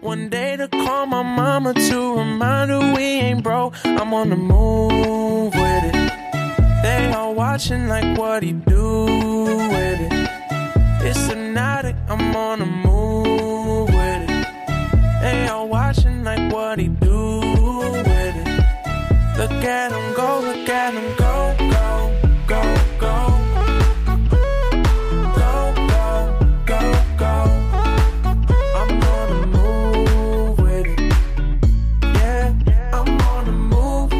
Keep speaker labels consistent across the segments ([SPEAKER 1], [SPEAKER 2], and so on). [SPEAKER 1] one day to call my mama to remind her we ain't broke. I'm on the move with it. They all watching like what he do with it. It's hypnotic, I'm on the move with it. They all watching like what he do with it. Look at him go, look at him go, go, go, go. Go, go, go, go. I'm gonna move with it. Yeah, I'm on the move.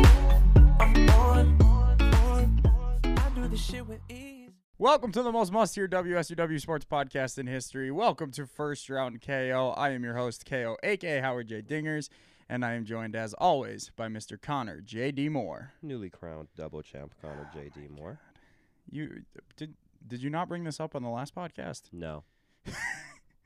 [SPEAKER 1] I'm on, I do this shit with ease.
[SPEAKER 2] Welcome to the most must hear WSUW sports podcast in history. Welcome to First Round KO. I am your host, KO, aka Howard J. Dingers, and I am joined as always by Mr. Connor J.D. Moore.
[SPEAKER 3] Newly crowned double champ Connor
[SPEAKER 2] Oh
[SPEAKER 3] J.D. Moore.
[SPEAKER 2] You did did you not bring this up on the last podcast?
[SPEAKER 3] No,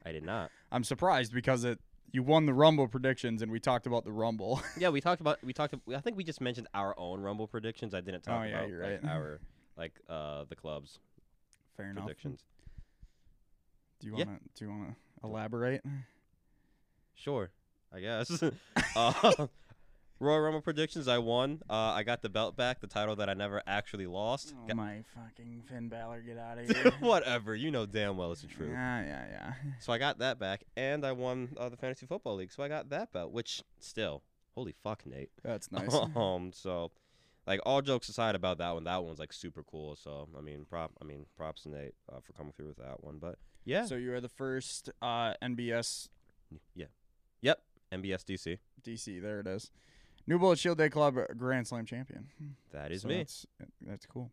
[SPEAKER 3] I did not.
[SPEAKER 2] I'm surprised because it you won the Rumble predictions and we talked about the Rumble.
[SPEAKER 3] Yeah, we talked about we talked. ab- I think we just mentioned our own Rumble predictions. I didn't talk
[SPEAKER 2] Oh, yeah,
[SPEAKER 3] about
[SPEAKER 2] you're
[SPEAKER 3] like,
[SPEAKER 2] right.
[SPEAKER 3] our like uh the club's
[SPEAKER 2] Fair enough.
[SPEAKER 3] predictions.
[SPEAKER 2] Do you
[SPEAKER 3] Yeah.
[SPEAKER 2] want to do you want to elaborate?
[SPEAKER 3] Sure, I guess. uh, Royal Rumble predictions. I won. Uh, I got the belt back, the title that I never actually lost.
[SPEAKER 2] Oh,
[SPEAKER 3] Got-
[SPEAKER 2] my fucking Finn Balor, get out of here.
[SPEAKER 3] Whatever, you know damn well it's the truth.
[SPEAKER 2] Yeah, yeah, yeah.
[SPEAKER 3] So I got that back, and I won uh, the fantasy football league. So I got that belt, which still, holy fuck, Nate.
[SPEAKER 2] That's nice.
[SPEAKER 3] Um, so, like all jokes aside about that one, that one's like super cool. So I mean, prop, I mean, props to Nate uh, for coming through with that one. But yeah,
[SPEAKER 2] So you are the first uh, NBS
[SPEAKER 3] yeah, yep, NBS DC,
[SPEAKER 2] DC. There it is. New Bullet Shield Day Club uh, Grand Slam champion.
[SPEAKER 3] that is
[SPEAKER 2] So
[SPEAKER 3] me.
[SPEAKER 2] That's, that's cool.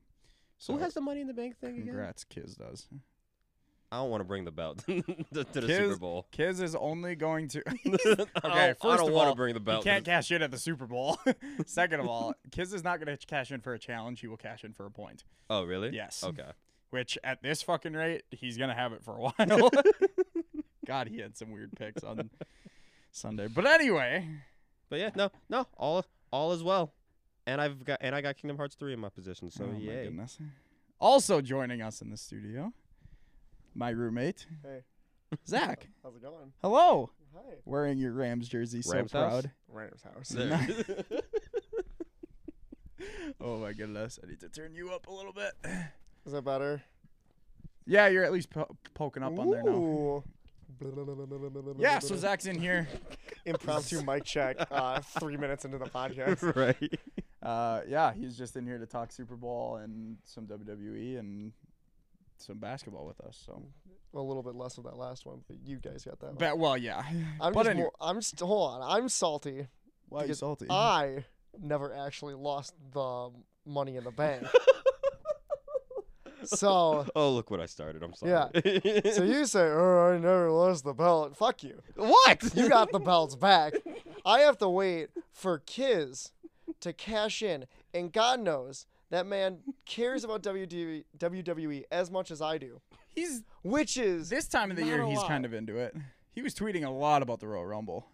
[SPEAKER 2] So
[SPEAKER 3] Who has the Money in the uh, Bank thing again?
[SPEAKER 2] congrats, Kiz does.
[SPEAKER 3] I don't want to bring the belt to, to the Super
[SPEAKER 2] Kids-
[SPEAKER 3] Bowl.
[SPEAKER 2] Kiz is only going to.
[SPEAKER 3] okay, I don't,
[SPEAKER 2] first of
[SPEAKER 3] want
[SPEAKER 2] all,
[SPEAKER 3] to bring the
[SPEAKER 2] he
[SPEAKER 3] belt. to
[SPEAKER 2] can't
[SPEAKER 3] the-
[SPEAKER 2] cash in at the Super Bowl. Second of all, Kiz is not going to cash in for a challenge. He will cash in for a point,
[SPEAKER 3] oh, really?
[SPEAKER 2] Yes.
[SPEAKER 3] Okay.
[SPEAKER 2] which at this fucking rate, he's going to have it for a while. God, he had some weird picks on Sunday. But anyway,
[SPEAKER 3] But yeah, no, no, all all is well. And I've got and I got Kingdom Hearts three in my position. So
[SPEAKER 2] Oh my
[SPEAKER 3] yeah.
[SPEAKER 2] goodness. Also joining us in the studio, my roommate.
[SPEAKER 4] Hey.
[SPEAKER 2] Zach.
[SPEAKER 4] How's it going?
[SPEAKER 2] Hello.
[SPEAKER 4] Hi.
[SPEAKER 2] Wearing your Rams jersey,
[SPEAKER 3] Rams
[SPEAKER 2] so
[SPEAKER 3] house?
[SPEAKER 2] proud.
[SPEAKER 4] Ryan's house.
[SPEAKER 3] There.
[SPEAKER 2] Oh my goodness, I need to turn you up a little bit.
[SPEAKER 4] Is that better?
[SPEAKER 2] Yeah, you're at least po- poking up on there now.
[SPEAKER 4] Ooh.
[SPEAKER 2] Yeah, so Zach's in here.
[SPEAKER 4] Impromptu mic check uh, three minutes into the podcast.
[SPEAKER 3] right.
[SPEAKER 2] Uh, yeah, he's just in here to talk Super Bowl and some WWE and some basketball with us. So,
[SPEAKER 4] A little bit less of that last one, but you guys got that one.
[SPEAKER 2] but, well, yeah.
[SPEAKER 4] I'm
[SPEAKER 2] but
[SPEAKER 4] just
[SPEAKER 2] any-
[SPEAKER 4] more, I'm st- hold on. I'm salty.
[SPEAKER 2] why are you
[SPEAKER 4] because
[SPEAKER 2] salty?
[SPEAKER 4] I never actually lost the money in the bank. so
[SPEAKER 3] Oh look what I started. I'm sorry.
[SPEAKER 4] so you say, "Oh, I never lost the belt." Fuck you.
[SPEAKER 3] what?
[SPEAKER 4] You got the belts back. I have to wait for Kiz to cash in. And God knows that man cares about WWE, WWE E as much as I do,
[SPEAKER 2] he's
[SPEAKER 4] which is.
[SPEAKER 2] this time of the
[SPEAKER 4] Not
[SPEAKER 2] year
[SPEAKER 4] a
[SPEAKER 2] he's
[SPEAKER 4] lot.
[SPEAKER 2] kind of into it. He was tweeting a lot about the Royal Rumble.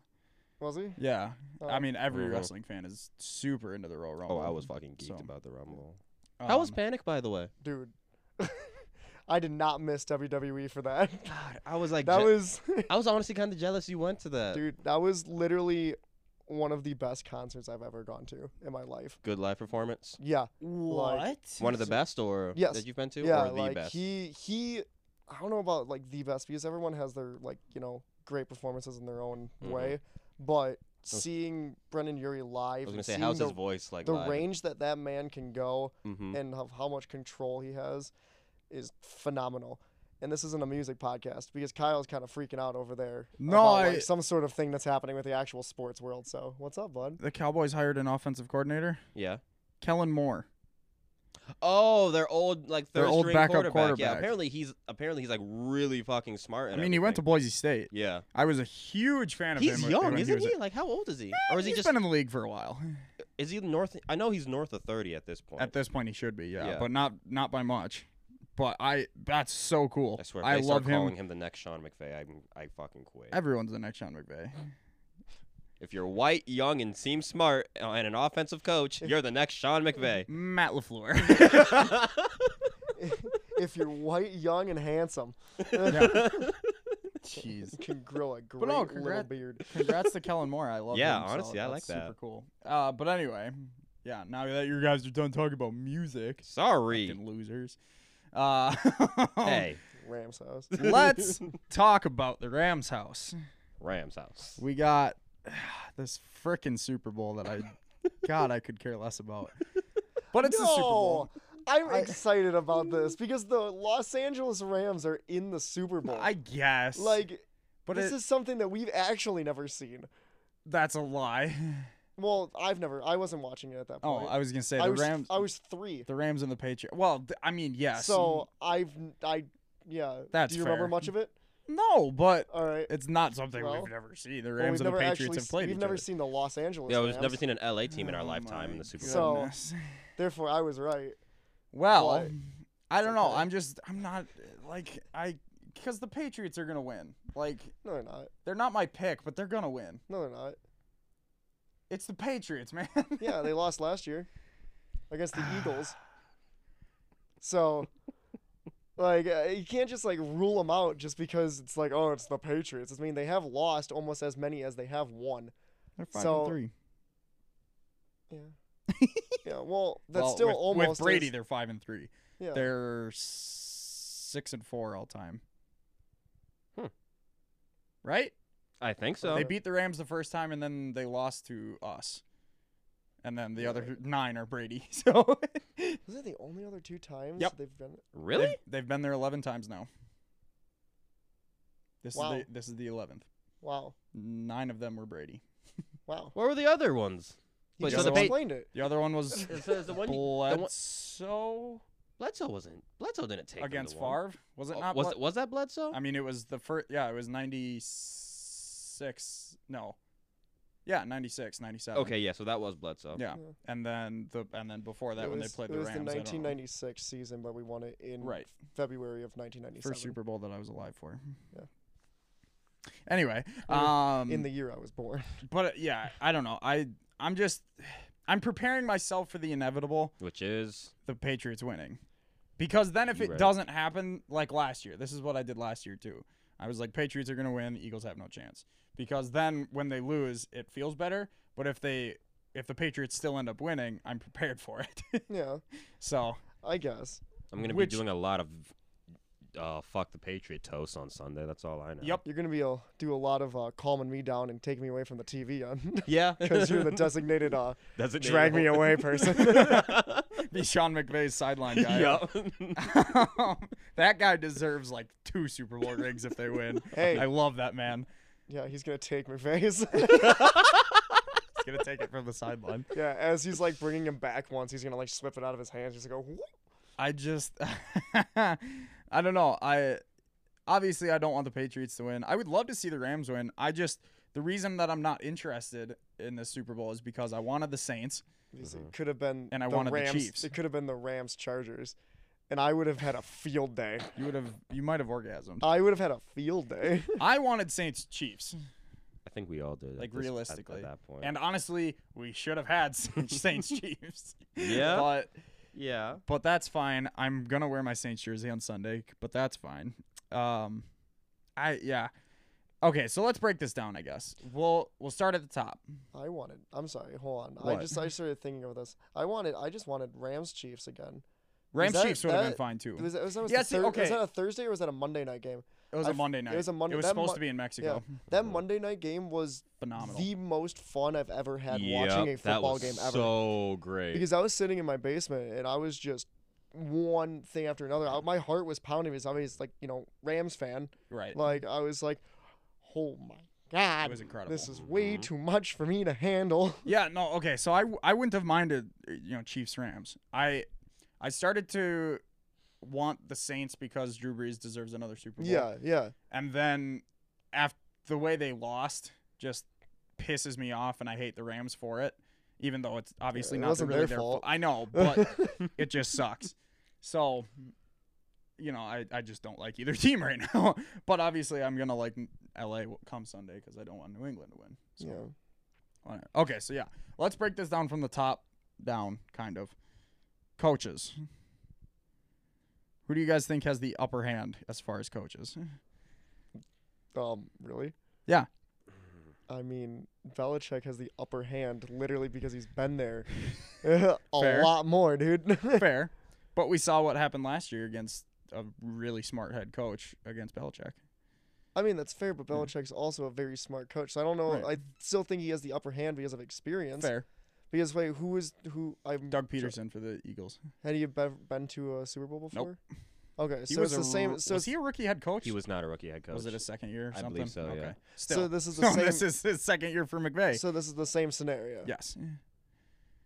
[SPEAKER 4] Was he?
[SPEAKER 2] Yeah, I
[SPEAKER 4] Oh.
[SPEAKER 2] mean every
[SPEAKER 3] Mhm.
[SPEAKER 2] wrestling fan is super into the Royal Rumble.
[SPEAKER 3] Oh, I was fucking geeked
[SPEAKER 2] So,
[SPEAKER 3] about the Rumble.
[SPEAKER 2] Um,
[SPEAKER 3] I was panicked by the way.
[SPEAKER 4] Dude. I did not miss WWE for that.
[SPEAKER 3] I was like
[SPEAKER 4] That
[SPEAKER 3] je-
[SPEAKER 4] was.
[SPEAKER 3] I was honestly kind of jealous you went to that.
[SPEAKER 4] Dude, that was literally one of the best concerts I've ever gone to in my life.
[SPEAKER 3] Good live performance.
[SPEAKER 4] Yeah.
[SPEAKER 2] what?
[SPEAKER 3] One of the best or
[SPEAKER 4] Yes.
[SPEAKER 3] that you've been to
[SPEAKER 4] yeah,
[SPEAKER 3] or the
[SPEAKER 4] like
[SPEAKER 3] best.
[SPEAKER 4] he he I don't know about like the best because everyone has their like, you know, great performances in their own
[SPEAKER 3] Mhm.
[SPEAKER 4] way, but seeing Brendan Urie live
[SPEAKER 3] I was
[SPEAKER 4] and
[SPEAKER 3] gonna say
[SPEAKER 4] seeing
[SPEAKER 3] how's
[SPEAKER 4] the,
[SPEAKER 3] his voice like
[SPEAKER 4] the
[SPEAKER 3] live?
[SPEAKER 4] range that that man can go
[SPEAKER 3] Mhm.
[SPEAKER 4] and of how much control he has is phenomenal. And this isn't a music podcast because Kyle's kind of freaking out over there.
[SPEAKER 2] No,
[SPEAKER 4] about,
[SPEAKER 2] I-
[SPEAKER 4] like, some sort of thing that's happening with the actual sports world. So what's up, bud?
[SPEAKER 2] The Cowboys hired an offensive coordinator,
[SPEAKER 3] Yeah.
[SPEAKER 2] Kellen Moore.
[SPEAKER 3] Oh, their old like
[SPEAKER 2] Their
[SPEAKER 3] third
[SPEAKER 2] old
[SPEAKER 3] string
[SPEAKER 2] backup
[SPEAKER 3] quarterback. Yeah,
[SPEAKER 2] quarterback.
[SPEAKER 3] apparently he's apparently he's like really fucking smart.
[SPEAKER 2] I
[SPEAKER 3] and
[SPEAKER 2] mean, he went to
[SPEAKER 3] everything.
[SPEAKER 2] Boise State.
[SPEAKER 3] Yeah,
[SPEAKER 2] I was a huge fan of him.
[SPEAKER 3] he's
[SPEAKER 2] when- when
[SPEAKER 3] young, isn't
[SPEAKER 2] was
[SPEAKER 3] he?
[SPEAKER 2] a-
[SPEAKER 3] Like, how old is he? Or is he
[SPEAKER 2] He's
[SPEAKER 3] just
[SPEAKER 2] been in the league for a while.
[SPEAKER 3] is he north? I know he's north of thirty at this point.
[SPEAKER 2] At this point, he should be, yeah,
[SPEAKER 3] Yeah.
[SPEAKER 2] but not not by much. But I, that's so cool.
[SPEAKER 3] I swear, if
[SPEAKER 2] I
[SPEAKER 3] they
[SPEAKER 2] love
[SPEAKER 3] start calling
[SPEAKER 2] him.
[SPEAKER 3] him the next Sean McVay, I I fucking quit.
[SPEAKER 2] Everyone's the next Sean McVay.
[SPEAKER 3] If you're white, young, and seem smart, uh, and an offensive coach, you're the next Sean McVay.
[SPEAKER 2] Matt Lafleur.
[SPEAKER 4] if you're white, young, and handsome.
[SPEAKER 2] Yeah. Jeez.
[SPEAKER 4] Can grow a great
[SPEAKER 2] But no,
[SPEAKER 4] little
[SPEAKER 2] congrat-
[SPEAKER 4] beard.
[SPEAKER 2] Congrats to Kellen Moore. I love
[SPEAKER 3] Yeah,
[SPEAKER 2] him, so
[SPEAKER 3] honestly, I
[SPEAKER 2] that's
[SPEAKER 3] like that.
[SPEAKER 2] Super cool. Uh, but anyway, yeah, now that you guys are done talking about music,
[SPEAKER 3] Sorry.
[SPEAKER 2] fucking losers. Uh,
[SPEAKER 3] Hey,
[SPEAKER 4] Ram's house.
[SPEAKER 2] let's talk about the Rams house.
[SPEAKER 3] Rams house.
[SPEAKER 2] We got this freaking Super Bowl that I, God, I could care less about. But it's the Super Bowl.
[SPEAKER 4] No, I'm
[SPEAKER 2] I-
[SPEAKER 4] excited about this because the Los Angeles Rams are in the Super Bowl.
[SPEAKER 2] I guess.
[SPEAKER 4] like
[SPEAKER 2] but
[SPEAKER 4] this
[SPEAKER 2] it-
[SPEAKER 4] is something that we've actually never seen.
[SPEAKER 2] that's a lie.
[SPEAKER 4] Well, I've never. I wasn't watching it at that
[SPEAKER 2] Oh,
[SPEAKER 4] point.
[SPEAKER 2] I was gonna say
[SPEAKER 4] I
[SPEAKER 2] the
[SPEAKER 4] was,
[SPEAKER 2] Rams.
[SPEAKER 4] I was three.
[SPEAKER 2] the Rams and the Patriots. Well, th- I mean, yes.
[SPEAKER 4] So I've I yeah.
[SPEAKER 2] That's
[SPEAKER 4] Do you remember
[SPEAKER 2] fair.
[SPEAKER 4] much of it?
[SPEAKER 2] no, but
[SPEAKER 4] All right.
[SPEAKER 2] it's not something
[SPEAKER 4] Well,
[SPEAKER 2] we've never seen. The
[SPEAKER 4] Well,
[SPEAKER 2] Rams
[SPEAKER 4] we've
[SPEAKER 2] and the
[SPEAKER 4] never
[SPEAKER 2] Patriots
[SPEAKER 4] actually
[SPEAKER 2] have
[SPEAKER 4] se-
[SPEAKER 2] played
[SPEAKER 4] We've
[SPEAKER 2] each
[SPEAKER 4] never
[SPEAKER 2] other.
[SPEAKER 4] seen the Los Angeles.
[SPEAKER 3] Yeah, we've
[SPEAKER 4] Rams,
[SPEAKER 3] never seen an LA team in our
[SPEAKER 2] Oh
[SPEAKER 3] lifetime
[SPEAKER 2] my
[SPEAKER 3] in the Super Bowl.
[SPEAKER 4] So-
[SPEAKER 2] goodness.
[SPEAKER 4] Therefore, I was right.
[SPEAKER 2] well,
[SPEAKER 4] Why?
[SPEAKER 2] I don't know.
[SPEAKER 4] okay.
[SPEAKER 2] I'm just I'm not like I because the Patriots are gonna win. Like
[SPEAKER 4] No, they're not.
[SPEAKER 2] they're not my pick, but they're gonna win.
[SPEAKER 4] No, they're not.
[SPEAKER 2] It's the Patriots, man.
[SPEAKER 4] Yeah, they lost last year against the Eagles. So, like, uh, you can't just like rule them out just because it's like, oh, it's the Patriots. I mean, they have lost almost as many as they have won.
[SPEAKER 2] They're
[SPEAKER 4] five and So, three. Yeah. yeah. Well, that's still
[SPEAKER 2] with,
[SPEAKER 4] almost
[SPEAKER 2] with Brady.
[SPEAKER 4] as-
[SPEAKER 2] They're five and three.
[SPEAKER 4] yeah.
[SPEAKER 2] They're s- six and four all time.
[SPEAKER 3] Hmm.
[SPEAKER 2] Right?
[SPEAKER 3] I think so.
[SPEAKER 4] uh,
[SPEAKER 2] They beat the Rams the first time, and then they lost to us. And then the other nine are Brady. So
[SPEAKER 4] Was it the only other two times
[SPEAKER 2] Yep.
[SPEAKER 4] that they've been?
[SPEAKER 3] really?
[SPEAKER 2] They've, they've been there eleven times now. This
[SPEAKER 4] Wow.
[SPEAKER 2] is the this is the eleventh.
[SPEAKER 4] Wow.
[SPEAKER 2] Nine of them were Brady.
[SPEAKER 4] Wow.
[SPEAKER 3] What were the other ones?
[SPEAKER 4] You
[SPEAKER 3] Wait, so
[SPEAKER 4] just
[SPEAKER 3] the ba-
[SPEAKER 4] explained it.
[SPEAKER 2] The other one was
[SPEAKER 3] It says the one you- the one-
[SPEAKER 2] Bledsoe
[SPEAKER 3] Bledsoe wasn't. Bledsoe didn't take them to
[SPEAKER 2] against
[SPEAKER 3] one.
[SPEAKER 2] Favre. Was it
[SPEAKER 3] Oh,
[SPEAKER 2] not?
[SPEAKER 3] was
[SPEAKER 2] Bled-
[SPEAKER 3] it, was that Bledsoe?
[SPEAKER 2] I mean, it was the first. Yeah, it was ninety six. No, yeah, 96, 97.
[SPEAKER 3] okay, yeah, so that was Bledsoe.
[SPEAKER 2] Yeah,
[SPEAKER 4] Yeah.
[SPEAKER 2] and then the and then before that
[SPEAKER 4] Hmm. it
[SPEAKER 2] when
[SPEAKER 4] was,
[SPEAKER 2] they played
[SPEAKER 4] it
[SPEAKER 2] the
[SPEAKER 4] was
[SPEAKER 2] Rams.
[SPEAKER 4] the
[SPEAKER 2] I don't know.
[SPEAKER 4] 1996 season, but we won it in
[SPEAKER 2] Right.
[SPEAKER 4] February of 1997.
[SPEAKER 2] First Super Bowl that I was alive for.
[SPEAKER 4] Yeah.
[SPEAKER 2] Anyway,
[SPEAKER 4] Or
[SPEAKER 2] um,
[SPEAKER 4] in the year I was born.
[SPEAKER 2] but uh, yeah, I don't know. I I'm just I'm preparing myself for the inevitable,
[SPEAKER 3] Which is
[SPEAKER 2] the Patriots winning. Because then if
[SPEAKER 3] You
[SPEAKER 2] it
[SPEAKER 3] read it.
[SPEAKER 2] doesn't happen like last year, this is what I did last year too. I was like Patriots are going to win, the Eagles have no chance. Because then when they lose, it feels better, but if they if the Patriots still end up winning, I'm prepared for it.
[SPEAKER 4] yeah,
[SPEAKER 2] so,
[SPEAKER 4] I guess.
[SPEAKER 3] I'm gonna
[SPEAKER 2] Which-
[SPEAKER 3] be doing a lot of uh, fuck the Patriot toast on Sunday. That's all I know.
[SPEAKER 2] Yep.
[SPEAKER 4] You're gonna be able do a lot of uh, calming me down and taking me away from the TV on
[SPEAKER 3] Yeah.
[SPEAKER 4] because you're the designated uh,
[SPEAKER 3] Does it
[SPEAKER 4] drag me away person.
[SPEAKER 2] be Sean McVay's sideline guy.
[SPEAKER 3] Yup.
[SPEAKER 2] that guy deserves like two Super Bowl rings if they win.
[SPEAKER 4] Hey.
[SPEAKER 2] I love that man.
[SPEAKER 4] yeah, he's gonna take my face.
[SPEAKER 2] He's gonna take it from the sideline.
[SPEAKER 4] yeah, as he's like bringing him back once, he's gonna like slip it out of his hands. He's gonna go. Whoop.
[SPEAKER 2] I just, I don't know. I obviously I don't want the Patriots to win. I would love to see the Rams win. I just the reason that I'm not interested in the Super Bowl is because I wanted the Saints.
[SPEAKER 4] He's- It could have been
[SPEAKER 2] Mm-hmm. And I
[SPEAKER 4] the
[SPEAKER 2] wanted the
[SPEAKER 4] Rams,
[SPEAKER 2] Chiefs.
[SPEAKER 4] It could have been the Rams Chargers, and I would have had a field day.
[SPEAKER 2] You would have, you might have orgasmed.
[SPEAKER 4] I would have had a field day.
[SPEAKER 2] I wanted Saints Chiefs,
[SPEAKER 3] I think we all did. at
[SPEAKER 2] like
[SPEAKER 3] this- at-
[SPEAKER 2] realistically.
[SPEAKER 3] At, that point.
[SPEAKER 2] And honestly, we should have had Saints Chiefs.
[SPEAKER 3] Yeah.
[SPEAKER 2] But
[SPEAKER 3] yeah.
[SPEAKER 2] but that's fine. I'm gonna wear my Saints jersey on Sunday, but that's fine. Um, I yeah. Okay, so let's break this down. I guess we'll we'll start at the top.
[SPEAKER 4] I wanted. I'm sorry. Hold on.
[SPEAKER 2] What?
[SPEAKER 4] I just I started thinking of this. I wanted. I just wanted Rams Chiefs again.
[SPEAKER 2] Rams
[SPEAKER 4] that-
[SPEAKER 2] Chiefs would have been
[SPEAKER 4] that-
[SPEAKER 2] fine too.
[SPEAKER 4] Was that, was that, was
[SPEAKER 2] Yeah,
[SPEAKER 4] the
[SPEAKER 2] see,
[SPEAKER 4] thir-
[SPEAKER 2] okay.
[SPEAKER 4] was that a Thursday or was that a Monday night game?
[SPEAKER 2] it was a
[SPEAKER 4] I f-
[SPEAKER 2] Monday night.
[SPEAKER 4] was a Monday-
[SPEAKER 2] It was
[SPEAKER 4] that
[SPEAKER 2] supposed
[SPEAKER 4] Mon-
[SPEAKER 2] to be in Mexico.
[SPEAKER 4] That Monday night game was
[SPEAKER 2] Phenomenal.
[SPEAKER 4] the most fun I've ever had
[SPEAKER 3] Yup,
[SPEAKER 4] watching a
[SPEAKER 3] that
[SPEAKER 4] football
[SPEAKER 3] was
[SPEAKER 4] game ever.
[SPEAKER 3] So great.
[SPEAKER 4] because I was sitting in my basement and I was just one thing after another. I, my heart was pounding because I was like, you know, Rams fan.
[SPEAKER 2] right.
[SPEAKER 4] Like I was like, oh my
[SPEAKER 2] it
[SPEAKER 4] god,
[SPEAKER 2] was incredible. Mm-hmm.
[SPEAKER 4] this is way too much for me to handle.
[SPEAKER 2] Yeah, no, okay. So I I wouldn't have minded, uh, you know, Chiefs Rams. I I started to want the Saints because Drew Brees deserves another Super Bowl.
[SPEAKER 4] yeah, yeah.
[SPEAKER 2] And then after the way they lost just pisses me off and I hate the Rams for it, even though it's obviously
[SPEAKER 4] it
[SPEAKER 2] not
[SPEAKER 4] wasn't
[SPEAKER 2] really
[SPEAKER 4] their
[SPEAKER 2] their
[SPEAKER 4] fault.
[SPEAKER 2] I know, but it just sucks. So you know, I, I just don't like either team right now. but obviously I'm going to like LA come Sunday because I don't want New England to win. So
[SPEAKER 4] yeah.
[SPEAKER 2] whatever. Okay, so yeah. Let's break this down from the top down, kind of. Coaches. Who do you guys think has the upper hand as far as coaches?
[SPEAKER 4] Um, really?
[SPEAKER 2] Yeah.
[SPEAKER 4] I mean, Belichick has the upper hand literally because he's been there a
[SPEAKER 2] Fair.
[SPEAKER 4] lot more, dude.
[SPEAKER 2] Fair. But we saw what happened last year against a really smart head coach against Belichick.
[SPEAKER 4] I mean, that's fair, but Belichick's also a very smart coach. So I don't know.
[SPEAKER 2] Right.
[SPEAKER 4] I still think he has the upper hand because of experience.
[SPEAKER 2] Fair.
[SPEAKER 4] Because wait, who was who? I'm
[SPEAKER 2] Doug Peterson for the Eagles.
[SPEAKER 4] Had he been, been to a Super Bowl before? Okay,
[SPEAKER 2] He
[SPEAKER 4] so
[SPEAKER 2] was
[SPEAKER 4] it's the
[SPEAKER 2] a
[SPEAKER 4] same.
[SPEAKER 2] ru-
[SPEAKER 4] So
[SPEAKER 2] was he
[SPEAKER 4] it's-
[SPEAKER 2] a rookie head coach?
[SPEAKER 3] He was not a rookie head coach.
[SPEAKER 2] Was it a second year or
[SPEAKER 3] I
[SPEAKER 2] something?
[SPEAKER 3] believe so,
[SPEAKER 2] Okay.
[SPEAKER 3] yeah.
[SPEAKER 2] Still.
[SPEAKER 4] So this is the
[SPEAKER 2] so this
[SPEAKER 4] same-
[SPEAKER 2] is his second year for McVay.
[SPEAKER 4] so this is the same scenario.
[SPEAKER 2] yes.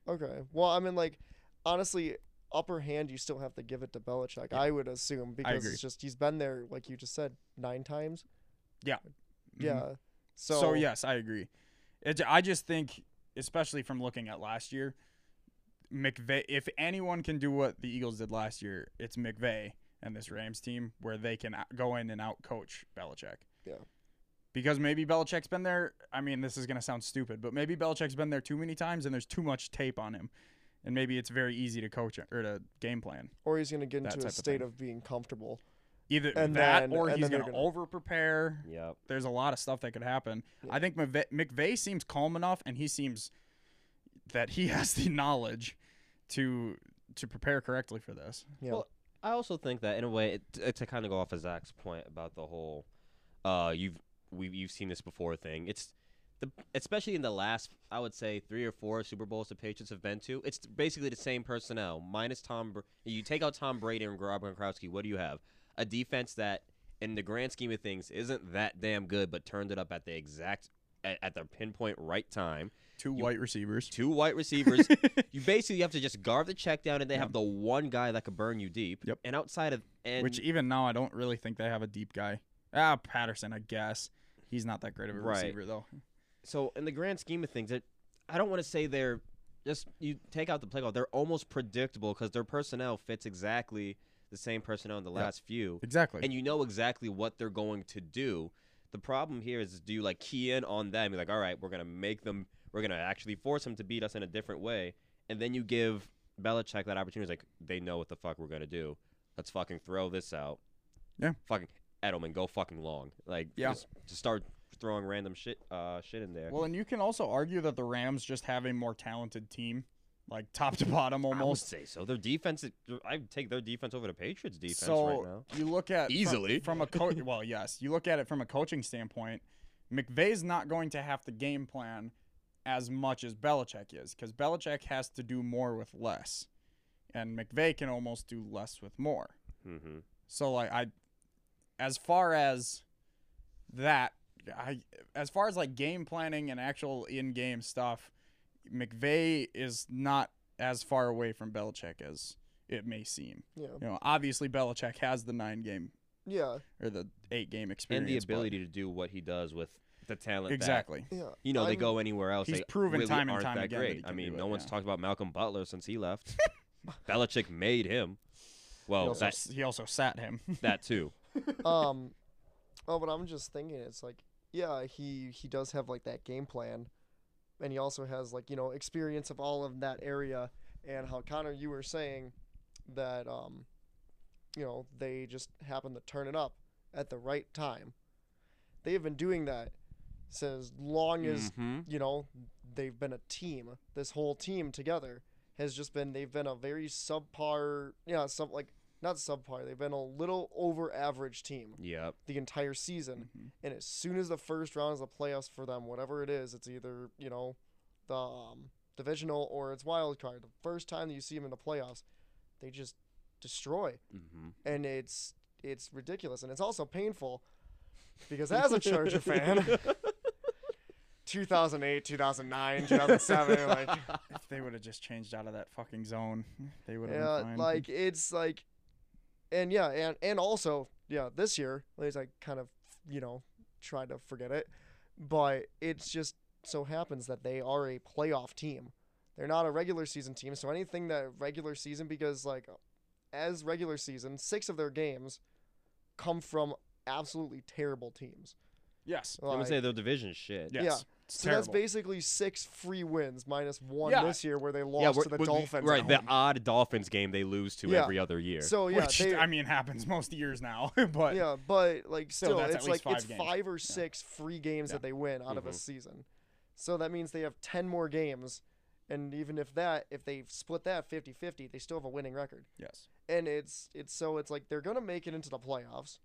[SPEAKER 4] Okay. Well, I mean, like, honestly, upper hand you still have to give it to Belichick. I would assume because
[SPEAKER 2] agree.
[SPEAKER 4] it's just he's been there, like you just said, nine times.
[SPEAKER 2] Yeah. Mhm.
[SPEAKER 4] Yeah. So,
[SPEAKER 2] so yes, I agree. It, I just think, especially from looking at last year, McVay. If anyone can do what the Eagles did last year, it's McVay and this Rams team, where they can out- go in and out coach Belichick.
[SPEAKER 4] Yeah.
[SPEAKER 2] Because maybe Belichick's been there. I mean, this is gonna sound stupid, but maybe Belichick's been there too many times, and there's too much tape on him, and maybe it's very easy to coach or to game plan.
[SPEAKER 4] or he's gonna get
[SPEAKER 2] that
[SPEAKER 4] into
[SPEAKER 2] type
[SPEAKER 4] a
[SPEAKER 2] of
[SPEAKER 4] state
[SPEAKER 2] thing.
[SPEAKER 4] of, being comfortable.
[SPEAKER 2] Either
[SPEAKER 4] And
[SPEAKER 2] that,
[SPEAKER 4] then-
[SPEAKER 2] or
[SPEAKER 4] and
[SPEAKER 2] he's
[SPEAKER 4] then they're
[SPEAKER 2] gonna,
[SPEAKER 4] gonna-
[SPEAKER 2] over prepare.
[SPEAKER 3] Yep.
[SPEAKER 2] there's a lot of stuff that could happen. I think McVay, McVay seems calm enough, and he seems that he has the knowledge to to prepare correctly for this.
[SPEAKER 4] Yeah.
[SPEAKER 3] Well, I also think that in a way, it, t- to kind of go off of Zach's point about the whole, uh, you've we have you've seen this before thing. It's the especially in the last, I would say three or four Super Bowls the Patriots have been to. It's basically the same personnel minus Tom. Br- you take out Tom Brady and Rob Gronkowski. What do you have? A defense that, in the grand scheme of things, isn't that damn good, but turned it up at the exact at, at the pinpoint right time
[SPEAKER 2] Two white receivers.
[SPEAKER 3] two white receivers. you basically have to just guard the check down, and they have the one guy that could burn you deep.
[SPEAKER 2] Yep.
[SPEAKER 3] And outside of and
[SPEAKER 2] Which even now I don't really think they have a deep guy. Ah, Patterson, I guess. He's not that great of a
[SPEAKER 3] Right.
[SPEAKER 2] receiver though.
[SPEAKER 3] so in the grand scheme of things, it, I don't want to say they're just you take out the play call. They're almost predictable because their personnel fits exactly the same personnel in the last few,
[SPEAKER 2] Exactly.
[SPEAKER 3] and you know exactly what they're going to do. The problem here is, do you like key in on that and be like, all right, we're gonna make them, we're gonna actually force them to beat us in a different way, and then you give Belichick that opportunity. It's like they know what the fuck we're gonna do. Let's fucking throw this out.
[SPEAKER 2] Yeah.
[SPEAKER 3] Fucking Edelman, go fucking long. Like
[SPEAKER 2] Yeah.
[SPEAKER 3] just, just start throwing random shit, uh, shit in there.
[SPEAKER 2] well, and you can also argue that the Rams just have a more talented team, like top to bottom
[SPEAKER 3] I would
[SPEAKER 2] almost.
[SPEAKER 3] say so. Their defense, is- I would take their defense over the Patriots' defense
[SPEAKER 2] so
[SPEAKER 3] right now.
[SPEAKER 2] you look at fro-
[SPEAKER 3] Easily.
[SPEAKER 2] from, a coach. well, yes, you look at it from a coaching standpoint. McVay's not going to have to game plan as much as Belichick is because Belichick has to do more with less, and McVay can almost do less with more.
[SPEAKER 3] Mm-hmm.
[SPEAKER 2] So like I, as far as that, I as far as like game planning and actual in-game stuff, McVay is not as far away from Belichick as it may seem.
[SPEAKER 4] yeah.
[SPEAKER 2] You know, obviously Belichick has the nine game
[SPEAKER 4] Yeah.
[SPEAKER 2] or the eight game experience
[SPEAKER 3] And the
[SPEAKER 2] but-
[SPEAKER 3] ability to do what he does with the talent. that-
[SPEAKER 2] exactly.
[SPEAKER 4] Yeah.
[SPEAKER 3] you know, they
[SPEAKER 4] I'm-
[SPEAKER 3] go anywhere else.
[SPEAKER 2] He's
[SPEAKER 3] they
[SPEAKER 2] proven
[SPEAKER 3] really
[SPEAKER 2] time and
[SPEAKER 3] aren't
[SPEAKER 2] time
[SPEAKER 3] that
[SPEAKER 2] again that
[SPEAKER 3] Great.
[SPEAKER 2] he
[SPEAKER 3] I
[SPEAKER 2] can do
[SPEAKER 3] mean,
[SPEAKER 2] it,
[SPEAKER 3] no one's
[SPEAKER 2] yeah.
[SPEAKER 3] talked about Malcolm Butler since he left. Belichick made him.
[SPEAKER 2] He
[SPEAKER 3] Well,
[SPEAKER 2] also,
[SPEAKER 3] that,
[SPEAKER 2] he also sat him.
[SPEAKER 3] that too.
[SPEAKER 4] um oh but i'm just thinking it's like yeah he he does have like that game plan and he also has like you know experience of all of that area and how connor you were saying that um you know they just happen to turn it up at the right time they have been doing that since long as
[SPEAKER 3] Mhm.
[SPEAKER 4] you know they've been a team this whole team together has just been they've been a very subpar yeah some like not subpar they've been a little over average team
[SPEAKER 3] Yep.
[SPEAKER 4] the entire season and as soon as the first round is the playoffs for them whatever it is it's either you know the um, divisional or it's wild card the first time that you see them in the playoffs they just destroy
[SPEAKER 3] Mm-hmm.
[SPEAKER 4] and it's it's ridiculous and it's also painful because as a Charger fan, 2008, 2009, 2007, like
[SPEAKER 2] if they would have just changed out of that fucking zone, they would have been
[SPEAKER 4] yeah,
[SPEAKER 2] fine.
[SPEAKER 4] like it's like, and yeah, and and also yeah, this year at least I kind of you know tried to forget it, but it's just so happens that they are a playoff team. They're not a regular season team, so anything that regular season because like as regular season, six of their games come from absolutely terrible teams.
[SPEAKER 2] yes.
[SPEAKER 3] I'm gonna
[SPEAKER 4] Like,
[SPEAKER 3] say their division's shit.
[SPEAKER 2] Yes. It's
[SPEAKER 4] So that's
[SPEAKER 2] terrible.
[SPEAKER 4] basically six free wins minus one
[SPEAKER 2] Yeah.
[SPEAKER 4] this year where they lost
[SPEAKER 3] yeah,
[SPEAKER 4] to
[SPEAKER 3] we're-
[SPEAKER 4] the
[SPEAKER 3] we're-
[SPEAKER 4] Dolphins.
[SPEAKER 3] Right,
[SPEAKER 4] at
[SPEAKER 3] the
[SPEAKER 4] home.
[SPEAKER 3] odd Dolphins game they lose to
[SPEAKER 4] Yeah.
[SPEAKER 3] every other year.
[SPEAKER 4] So yeah,
[SPEAKER 2] Which
[SPEAKER 4] they,
[SPEAKER 2] I mean happens most years now, but
[SPEAKER 4] yeah, but like
[SPEAKER 2] Still,
[SPEAKER 4] still,
[SPEAKER 2] that's at
[SPEAKER 4] it's like
[SPEAKER 2] least
[SPEAKER 4] it's
[SPEAKER 2] five games.
[SPEAKER 4] five or six free games
[SPEAKER 2] Yeah.
[SPEAKER 4] that they win out of a
[SPEAKER 3] Mhm.
[SPEAKER 4] season. So that means they have 10 more games and even if that if they split that 50-50, they still have a winning record.
[SPEAKER 2] yes,
[SPEAKER 4] And it's it's so it's like they're going to make it into the playoffs.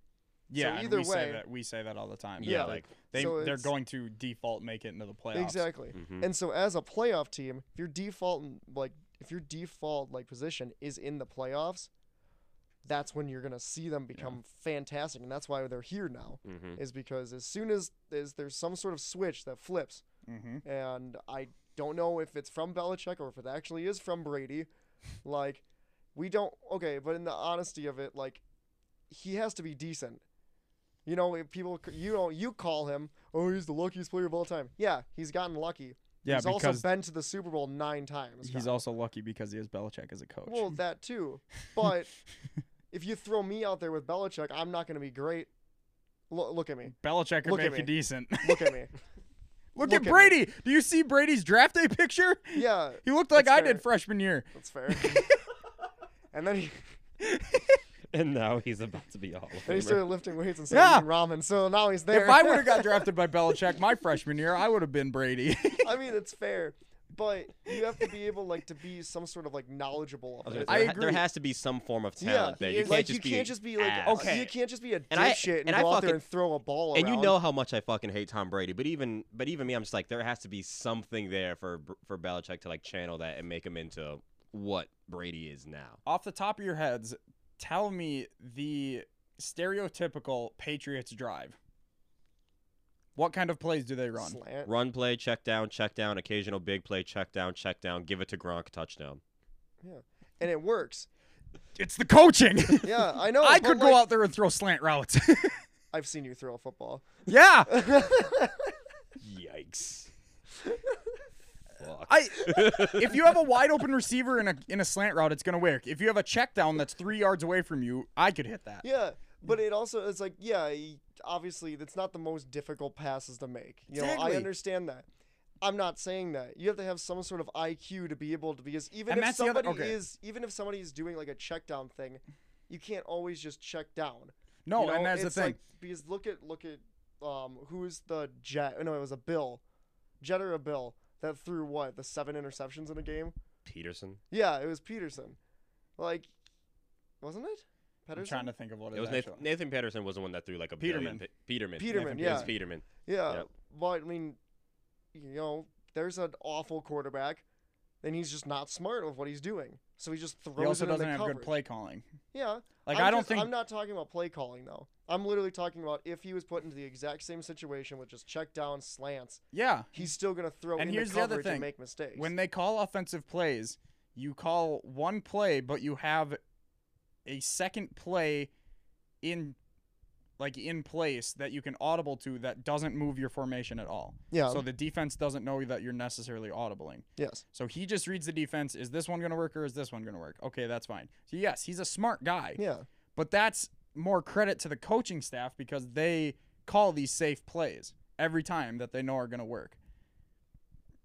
[SPEAKER 2] yeah. and
[SPEAKER 4] either
[SPEAKER 2] we say
[SPEAKER 4] way-
[SPEAKER 2] that we say that all the time.
[SPEAKER 3] yeah,
[SPEAKER 4] Yeah.
[SPEAKER 3] like
[SPEAKER 2] they
[SPEAKER 4] So
[SPEAKER 2] they're
[SPEAKER 4] it's-
[SPEAKER 2] going to default make it into the playoffs.
[SPEAKER 4] Exactly.
[SPEAKER 3] mhm.
[SPEAKER 4] And so as a playoff team, if your default like if your default like position is in the playoffs, that's when you're gonna see them become fantastic, and that's why they're here now.
[SPEAKER 3] Mhm.
[SPEAKER 4] Is because as soon as, as there's some sort of switch that flips,
[SPEAKER 2] Mm-hmm.
[SPEAKER 4] and I don't know if it's from Belichick or if it actually is from Brady, like we don't okay, but in the honesty of it, like he has to be decent. You know, if people c- you know you call him, oh he's the luckiest player of all time. Yeah, he's gotten lucky,
[SPEAKER 2] Yeah,
[SPEAKER 4] he's
[SPEAKER 2] because
[SPEAKER 4] also been to the Super Bowl nine times.
[SPEAKER 2] he's
[SPEAKER 4] Kyle.
[SPEAKER 2] also lucky because he has Belichick as a coach.
[SPEAKER 4] well, that too. But if you throw me out there with Belichick, I'm not going to be great. Lo- look at me.
[SPEAKER 2] Belichick could
[SPEAKER 4] look at
[SPEAKER 2] make you
[SPEAKER 4] me.
[SPEAKER 2] decent.
[SPEAKER 4] Look at me.
[SPEAKER 2] Look,
[SPEAKER 4] Look
[SPEAKER 2] at
[SPEAKER 4] at me.
[SPEAKER 2] Brady. Do you see Brady's draft day picture?
[SPEAKER 4] Yeah,
[SPEAKER 2] He looked like
[SPEAKER 4] That's
[SPEAKER 2] I did
[SPEAKER 4] fair.
[SPEAKER 2] freshman year.
[SPEAKER 4] that's fair. and then he,
[SPEAKER 3] And now he's about to be all
[SPEAKER 4] then he
[SPEAKER 3] over.
[SPEAKER 4] started lifting weights and
[SPEAKER 2] Yeah.
[SPEAKER 4] started eating ramen, so now he's there.
[SPEAKER 2] If I would have got drafted by Belichick my freshman year, I would have been Brady.
[SPEAKER 4] I mean, it's fair. But you have to be able like to be some sort of like knowledgeable of
[SPEAKER 3] was gonna
[SPEAKER 4] it.
[SPEAKER 3] say,
[SPEAKER 2] I
[SPEAKER 3] there ha- There
[SPEAKER 2] agree.
[SPEAKER 3] has to be some form of
[SPEAKER 4] yeah,
[SPEAKER 3] talent there. You can't
[SPEAKER 4] like
[SPEAKER 3] just
[SPEAKER 4] you
[SPEAKER 3] be
[SPEAKER 4] can't just be like
[SPEAKER 3] ass.
[SPEAKER 2] okay.
[SPEAKER 4] you can't just be a
[SPEAKER 3] And I-
[SPEAKER 4] dipshit and,
[SPEAKER 3] and I
[SPEAKER 4] go out
[SPEAKER 3] fucking-
[SPEAKER 4] there and throw a ball.
[SPEAKER 3] And you
[SPEAKER 4] around.
[SPEAKER 3] know how much I fucking hate Tom Brady, but even but even me, I'm just like there has to be something there for Br- for Belichick to like channel that and make him into what Brady is now.
[SPEAKER 2] Off the top of your heads, tell me the stereotypical Patriots drive. What kind of plays do they run?
[SPEAKER 4] Slant.
[SPEAKER 3] Run play, check down, check down, occasional big play, check down, check down, give it to Gronk, touchdown.
[SPEAKER 4] and it works.
[SPEAKER 2] It's the coaching.
[SPEAKER 4] Yeah, I know.
[SPEAKER 2] I
[SPEAKER 4] but,
[SPEAKER 2] could
[SPEAKER 4] like,
[SPEAKER 2] go out there and throw slant routes.
[SPEAKER 4] I've seen you throw a football.
[SPEAKER 2] yeah.
[SPEAKER 3] Yikes.
[SPEAKER 2] I if you have a wide open receiver in a in a slant route, it's gonna work. If you have a check down that's three yards away from you, I could hit that.
[SPEAKER 4] Yeah, but it also it's like yeah, y- obviously that's not the most difficult passes to make. You know,
[SPEAKER 2] Exactly.
[SPEAKER 4] I understand that. I'm not saying that. You have to have some sort of IQ to be able to because even
[SPEAKER 2] And
[SPEAKER 4] if
[SPEAKER 2] that's the other-
[SPEAKER 4] somebody
[SPEAKER 2] okay.
[SPEAKER 4] is even if somebody is doing like a check down thing, you can't always just check down.
[SPEAKER 2] No,
[SPEAKER 4] you know?
[SPEAKER 2] and that's the
[SPEAKER 4] It's
[SPEAKER 2] thing.
[SPEAKER 4] Like, because look at look at um who's the jet no, it was a Bill. Jet or a Bill that threw what, the seven interceptions in a game?
[SPEAKER 3] Peterson.
[SPEAKER 4] Yeah, it was Peterson. Like wasn't it?
[SPEAKER 2] I'm
[SPEAKER 4] Peterson?
[SPEAKER 2] trying to think of what
[SPEAKER 3] It was
[SPEAKER 2] actually.
[SPEAKER 3] Nathan, Nathan Peterson was the one that threw like a
[SPEAKER 2] Peterman.
[SPEAKER 3] billion. Pe- Peterman.
[SPEAKER 4] Peterman,
[SPEAKER 3] It was
[SPEAKER 4] yeah.
[SPEAKER 3] Peterman.
[SPEAKER 4] Yeah.
[SPEAKER 3] Yep.
[SPEAKER 4] But I mean, you know, there's an awful quarterback, and he's just not smart with what he's doing. So he just throws
[SPEAKER 2] He also
[SPEAKER 4] it in the
[SPEAKER 2] doesn't have
[SPEAKER 4] coverage.
[SPEAKER 2] good play calling.
[SPEAKER 4] Yeah.
[SPEAKER 2] Like
[SPEAKER 4] I'm
[SPEAKER 2] I don't
[SPEAKER 4] just-
[SPEAKER 2] think
[SPEAKER 4] I'm not talking about play calling though. I'm literally talking about if he was put into the exact same situation with just check down slants,
[SPEAKER 2] yeah.
[SPEAKER 4] he's still gonna throw
[SPEAKER 2] And
[SPEAKER 4] in
[SPEAKER 2] here's the
[SPEAKER 4] the
[SPEAKER 2] other
[SPEAKER 4] coverage
[SPEAKER 2] thing.
[SPEAKER 4] and make mistakes.
[SPEAKER 2] When they call offensive plays, you call one play, but you have a second play in like in place that you can audible to that doesn't move your formation at all.
[SPEAKER 4] yeah.
[SPEAKER 2] So the defense doesn't know that you're necessarily audibling.
[SPEAKER 4] yes.
[SPEAKER 2] So he just reads the defense. Is this one going to work or is this one going to work? Okay, that's fine. So yes, he's a smart guy,
[SPEAKER 4] Yeah.
[SPEAKER 2] but that's more credit to the coaching staff because they call these safe plays every time that they know are going to work.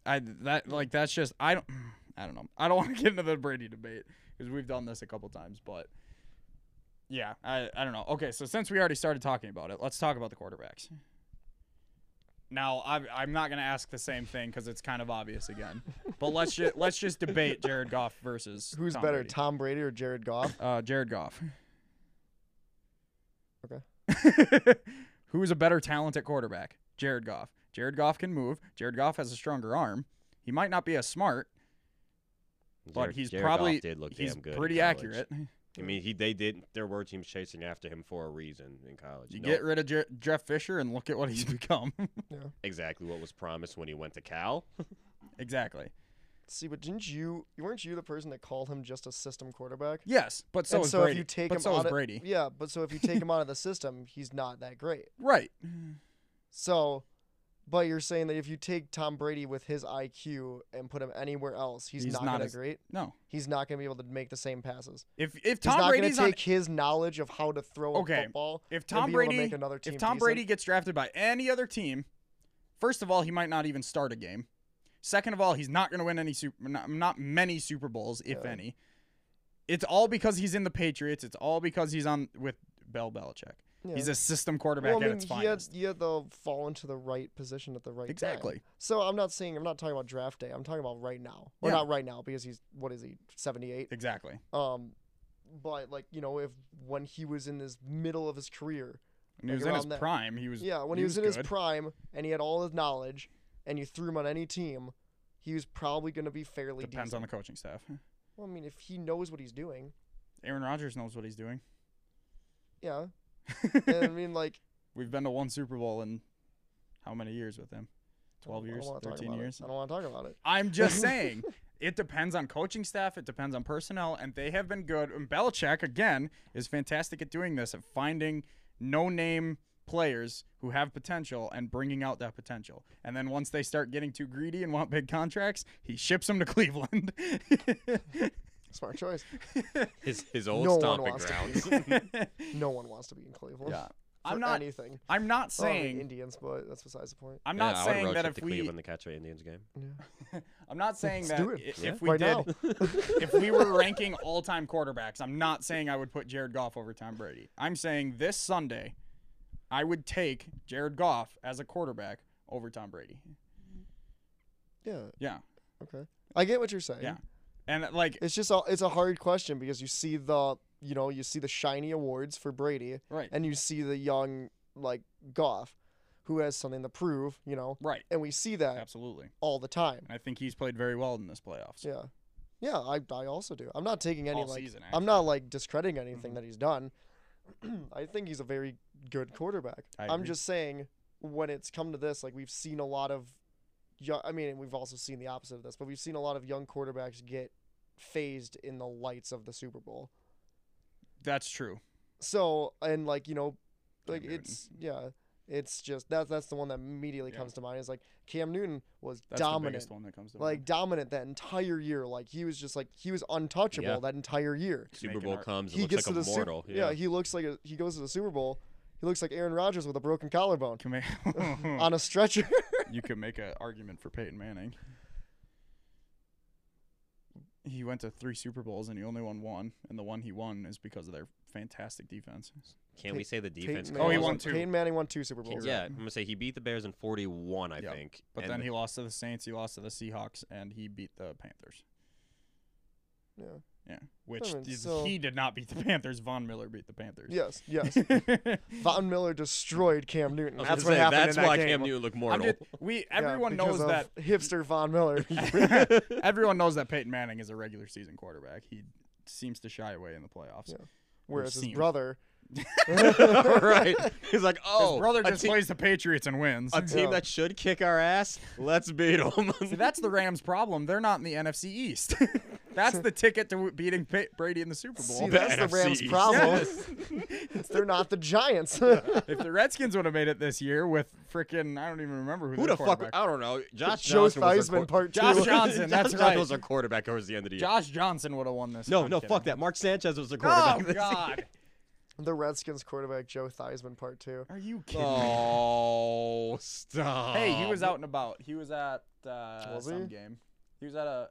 [SPEAKER 2] I that like that's just I don't I don't know. I don't want to get into the Brady debate because we've done this a couple times, but yeah, I I don't know. Okay, so since we already started talking about it, let's talk about the quarterbacks. Now I, I'm not gonna ask the same thing because it's kind of obvious again, but let's just let's just debate Jared Goff versus
[SPEAKER 4] Who's
[SPEAKER 2] Tom
[SPEAKER 4] better,
[SPEAKER 2] Brady.
[SPEAKER 4] Tom Brady or Jared Goff?
[SPEAKER 2] Uh, Jared Goff.
[SPEAKER 4] Okay.
[SPEAKER 2] Okay. Who is a better talent at quarterback? Jared Goff. Jared Goff can move. Jared Goff has a stronger arm. He might not be as smart, but
[SPEAKER 3] Jared-
[SPEAKER 2] he's
[SPEAKER 3] Jared Goff
[SPEAKER 2] probably
[SPEAKER 3] did look
[SPEAKER 2] he's
[SPEAKER 3] damn good in
[SPEAKER 2] pretty
[SPEAKER 3] college.
[SPEAKER 2] accurate.
[SPEAKER 3] I mean, he they did. There were teams chasing after him for a reason in college.
[SPEAKER 2] You
[SPEAKER 3] No-
[SPEAKER 2] get rid of Jer- Jeff Fisher and look at what he's become.
[SPEAKER 3] exactly what was promised when he went to Cal.
[SPEAKER 2] exactly.
[SPEAKER 4] See, but didn't you? You weren't you the person that called him just a system quarterback?
[SPEAKER 2] Yes, but so
[SPEAKER 4] and
[SPEAKER 2] is
[SPEAKER 4] so
[SPEAKER 2] Brady.
[SPEAKER 4] if you take
[SPEAKER 2] but
[SPEAKER 4] him
[SPEAKER 2] so
[SPEAKER 4] out
[SPEAKER 2] is
[SPEAKER 4] of,
[SPEAKER 2] Brady.
[SPEAKER 4] Yeah, but so if you take him out of the system, he's not that great.
[SPEAKER 2] Right.
[SPEAKER 4] So, but you're saying that if you take Tom Brady with his IQ and put him anywhere else, he's,
[SPEAKER 2] He's
[SPEAKER 4] not,
[SPEAKER 2] not
[SPEAKER 4] gonna
[SPEAKER 2] as-
[SPEAKER 4] great.
[SPEAKER 2] No.
[SPEAKER 4] He's not gonna be able to make the same passes.
[SPEAKER 2] If if
[SPEAKER 4] he's
[SPEAKER 2] Tom
[SPEAKER 4] not
[SPEAKER 2] Brady's
[SPEAKER 4] gonna
[SPEAKER 2] on
[SPEAKER 4] take his knowledge of how to throw
[SPEAKER 2] Okay,
[SPEAKER 4] a football.
[SPEAKER 2] if
[SPEAKER 4] and
[SPEAKER 2] Tom
[SPEAKER 4] be able to
[SPEAKER 2] Brady
[SPEAKER 4] make another team
[SPEAKER 2] if Tom
[SPEAKER 4] decent.
[SPEAKER 2] Brady gets drafted by any other team, First of all, he might not even start a game. Second of all, he's not going to win any super, not, not many Super Bowls, if
[SPEAKER 4] Yeah.
[SPEAKER 2] any. It's all because he's in the Patriots. It's all because he's on with Bill Belichick.
[SPEAKER 4] Yeah.
[SPEAKER 2] He's a system quarterback
[SPEAKER 4] well, I mean,
[SPEAKER 2] at its
[SPEAKER 4] he had,
[SPEAKER 2] finest.
[SPEAKER 4] he had the fall into the right position at the right time.
[SPEAKER 2] exactly.
[SPEAKER 4] So I'm not saying I'm not talking about draft day. I'm talking about right now. Well,
[SPEAKER 2] Yeah.
[SPEAKER 4] not right now because he's what is he 78?
[SPEAKER 2] Exactly.
[SPEAKER 4] Um, but like you know, if when he was in his middle of his career,
[SPEAKER 2] When he
[SPEAKER 4] Like
[SPEAKER 2] was in his
[SPEAKER 4] around that-
[SPEAKER 2] prime, he was
[SPEAKER 4] yeah, when he, was, in
[SPEAKER 2] good.
[SPEAKER 4] his prime and he had all his knowledge, and you threw him on any team, he was probably going to be fairly
[SPEAKER 2] Depends
[SPEAKER 4] decent.
[SPEAKER 2] on the coaching staff.
[SPEAKER 4] Well, I mean, if he knows what he's doing,
[SPEAKER 2] Aaron Rodgers knows what he's doing.
[SPEAKER 4] yeah. and I mean, like
[SPEAKER 2] We've been to one Super Bowl in how many years with him?
[SPEAKER 4] I
[SPEAKER 2] 12
[SPEAKER 4] don't- I don't
[SPEAKER 2] years,
[SPEAKER 4] wanna talk
[SPEAKER 2] 13
[SPEAKER 4] about it.
[SPEAKER 2] years.
[SPEAKER 4] I don't want to talk about it.
[SPEAKER 2] I'm just saying, it depends on coaching staff. It depends on personnel, and they have been good. And Belichick again is fantastic at doing this, at finding no-name players who have potential and bringing out that potential. And then once they start getting too greedy and want big contracts, he ships them to Cleveland.
[SPEAKER 4] Smart choice.
[SPEAKER 3] His his old
[SPEAKER 4] No one
[SPEAKER 3] stomping
[SPEAKER 4] wants to
[SPEAKER 3] grounds.
[SPEAKER 4] No one wants to be in Cleveland.
[SPEAKER 2] Yeah.
[SPEAKER 4] for
[SPEAKER 2] I'm not.
[SPEAKER 4] anything.
[SPEAKER 2] I'm not
[SPEAKER 4] Well, I mean,
[SPEAKER 2] saying.
[SPEAKER 4] Indians, but that's besides the point.
[SPEAKER 2] I'm not
[SPEAKER 3] yeah, I would
[SPEAKER 2] saying
[SPEAKER 3] road
[SPEAKER 2] that
[SPEAKER 3] trip
[SPEAKER 2] if
[SPEAKER 3] to
[SPEAKER 2] we.
[SPEAKER 3] Cleveland to catch an Indians game.
[SPEAKER 2] I'm not saying
[SPEAKER 4] Let's
[SPEAKER 2] that
[SPEAKER 4] do
[SPEAKER 2] i-
[SPEAKER 4] it.
[SPEAKER 2] if,
[SPEAKER 3] Yeah.
[SPEAKER 2] we
[SPEAKER 4] right
[SPEAKER 2] did,
[SPEAKER 4] now.
[SPEAKER 2] if we were ranking all-time quarterbacks, I'm not saying I would put Jared Goff over Tom Brady. I'm saying this Sunday, I would take Jared Goff as a quarterback over Tom Brady.
[SPEAKER 4] Yeah.
[SPEAKER 2] Yeah,
[SPEAKER 4] Okay. I get what you're saying.
[SPEAKER 2] Yeah. and uh, like
[SPEAKER 4] It's just a, it's a hard question because you see the you know you see the shiny awards for Brady
[SPEAKER 2] right,
[SPEAKER 4] and you see the young like Goff, who has something to prove. You know,
[SPEAKER 2] right,
[SPEAKER 4] and we see that
[SPEAKER 2] absolutely.
[SPEAKER 4] all the time.
[SPEAKER 2] And I think he's played very well in this playoffs.
[SPEAKER 4] Yeah. Yeah, I, I also do. I'm not taking any
[SPEAKER 2] All
[SPEAKER 4] like
[SPEAKER 2] season, Mm-hmm.
[SPEAKER 4] I'm not like discrediting anything that he's done. I think he's a very good quarterback.
[SPEAKER 2] I
[SPEAKER 4] I'm
[SPEAKER 2] agree.
[SPEAKER 4] just saying when it's come to this, like we've seen a lot of young, I mean, and we've also seen the opposite of this, but we've seen a lot of young quarterbacks get phased in the lights of the Super Bowl.
[SPEAKER 2] That's true.
[SPEAKER 4] So and like you know,
[SPEAKER 2] Cam
[SPEAKER 4] like
[SPEAKER 2] Newton.
[SPEAKER 4] it's yeah, it's just that's that's the one that immediately
[SPEAKER 2] Yeah.
[SPEAKER 4] comes to mind is like Cam Newton was
[SPEAKER 2] That's the
[SPEAKER 4] dominant
[SPEAKER 2] biggest one that comes to
[SPEAKER 4] like
[SPEAKER 2] mind.
[SPEAKER 4] dominant that entire year. Like he was just like he was untouchable
[SPEAKER 3] Yeah.
[SPEAKER 4] that entire year.
[SPEAKER 3] Super
[SPEAKER 2] Making
[SPEAKER 3] Bowl
[SPEAKER 2] art.
[SPEAKER 3] comes, and
[SPEAKER 4] he
[SPEAKER 3] looks
[SPEAKER 4] gets
[SPEAKER 3] like
[SPEAKER 4] to
[SPEAKER 3] a
[SPEAKER 4] the Sup-
[SPEAKER 3] mortal.
[SPEAKER 4] yeah. he looks like a, he goes to the Super Bowl. He looks like Aaron Rodgers with a broken collarbone
[SPEAKER 2] Can make-
[SPEAKER 3] Hmm.
[SPEAKER 4] on a stretcher.
[SPEAKER 2] you could make an argument for Peyton Manning. He went to three Super Bowls and he only won one, and the one he won is because of their fantastic defense.
[SPEAKER 3] Can we say the defense?
[SPEAKER 4] Peyton
[SPEAKER 2] Oh, he
[SPEAKER 4] Manning
[SPEAKER 3] caused-
[SPEAKER 2] won two.
[SPEAKER 4] Peyton Manning won two Super Bowls.
[SPEAKER 3] Yeah, I'm gonna say he beat the Bears in 41, I
[SPEAKER 2] Yep.
[SPEAKER 3] think.
[SPEAKER 2] But
[SPEAKER 3] and
[SPEAKER 2] then he lost to the Saints, he lost to the Seahawks, and he beat the Panthers.
[SPEAKER 4] Yeah.
[SPEAKER 2] Yeah, which
[SPEAKER 4] mean,
[SPEAKER 2] is-
[SPEAKER 4] so-
[SPEAKER 2] he did not beat the Panthers. Von Miller beat the Panthers.
[SPEAKER 4] Yes. Yes. Von Miller destroyed Cam Newton.
[SPEAKER 3] I was
[SPEAKER 4] That's
[SPEAKER 3] gonna
[SPEAKER 4] what
[SPEAKER 3] say,
[SPEAKER 4] happened
[SPEAKER 3] That's
[SPEAKER 4] in that
[SPEAKER 3] why
[SPEAKER 4] game.
[SPEAKER 3] Cam Newton looked
[SPEAKER 2] I'm
[SPEAKER 3] mortal.
[SPEAKER 2] just, we
[SPEAKER 4] Yeah,
[SPEAKER 2] everyone
[SPEAKER 4] because
[SPEAKER 2] knows
[SPEAKER 4] of
[SPEAKER 2] that
[SPEAKER 4] hipster Von Miller.
[SPEAKER 2] everyone knows that Peyton Manning is a regular season quarterback. He seems to shy away in the playoffs.
[SPEAKER 4] Yeah. Whereas his
[SPEAKER 2] seen.
[SPEAKER 4] brother,
[SPEAKER 3] right? He's like, oh,
[SPEAKER 2] His brother
[SPEAKER 3] a
[SPEAKER 2] just
[SPEAKER 3] te-
[SPEAKER 2] plays the Patriots and wins.
[SPEAKER 3] a team
[SPEAKER 4] Yeah.
[SPEAKER 3] that should kick our ass. Let's beat them.
[SPEAKER 2] See, that's the Rams' problem. They're not in the NFC East. that's the ticket to beating Pa- Brady in the Super Bowl.
[SPEAKER 4] see, that's the
[SPEAKER 3] NFC
[SPEAKER 4] Rams'
[SPEAKER 3] East.
[SPEAKER 4] problem.
[SPEAKER 2] Yes.
[SPEAKER 4] They're not the Giants.
[SPEAKER 2] if the Redskins would have made it this year with freaking, I don't even remember who,
[SPEAKER 3] Who
[SPEAKER 2] their
[SPEAKER 3] the fuck?
[SPEAKER 2] quarterback-
[SPEAKER 3] I don't know. Josh Johnson
[SPEAKER 4] Joe
[SPEAKER 3] was their quar-
[SPEAKER 4] Theismann part two.
[SPEAKER 2] Josh Johnson, that's right.
[SPEAKER 3] Josh Johnson was our quarterback towards the end of the year.
[SPEAKER 2] Josh Johnson would have won this.
[SPEAKER 3] no,
[SPEAKER 2] I'm
[SPEAKER 3] no,
[SPEAKER 2] kidding.
[SPEAKER 3] fuck that. Mark Sanchez was the quarterback.
[SPEAKER 2] Oh
[SPEAKER 3] this
[SPEAKER 2] God,
[SPEAKER 4] the Redskins quarterback Joe Theismann part two.
[SPEAKER 2] are you
[SPEAKER 3] year.
[SPEAKER 2] kidding? me?
[SPEAKER 3] Oh, stop.
[SPEAKER 2] Hey, he was out and about. He was at uh,
[SPEAKER 4] Was
[SPEAKER 2] some
[SPEAKER 4] he?
[SPEAKER 2] game. He was at a.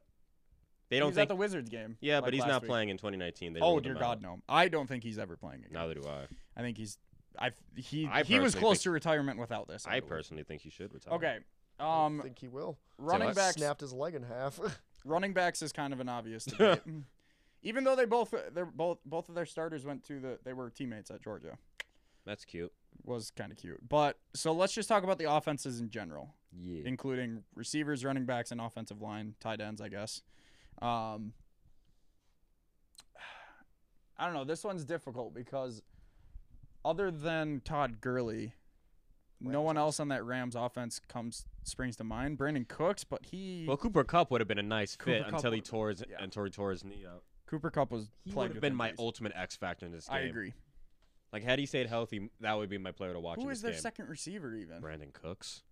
[SPEAKER 3] They
[SPEAKER 2] He
[SPEAKER 3] don't
[SPEAKER 2] was
[SPEAKER 3] think.
[SPEAKER 2] at the Wizards game.
[SPEAKER 3] yeah,
[SPEAKER 2] like,
[SPEAKER 3] but he's
[SPEAKER 2] last
[SPEAKER 3] not
[SPEAKER 2] week.
[SPEAKER 3] playing in 2019. They
[SPEAKER 2] Oh
[SPEAKER 3] ruled
[SPEAKER 2] dear
[SPEAKER 3] him
[SPEAKER 2] God,
[SPEAKER 3] out.
[SPEAKER 2] no! I don't think he's ever playing again.
[SPEAKER 3] Neither do I.
[SPEAKER 2] I think he's. I he
[SPEAKER 3] I
[SPEAKER 2] he was
[SPEAKER 3] personally
[SPEAKER 2] close
[SPEAKER 3] think-
[SPEAKER 2] to retirement without this.
[SPEAKER 3] I
[SPEAKER 2] believe.
[SPEAKER 3] personally think he should retire.
[SPEAKER 2] Okay.
[SPEAKER 4] I
[SPEAKER 2] Um,
[SPEAKER 4] think he will.
[SPEAKER 2] running
[SPEAKER 3] what?
[SPEAKER 2] backs. Uh,
[SPEAKER 4] Snapped his leg in half.
[SPEAKER 2] Running backs is kind of an obvious debate. Mm. Even though they both they're both both of their starters went to the they were teammates at Georgia.
[SPEAKER 3] that's cute.
[SPEAKER 2] Was kind of cute. But so let's just talk about the offenses in general,
[SPEAKER 3] Yeah.
[SPEAKER 2] including receivers, running backs, and offensive line, tight ends, I guess. Um I don't know. This one's difficult because other than Todd Gurley, no
[SPEAKER 4] Rams
[SPEAKER 2] one else on that Rams offense comes springs to mind. Brandon Cooks, but he
[SPEAKER 3] Well, Cooper Cup would have been a nice fit
[SPEAKER 2] Cooper Kupp
[SPEAKER 3] until he
[SPEAKER 2] would've-
[SPEAKER 3] tore his,
[SPEAKER 2] yeah.
[SPEAKER 3] until he tore his knee out.
[SPEAKER 2] Cooper Cup was
[SPEAKER 3] He
[SPEAKER 2] playing
[SPEAKER 3] would have been my
[SPEAKER 2] old.
[SPEAKER 3] ultimate X factor in this game.
[SPEAKER 2] I agree.
[SPEAKER 3] Like had he stayed healthy, that would be my player to watch.
[SPEAKER 2] Who
[SPEAKER 3] in
[SPEAKER 2] is
[SPEAKER 3] this
[SPEAKER 2] their
[SPEAKER 3] game.
[SPEAKER 2] second receiver even?
[SPEAKER 3] Brandon Cooks,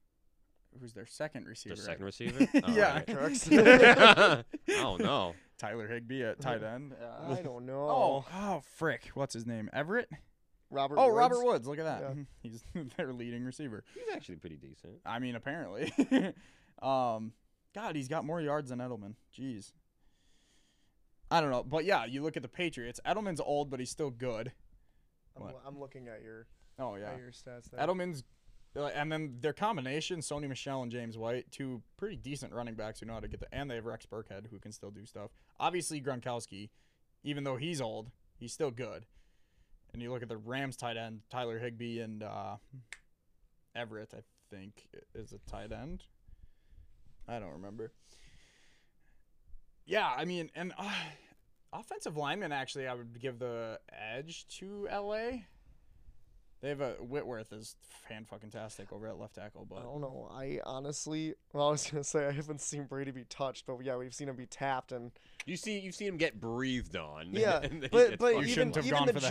[SPEAKER 2] Who's their second receiver?
[SPEAKER 3] their second Oh, receiver. All
[SPEAKER 2] yeah.
[SPEAKER 3] right.
[SPEAKER 4] Cooks.
[SPEAKER 3] I don't know.
[SPEAKER 2] Tyler Higby at tight end.
[SPEAKER 4] I don't know.
[SPEAKER 2] oh, oh, frick. What's his name? Everett?
[SPEAKER 4] Robert.
[SPEAKER 2] Oh,
[SPEAKER 4] Woods.
[SPEAKER 2] Robert Woods. Look at that.
[SPEAKER 4] Yeah.
[SPEAKER 2] He's their leading receiver.
[SPEAKER 3] He's actually pretty decent.
[SPEAKER 2] I mean, apparently. um, God, he's got more yards than Edelman. Jeez. I don't know, but yeah, you look at the Patriots. Edelman's old, but he's still good.
[SPEAKER 4] I'm,
[SPEAKER 2] What?
[SPEAKER 4] lo- I'm looking at your
[SPEAKER 2] Oh yeah,
[SPEAKER 4] at your stats. There.
[SPEAKER 2] Edelman's, uh, and then their combination: Sony Michelle and James White, two pretty decent running backs who know how to get the. And they have Rex Burkhead who can still do stuff. Obviously Gronkowski, even though he's old, he's still good. And you look at the Rams tight end Tyler Higbee and uh, Everett, I think i- is a tight end. I don't remember. Yeah, I mean, and uh, offensive lineman actually, I would give the edge to LA. They have a Whitworth is fan fucking tastic over at left tackle,
[SPEAKER 4] I
[SPEAKER 2] but
[SPEAKER 4] don't know. I honestly, well, I was gonna say I haven't seen Brady be touched, but yeah, we've seen him be tapped, and
[SPEAKER 3] You see, you've seen him get breathed on.
[SPEAKER 4] yeah,
[SPEAKER 3] and then he
[SPEAKER 4] but
[SPEAKER 3] gets
[SPEAKER 4] but
[SPEAKER 2] You
[SPEAKER 3] fucked
[SPEAKER 4] even
[SPEAKER 2] shouldn't
[SPEAKER 3] up.
[SPEAKER 2] have
[SPEAKER 4] even
[SPEAKER 2] gone
[SPEAKER 4] the
[SPEAKER 2] for the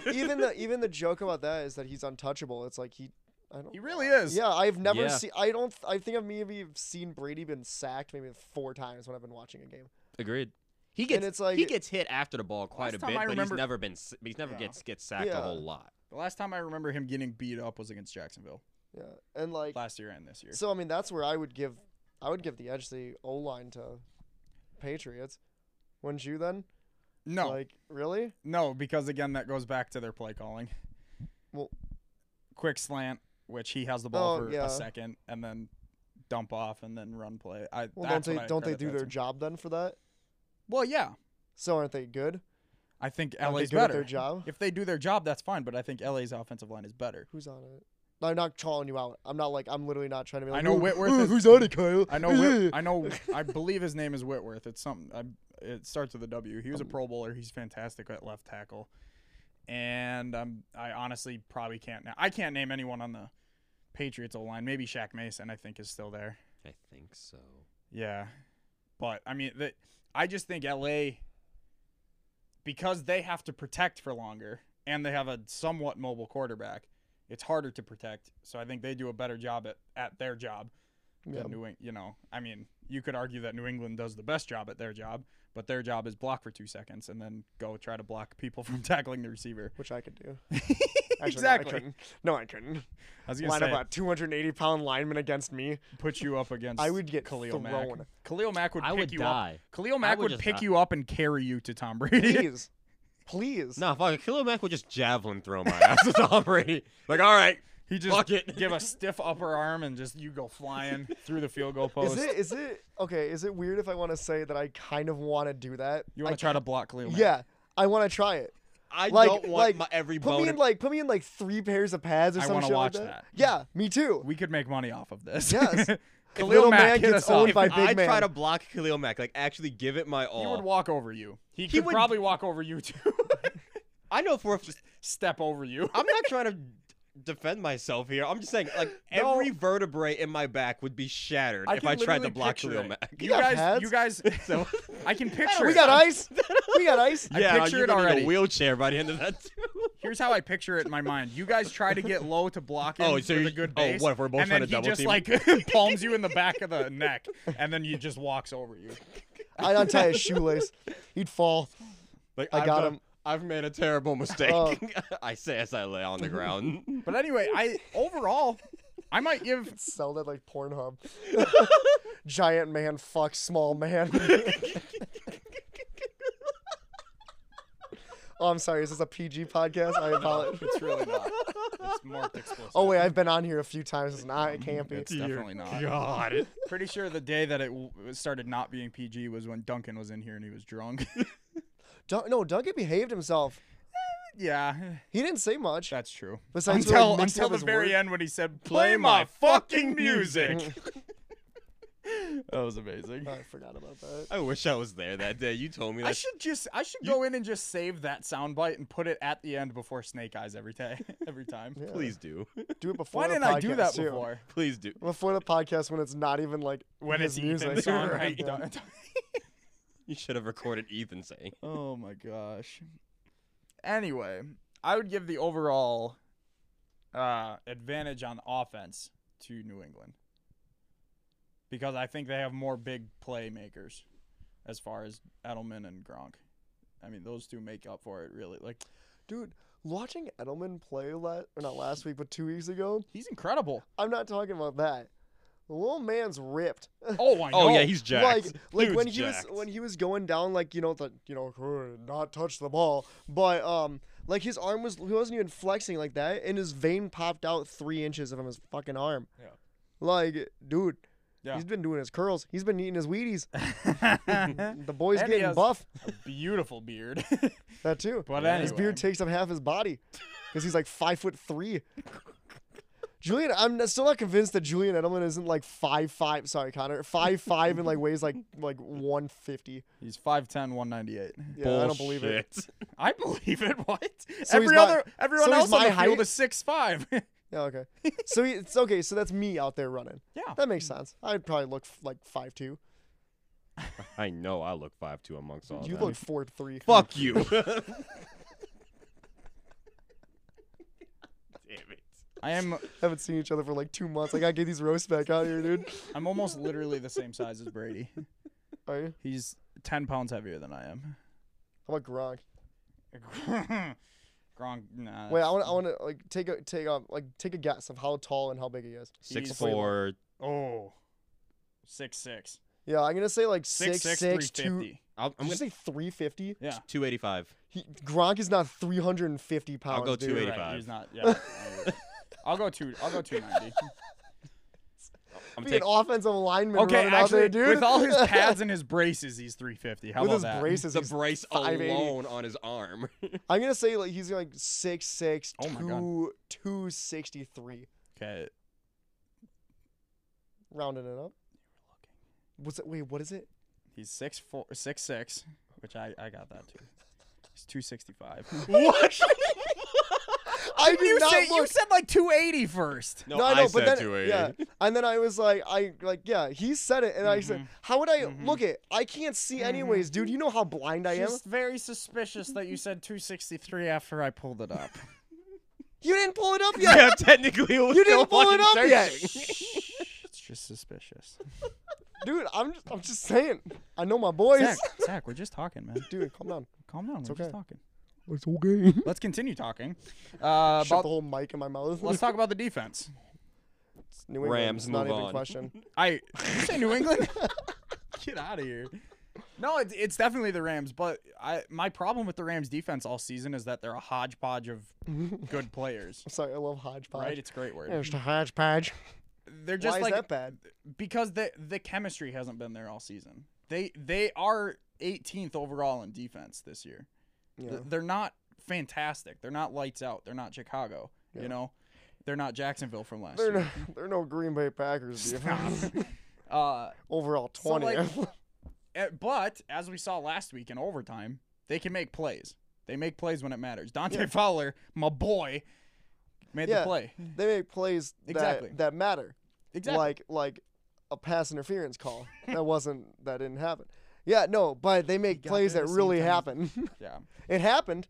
[SPEAKER 4] joke,
[SPEAKER 2] head.
[SPEAKER 4] even the even the joke about that is that he's untouchable. It's like he, I don't.
[SPEAKER 2] he really is.
[SPEAKER 4] Yeah, I've never
[SPEAKER 3] Yeah.
[SPEAKER 4] seen. I don't. I think I've maybe seen Brady been sacked maybe four times when I've been watching a game.
[SPEAKER 3] Agreed. He gets
[SPEAKER 4] it's like-
[SPEAKER 3] he gets hit after the ball quite a
[SPEAKER 2] Last time
[SPEAKER 3] bit,
[SPEAKER 2] I
[SPEAKER 3] but
[SPEAKER 2] remember-
[SPEAKER 3] he's never been s- he's never
[SPEAKER 2] Yeah.
[SPEAKER 3] gets gets sacked
[SPEAKER 4] Yeah.
[SPEAKER 3] a whole lot.
[SPEAKER 2] The last time I remember him getting beat up was against Jacksonville
[SPEAKER 4] Yeah, and like
[SPEAKER 2] last year and this year.
[SPEAKER 4] so, I mean, that's where I would give, I would give the edge to the O line to Patriots. Wouldn't you then?
[SPEAKER 2] no,
[SPEAKER 4] Like really?
[SPEAKER 2] no, because again that goes back to their play calling.
[SPEAKER 4] Well-
[SPEAKER 2] quick slant, which he has the ball
[SPEAKER 4] Oh,
[SPEAKER 2] for
[SPEAKER 4] yeah.
[SPEAKER 2] a second, and then dump off and then run play. I
[SPEAKER 4] Well,
[SPEAKER 2] that's
[SPEAKER 4] don't
[SPEAKER 2] what
[SPEAKER 4] they
[SPEAKER 2] I
[SPEAKER 4] don't they
[SPEAKER 2] credit
[SPEAKER 4] do
[SPEAKER 2] that
[SPEAKER 4] their
[SPEAKER 2] to.
[SPEAKER 4] job then for that?
[SPEAKER 2] Well, yeah,
[SPEAKER 4] So aren't they good?
[SPEAKER 2] I think
[SPEAKER 4] Aren't they
[SPEAKER 2] LA's
[SPEAKER 4] good at
[SPEAKER 2] better.
[SPEAKER 4] their job?
[SPEAKER 2] If they do their job, that's fine. But I think LA's offensive line is better.
[SPEAKER 4] Who's on it? No, I'm not calling you out. I'm not like I'm literally not trying to be
[SPEAKER 2] I
[SPEAKER 4] like.
[SPEAKER 2] know
[SPEAKER 4] "Ooh,
[SPEAKER 2] Whitworth
[SPEAKER 4] ooh,
[SPEAKER 2] is-
[SPEAKER 4] who's on it, Kyle?
[SPEAKER 2] I know. Whit-
[SPEAKER 4] Yeah."
[SPEAKER 2] I know. I believe his name is Whitworth. It's something. I, it starts with a W. He was a
[SPEAKER 4] Um,
[SPEAKER 2] Pro Bowler. He's fantastic at left tackle, and um, I honestly probably can't. Na- I can't name anyone on the Patriots O line. Maybe Shaq Mason. I think is still there.
[SPEAKER 3] I think so.
[SPEAKER 2] Yeah, but I mean, the, I just think LA because they have to protect for longer and they have a somewhat mobile quarterback. It's harder to protect, so I think they do a better job at, at their job
[SPEAKER 4] Yeah.
[SPEAKER 2] than New England. You know, I mean, you could argue that New England does the best job at their job, but their job is block for two seconds and then go try to block people from tackling the receiver.
[SPEAKER 4] Which I could do. Actually, no, I
[SPEAKER 2] exactly.
[SPEAKER 4] couldn't. No, I couldn't.
[SPEAKER 2] I was gonna
[SPEAKER 4] Line up
[SPEAKER 2] say,
[SPEAKER 4] a 280 pound lineman against me.
[SPEAKER 2] put you up against.
[SPEAKER 4] I would get
[SPEAKER 2] Khalil Mack.
[SPEAKER 4] thrown.
[SPEAKER 2] Khalil Mack would
[SPEAKER 3] I
[SPEAKER 2] pick
[SPEAKER 3] would
[SPEAKER 2] you
[SPEAKER 3] die.
[SPEAKER 2] up. Khalil Mack
[SPEAKER 3] would
[SPEAKER 2] would,
[SPEAKER 3] just
[SPEAKER 2] pick
[SPEAKER 3] die.
[SPEAKER 2] you up and carry you to Tom Brady.
[SPEAKER 4] Please, please.
[SPEAKER 3] No, fuck. Khalil Mack would just javelin throw my ass to Tom Brady. Like, all right,
[SPEAKER 2] he just
[SPEAKER 3] Fuck it.
[SPEAKER 2] give a stiff upper arm and just you go flying through the field goal post.
[SPEAKER 4] Is it is it okay? Is it weird if I want to say that I kind of want to do that?
[SPEAKER 2] you want
[SPEAKER 4] I-
[SPEAKER 2] to try to block Khalil Mack?
[SPEAKER 4] Yeah, I want to try it.
[SPEAKER 3] I
[SPEAKER 4] Like,
[SPEAKER 3] don't want
[SPEAKER 4] like,
[SPEAKER 3] my every
[SPEAKER 4] Put
[SPEAKER 3] bone
[SPEAKER 4] me in like put me in like three pairs of pads or
[SPEAKER 2] I
[SPEAKER 4] something
[SPEAKER 2] wanna
[SPEAKER 4] like
[SPEAKER 2] watch that.
[SPEAKER 4] that. Yeah, me too.
[SPEAKER 2] we could make money off of this.
[SPEAKER 4] Yes. If
[SPEAKER 2] Khalil
[SPEAKER 4] Little
[SPEAKER 2] Mack
[SPEAKER 4] Man
[SPEAKER 2] hit
[SPEAKER 4] gets
[SPEAKER 2] us up.
[SPEAKER 4] owned by
[SPEAKER 3] If I
[SPEAKER 4] big man.
[SPEAKER 3] try to block Khalil Mack, like actually give it my
[SPEAKER 2] he would
[SPEAKER 3] all.
[SPEAKER 2] walk over you. He, could
[SPEAKER 3] would-
[SPEAKER 2] probably walk over you too.
[SPEAKER 3] I know for a f-
[SPEAKER 2] Step over you.
[SPEAKER 3] I'm not trying to defend myself here. I'm just saying, like
[SPEAKER 2] No.
[SPEAKER 3] every vertebrae in my back would be shattered if
[SPEAKER 2] can
[SPEAKER 3] I tried to
[SPEAKER 2] literally
[SPEAKER 3] block
[SPEAKER 2] picture
[SPEAKER 3] Khalil
[SPEAKER 2] it.
[SPEAKER 3] Mack.
[SPEAKER 2] You
[SPEAKER 4] got
[SPEAKER 2] guys,
[SPEAKER 4] pads?
[SPEAKER 2] you guys.
[SPEAKER 3] So
[SPEAKER 2] I can picture.
[SPEAKER 4] we
[SPEAKER 2] it.
[SPEAKER 4] got
[SPEAKER 2] I'm-
[SPEAKER 4] ice. we got ice.
[SPEAKER 2] Yeah,
[SPEAKER 3] yeah,
[SPEAKER 2] picture
[SPEAKER 3] you're
[SPEAKER 2] it
[SPEAKER 3] gonna need
[SPEAKER 2] already.
[SPEAKER 3] a wheelchair by the end of that. Too.
[SPEAKER 2] Here's how I picture it in my mind. You guys try to get low to block him
[SPEAKER 3] Oh, so
[SPEAKER 2] with
[SPEAKER 3] you-
[SPEAKER 2] a good
[SPEAKER 3] oh,
[SPEAKER 2] base.
[SPEAKER 3] what if we're both
[SPEAKER 2] and
[SPEAKER 3] trying
[SPEAKER 2] then
[SPEAKER 3] to
[SPEAKER 2] he just
[SPEAKER 3] double
[SPEAKER 2] like palms you in the back of the neck, and then he just walks over you.
[SPEAKER 4] I'd untie his shoelace. He'd fall.
[SPEAKER 3] Like
[SPEAKER 4] I
[SPEAKER 3] have
[SPEAKER 4] got him.
[SPEAKER 3] I've made a terrible mistake.
[SPEAKER 4] Oh.
[SPEAKER 3] I say as I lay on the ground.
[SPEAKER 2] But anyway, I overall, I might give
[SPEAKER 4] Sell that like Pornhub. Giant man fuck small man. oh, I'm sorry. Is this a PG podcast? I apologize.
[SPEAKER 2] It's really not. It's marked explicit.
[SPEAKER 4] Oh wait, I've been on here a few times. It's not. It can't be.
[SPEAKER 2] It's definitely not.
[SPEAKER 3] God.
[SPEAKER 2] Pretty sure the day that it w- started not being PG was when Duncan was in here and he was drunk.
[SPEAKER 4] Dun- no, Duncan behaved himself.
[SPEAKER 2] yeah,
[SPEAKER 4] He didn't say much.
[SPEAKER 2] that's true.
[SPEAKER 4] Besides
[SPEAKER 2] until
[SPEAKER 4] like, mixed
[SPEAKER 2] until
[SPEAKER 4] up
[SPEAKER 2] the
[SPEAKER 4] his
[SPEAKER 2] very
[SPEAKER 4] words.
[SPEAKER 2] end when he said, "Play my fucking music." that was amazing.
[SPEAKER 4] Oh, I forgot about that.
[SPEAKER 3] I wish I was there that day. You told me
[SPEAKER 2] I
[SPEAKER 3] that.
[SPEAKER 2] should just I should go in and just save that soundbite and put it at the end before Snake Eyes every day, every time.
[SPEAKER 4] Yeah.
[SPEAKER 3] Please do.
[SPEAKER 4] do it before.
[SPEAKER 2] Why
[SPEAKER 4] the
[SPEAKER 2] didn't I do
[SPEAKER 4] podcast,
[SPEAKER 2] that
[SPEAKER 4] too.
[SPEAKER 2] before?
[SPEAKER 3] Please do.
[SPEAKER 4] Before the podcast, when it's not even like
[SPEAKER 2] When
[SPEAKER 4] his
[SPEAKER 2] it's
[SPEAKER 4] music.
[SPEAKER 2] Ethan's song, right?
[SPEAKER 4] Yeah.
[SPEAKER 3] You should have recorded Ethan saying.
[SPEAKER 2] oh my gosh. Anyway, I would give the overall uh, advantage on offense to New England because I think they have more big playmakers as far as Edelman and Gronk. I mean, those two make up for it really. Like
[SPEAKER 4] Dude, watching Edelman play last or not last week, but two weeks ago.
[SPEAKER 2] He's incredible.
[SPEAKER 4] I'm not talking about that. The little man's ripped.
[SPEAKER 2] Oh, I know.
[SPEAKER 3] Oh yeah, he's jacked.
[SPEAKER 4] Like, like when
[SPEAKER 3] Dude's
[SPEAKER 4] he was
[SPEAKER 3] jacked.
[SPEAKER 4] when he was going down, like you know the you know not touch the ball, but um like his arm was he wasn't even flexing like that, and his vein popped out three inches from his fucking arm.
[SPEAKER 2] Yeah.
[SPEAKER 4] Like, dude,
[SPEAKER 2] Yeah.
[SPEAKER 4] he's been doing his curls. He's been eating his Wheaties. The boy's
[SPEAKER 2] And he
[SPEAKER 4] getting
[SPEAKER 2] has-
[SPEAKER 4] buff.
[SPEAKER 2] beautiful beard.
[SPEAKER 4] That too.
[SPEAKER 2] But
[SPEAKER 4] His
[SPEAKER 2] anyway.
[SPEAKER 4] beard takes up half his body because he's like five foot three. Julian, I'm not- still not convinced that Julian Edelman isn't like five five. Sorry, Connor, five five and like weighs like like one fifty.
[SPEAKER 2] he's 5'10", 198.
[SPEAKER 4] Yeah, I don't believe it.
[SPEAKER 3] Bullshit.
[SPEAKER 2] I believe it. What?
[SPEAKER 4] So he's
[SPEAKER 2] Every
[SPEAKER 4] my-
[SPEAKER 2] other everyone
[SPEAKER 4] so he's
[SPEAKER 2] else on
[SPEAKER 4] my
[SPEAKER 2] the field
[SPEAKER 4] height?
[SPEAKER 2] is six five.
[SPEAKER 4] Yeah, okay. So he, it's okay. So that's me out there running.
[SPEAKER 2] yeah.
[SPEAKER 4] That makes sense. I'd probably look f- like five two.
[SPEAKER 3] I know I look five two amongst
[SPEAKER 2] Oh,
[SPEAKER 3] all
[SPEAKER 4] you
[SPEAKER 3] them.
[SPEAKER 4] look four three.
[SPEAKER 3] Fuck you. Damn it.
[SPEAKER 2] I am
[SPEAKER 4] Haven't seen each other for like two months. I gotta get these roasts back out here, dude.
[SPEAKER 2] I'm almost literally the same size as Brady.
[SPEAKER 4] Are you?
[SPEAKER 2] He's ten pounds heavier than I am.
[SPEAKER 4] How about Gronk?
[SPEAKER 2] Gronk, nah.
[SPEAKER 4] Wait, I
[SPEAKER 2] that's-
[SPEAKER 4] want to I want to like take a take a like take a guess of how tall and how big he is.
[SPEAKER 3] Six
[SPEAKER 2] He's-
[SPEAKER 3] four.
[SPEAKER 2] Oh, six six.
[SPEAKER 4] Yeah, I'm gonna say like
[SPEAKER 2] Six six,
[SPEAKER 4] six six
[SPEAKER 2] three
[SPEAKER 4] two.
[SPEAKER 2] fifty.
[SPEAKER 3] I'll,
[SPEAKER 4] I'm
[SPEAKER 3] I'm
[SPEAKER 4] gonna
[SPEAKER 3] gonna
[SPEAKER 4] say 350.
[SPEAKER 2] Yeah.
[SPEAKER 3] two eighty five.
[SPEAKER 4] He, Gronk is not 350 pounds.
[SPEAKER 3] I'll go
[SPEAKER 4] dude.
[SPEAKER 2] You're right,
[SPEAKER 3] 285.
[SPEAKER 2] He's not. Yeah. I'll go two. I'll go two ninety.
[SPEAKER 3] I'm
[SPEAKER 4] Be an
[SPEAKER 3] taking.
[SPEAKER 4] offensive lineman
[SPEAKER 2] Okay,
[SPEAKER 4] running
[SPEAKER 2] actually,
[SPEAKER 4] out there, dude.
[SPEAKER 2] with all his pads and his braces, he's three fifty. How
[SPEAKER 4] With
[SPEAKER 2] about
[SPEAKER 4] his
[SPEAKER 2] that?
[SPEAKER 4] braces,
[SPEAKER 3] The
[SPEAKER 4] he's-
[SPEAKER 3] brace
[SPEAKER 4] 580.
[SPEAKER 3] alone on his arm.
[SPEAKER 4] I'm gonna say like he's like six six
[SPEAKER 2] Oh
[SPEAKER 4] two
[SPEAKER 2] my God.
[SPEAKER 4] 263.
[SPEAKER 2] Okay.
[SPEAKER 4] Rounding it up. What's it? Wait, what is it?
[SPEAKER 2] He's six four six six, which I I got that too. He's two sixty five.
[SPEAKER 4] What? I did
[SPEAKER 2] you
[SPEAKER 4] not
[SPEAKER 2] say you
[SPEAKER 4] look.
[SPEAKER 2] said like 280 first.
[SPEAKER 3] No,
[SPEAKER 4] I know, but
[SPEAKER 3] said
[SPEAKER 4] then
[SPEAKER 3] two eighty.
[SPEAKER 4] yeah, and then I was like, I like yeah, he said it, and I
[SPEAKER 2] Mm-hmm.
[SPEAKER 4] said, how would I look it? I can't see anyways, dude. You know how blind I am.
[SPEAKER 2] Just very suspicious that you said 263 after I pulled it up.
[SPEAKER 4] You didn't pull it up yet.
[SPEAKER 3] Yeah, technically, it was
[SPEAKER 4] You
[SPEAKER 3] still
[SPEAKER 4] didn't pull it
[SPEAKER 3] fucking
[SPEAKER 4] up
[SPEAKER 3] searching.
[SPEAKER 4] yet.
[SPEAKER 2] it's just suspicious.
[SPEAKER 4] Dude, I'm just, I'm just saying. I know my boys.
[SPEAKER 2] Zach, Zach, we're just talking, man.
[SPEAKER 4] Dude, calm down.
[SPEAKER 2] Calm down. We're just
[SPEAKER 4] okay.
[SPEAKER 2] talking.
[SPEAKER 4] It's okay.
[SPEAKER 2] Let's continue talking. Uh,
[SPEAKER 4] Shut
[SPEAKER 2] about,
[SPEAKER 4] the whole mic in my mouth.
[SPEAKER 2] let's talk about the defense.
[SPEAKER 4] New England,
[SPEAKER 3] Rams,
[SPEAKER 4] it's not
[SPEAKER 3] move
[SPEAKER 4] even a
[SPEAKER 3] on.
[SPEAKER 4] question.
[SPEAKER 2] I did you say New England. Get out of here. No, it's, it's definitely the Rams, but I my problem with the Rams defense all season is that they're a hodgepodge of good players.
[SPEAKER 4] I'm sorry, I love hodgepodge.
[SPEAKER 2] Right? It's a great word.
[SPEAKER 4] It's the hodgepodge.
[SPEAKER 2] They're just
[SPEAKER 4] Why is
[SPEAKER 2] like
[SPEAKER 4] that bad?
[SPEAKER 2] because the the chemistry hasn't been there all season. They they are 18th overall in defense this year. Th-
[SPEAKER 4] Yeah.
[SPEAKER 2] They're not fantastic. They're not lights out. They're not Chicago. You know, they're not Jacksonville from last
[SPEAKER 4] They're
[SPEAKER 2] year.
[SPEAKER 4] no, they're no Green Bay Packers. dude.
[SPEAKER 2] Uh,
[SPEAKER 4] Overall
[SPEAKER 2] So,
[SPEAKER 4] 20.
[SPEAKER 2] like- eh, but as we saw last week in overtime, they can make plays. They make plays when it matters. Dante Fowler, my boy, made
[SPEAKER 4] Yeah.
[SPEAKER 2] the play.
[SPEAKER 4] they make plays that,
[SPEAKER 2] Exactly.
[SPEAKER 4] that matter.
[SPEAKER 2] Exactly.
[SPEAKER 4] Like like a pass interference call. that wasn't that didn't happen. Yeah, no, but they make
[SPEAKER 2] got
[SPEAKER 4] plays
[SPEAKER 2] there
[SPEAKER 4] that
[SPEAKER 2] at the same
[SPEAKER 4] really
[SPEAKER 2] time.
[SPEAKER 4] happen.
[SPEAKER 2] yeah.
[SPEAKER 4] it happened.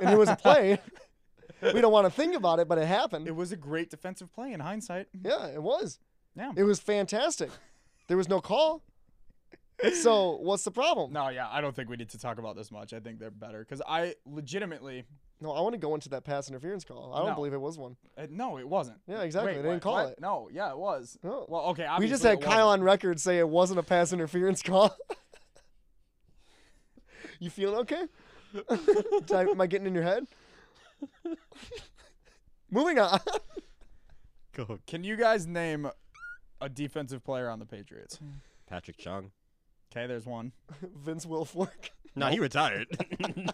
[SPEAKER 4] And it was a play. we don't want to think about it, but it happened.
[SPEAKER 2] It was a great defensive play in hindsight.
[SPEAKER 4] Yeah, it was.
[SPEAKER 2] Yeah.
[SPEAKER 4] It was fantastic. There was no call. So what's the problem? No,
[SPEAKER 2] No, yeah, I don't think we need to talk about this much. I think they're better because I legitimately
[SPEAKER 4] I want to go into that pass interference call. I don't
[SPEAKER 2] No.
[SPEAKER 4] believe it was one.
[SPEAKER 2] Uh, no, it wasn't.
[SPEAKER 4] Yeah, exactly.
[SPEAKER 2] Wait,
[SPEAKER 4] They didn't
[SPEAKER 2] what-
[SPEAKER 4] call
[SPEAKER 2] what?
[SPEAKER 4] it.
[SPEAKER 2] No, yeah, it was.
[SPEAKER 4] No.
[SPEAKER 2] Well, okay.
[SPEAKER 4] we just
[SPEAKER 2] obviously
[SPEAKER 4] had
[SPEAKER 2] it
[SPEAKER 4] Kyle
[SPEAKER 2] wasn't.
[SPEAKER 4] on record say it wasn't a pass interference call. you feeling okay? Did I- am I getting in your head? Moving on.
[SPEAKER 2] Can you guys name a defensive player on the Patriots?
[SPEAKER 3] Patrick Chung.
[SPEAKER 2] Okay, there's one.
[SPEAKER 4] Vince Wilfork.
[SPEAKER 3] No, he retired.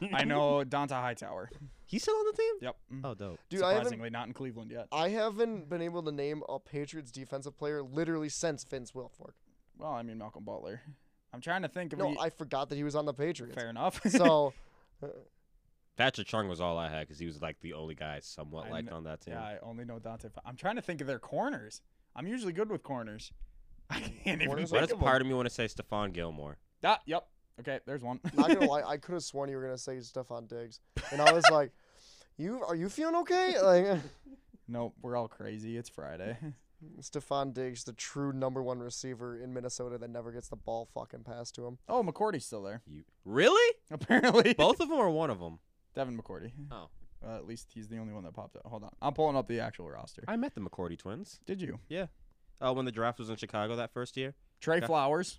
[SPEAKER 2] I know Donta Hightower.
[SPEAKER 3] He's still on the team.
[SPEAKER 2] Yep. mm,
[SPEAKER 3] Oh, dope.
[SPEAKER 4] Dude, I haven't
[SPEAKER 2] Surprisingly, not in Cleveland yet.
[SPEAKER 4] I haven't been able to name a Patriots defensive player literally since Vince Wilfork.
[SPEAKER 2] Well, I mean Malcolm Butler. I'm trying to think of.
[SPEAKER 4] No,
[SPEAKER 2] we-
[SPEAKER 4] I forgot that he was on the Patriots.
[SPEAKER 2] fair enough.
[SPEAKER 4] So
[SPEAKER 3] Patrick Chung was all I had because he was like the only guy I somewhat
[SPEAKER 2] I
[SPEAKER 3] liked
[SPEAKER 2] kn-
[SPEAKER 3] on that team.
[SPEAKER 2] yeah, I only know Dante. Fa- I'm trying to think of their corners. I'm usually good with corners. I can't even.
[SPEAKER 4] Corners
[SPEAKER 3] Why
[SPEAKER 4] are-
[SPEAKER 2] Think.
[SPEAKER 3] does part of me want to say Stephon Gilmore?
[SPEAKER 2] Ah, yep. Okay, there's one.
[SPEAKER 4] Not gonna lie, I could have sworn you were gonna say Stephon Diggs, and I was like, "You are you feeling okay?" Like
[SPEAKER 2] nope, we're all crazy. It's Friday.
[SPEAKER 4] Stephon Diggs, the true number one receiver in Minnesota that never gets the ball fucking passed to him.
[SPEAKER 2] Oh, McCourty's still there.
[SPEAKER 3] You really?
[SPEAKER 2] Apparently,
[SPEAKER 3] Both of them or one of them?
[SPEAKER 2] Devin McCourty.
[SPEAKER 3] Oh,
[SPEAKER 2] Uh, at least he's the only one that popped up. Hold on, I'm pulling up the actual roster.
[SPEAKER 3] I met the McCourty twins.
[SPEAKER 2] Did you?
[SPEAKER 3] Uh, when the draft was in Chicago that first year.
[SPEAKER 2] Trey
[SPEAKER 3] Yeah.
[SPEAKER 2] Flowers,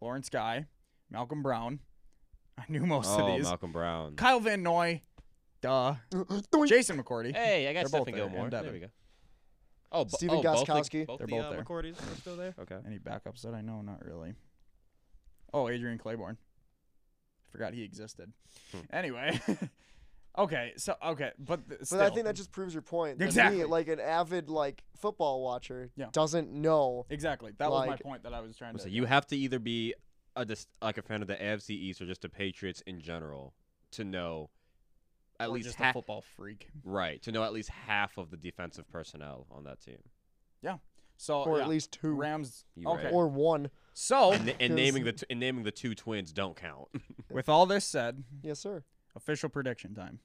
[SPEAKER 2] Lawrence Guy, Malcolm Brown. I knew most
[SPEAKER 3] oh,
[SPEAKER 2] of these.
[SPEAKER 3] Malcolm Brown.
[SPEAKER 2] Kyle Van Noy, duh. Jason McCourty.
[SPEAKER 3] Hey, I
[SPEAKER 2] They're
[SPEAKER 3] got Stephen
[SPEAKER 2] both there,
[SPEAKER 3] Gilmore.
[SPEAKER 2] and
[SPEAKER 3] There
[SPEAKER 2] Devin.
[SPEAKER 3] we go. Oh, bo-
[SPEAKER 4] Stephen
[SPEAKER 3] oh, both the-
[SPEAKER 4] Gostkowski.
[SPEAKER 3] Both
[SPEAKER 2] They're
[SPEAKER 3] the,
[SPEAKER 2] both
[SPEAKER 3] uh,
[SPEAKER 2] there.
[SPEAKER 3] McCourties are still there. Okay.
[SPEAKER 2] Any backups that I know? Not really. Oh, Adrian Claiborne. Forgot he existed.
[SPEAKER 3] Hmm.
[SPEAKER 2] Anyway, okay, so okay, but th-
[SPEAKER 4] But I
[SPEAKER 2] still.
[SPEAKER 4] think that just proves your point. that
[SPEAKER 2] Exactly.
[SPEAKER 4] Me, like an avid like football watcher,
[SPEAKER 2] Yeah.
[SPEAKER 4] doesn't know.
[SPEAKER 2] exactly that was my
[SPEAKER 4] like-
[SPEAKER 2] point that I was trying to.
[SPEAKER 3] So you have to either be a dis- like a fan of the AFC East or just the Patriots in general to know at
[SPEAKER 2] or
[SPEAKER 3] least
[SPEAKER 2] just
[SPEAKER 3] half
[SPEAKER 2] a football freak.
[SPEAKER 3] right to know at least half of the defensive personnel on that team.
[SPEAKER 2] So Oh,
[SPEAKER 4] or
[SPEAKER 2] yeah,
[SPEAKER 4] at least two,
[SPEAKER 2] Rams.
[SPEAKER 3] You
[SPEAKER 2] Okay,
[SPEAKER 3] right.
[SPEAKER 4] or one.
[SPEAKER 2] so
[SPEAKER 3] And, and
[SPEAKER 4] 'cause-
[SPEAKER 3] naming the t- and naming the two twins don't count.
[SPEAKER 2] with all this said,
[SPEAKER 4] Yes, sir.
[SPEAKER 2] official prediction time.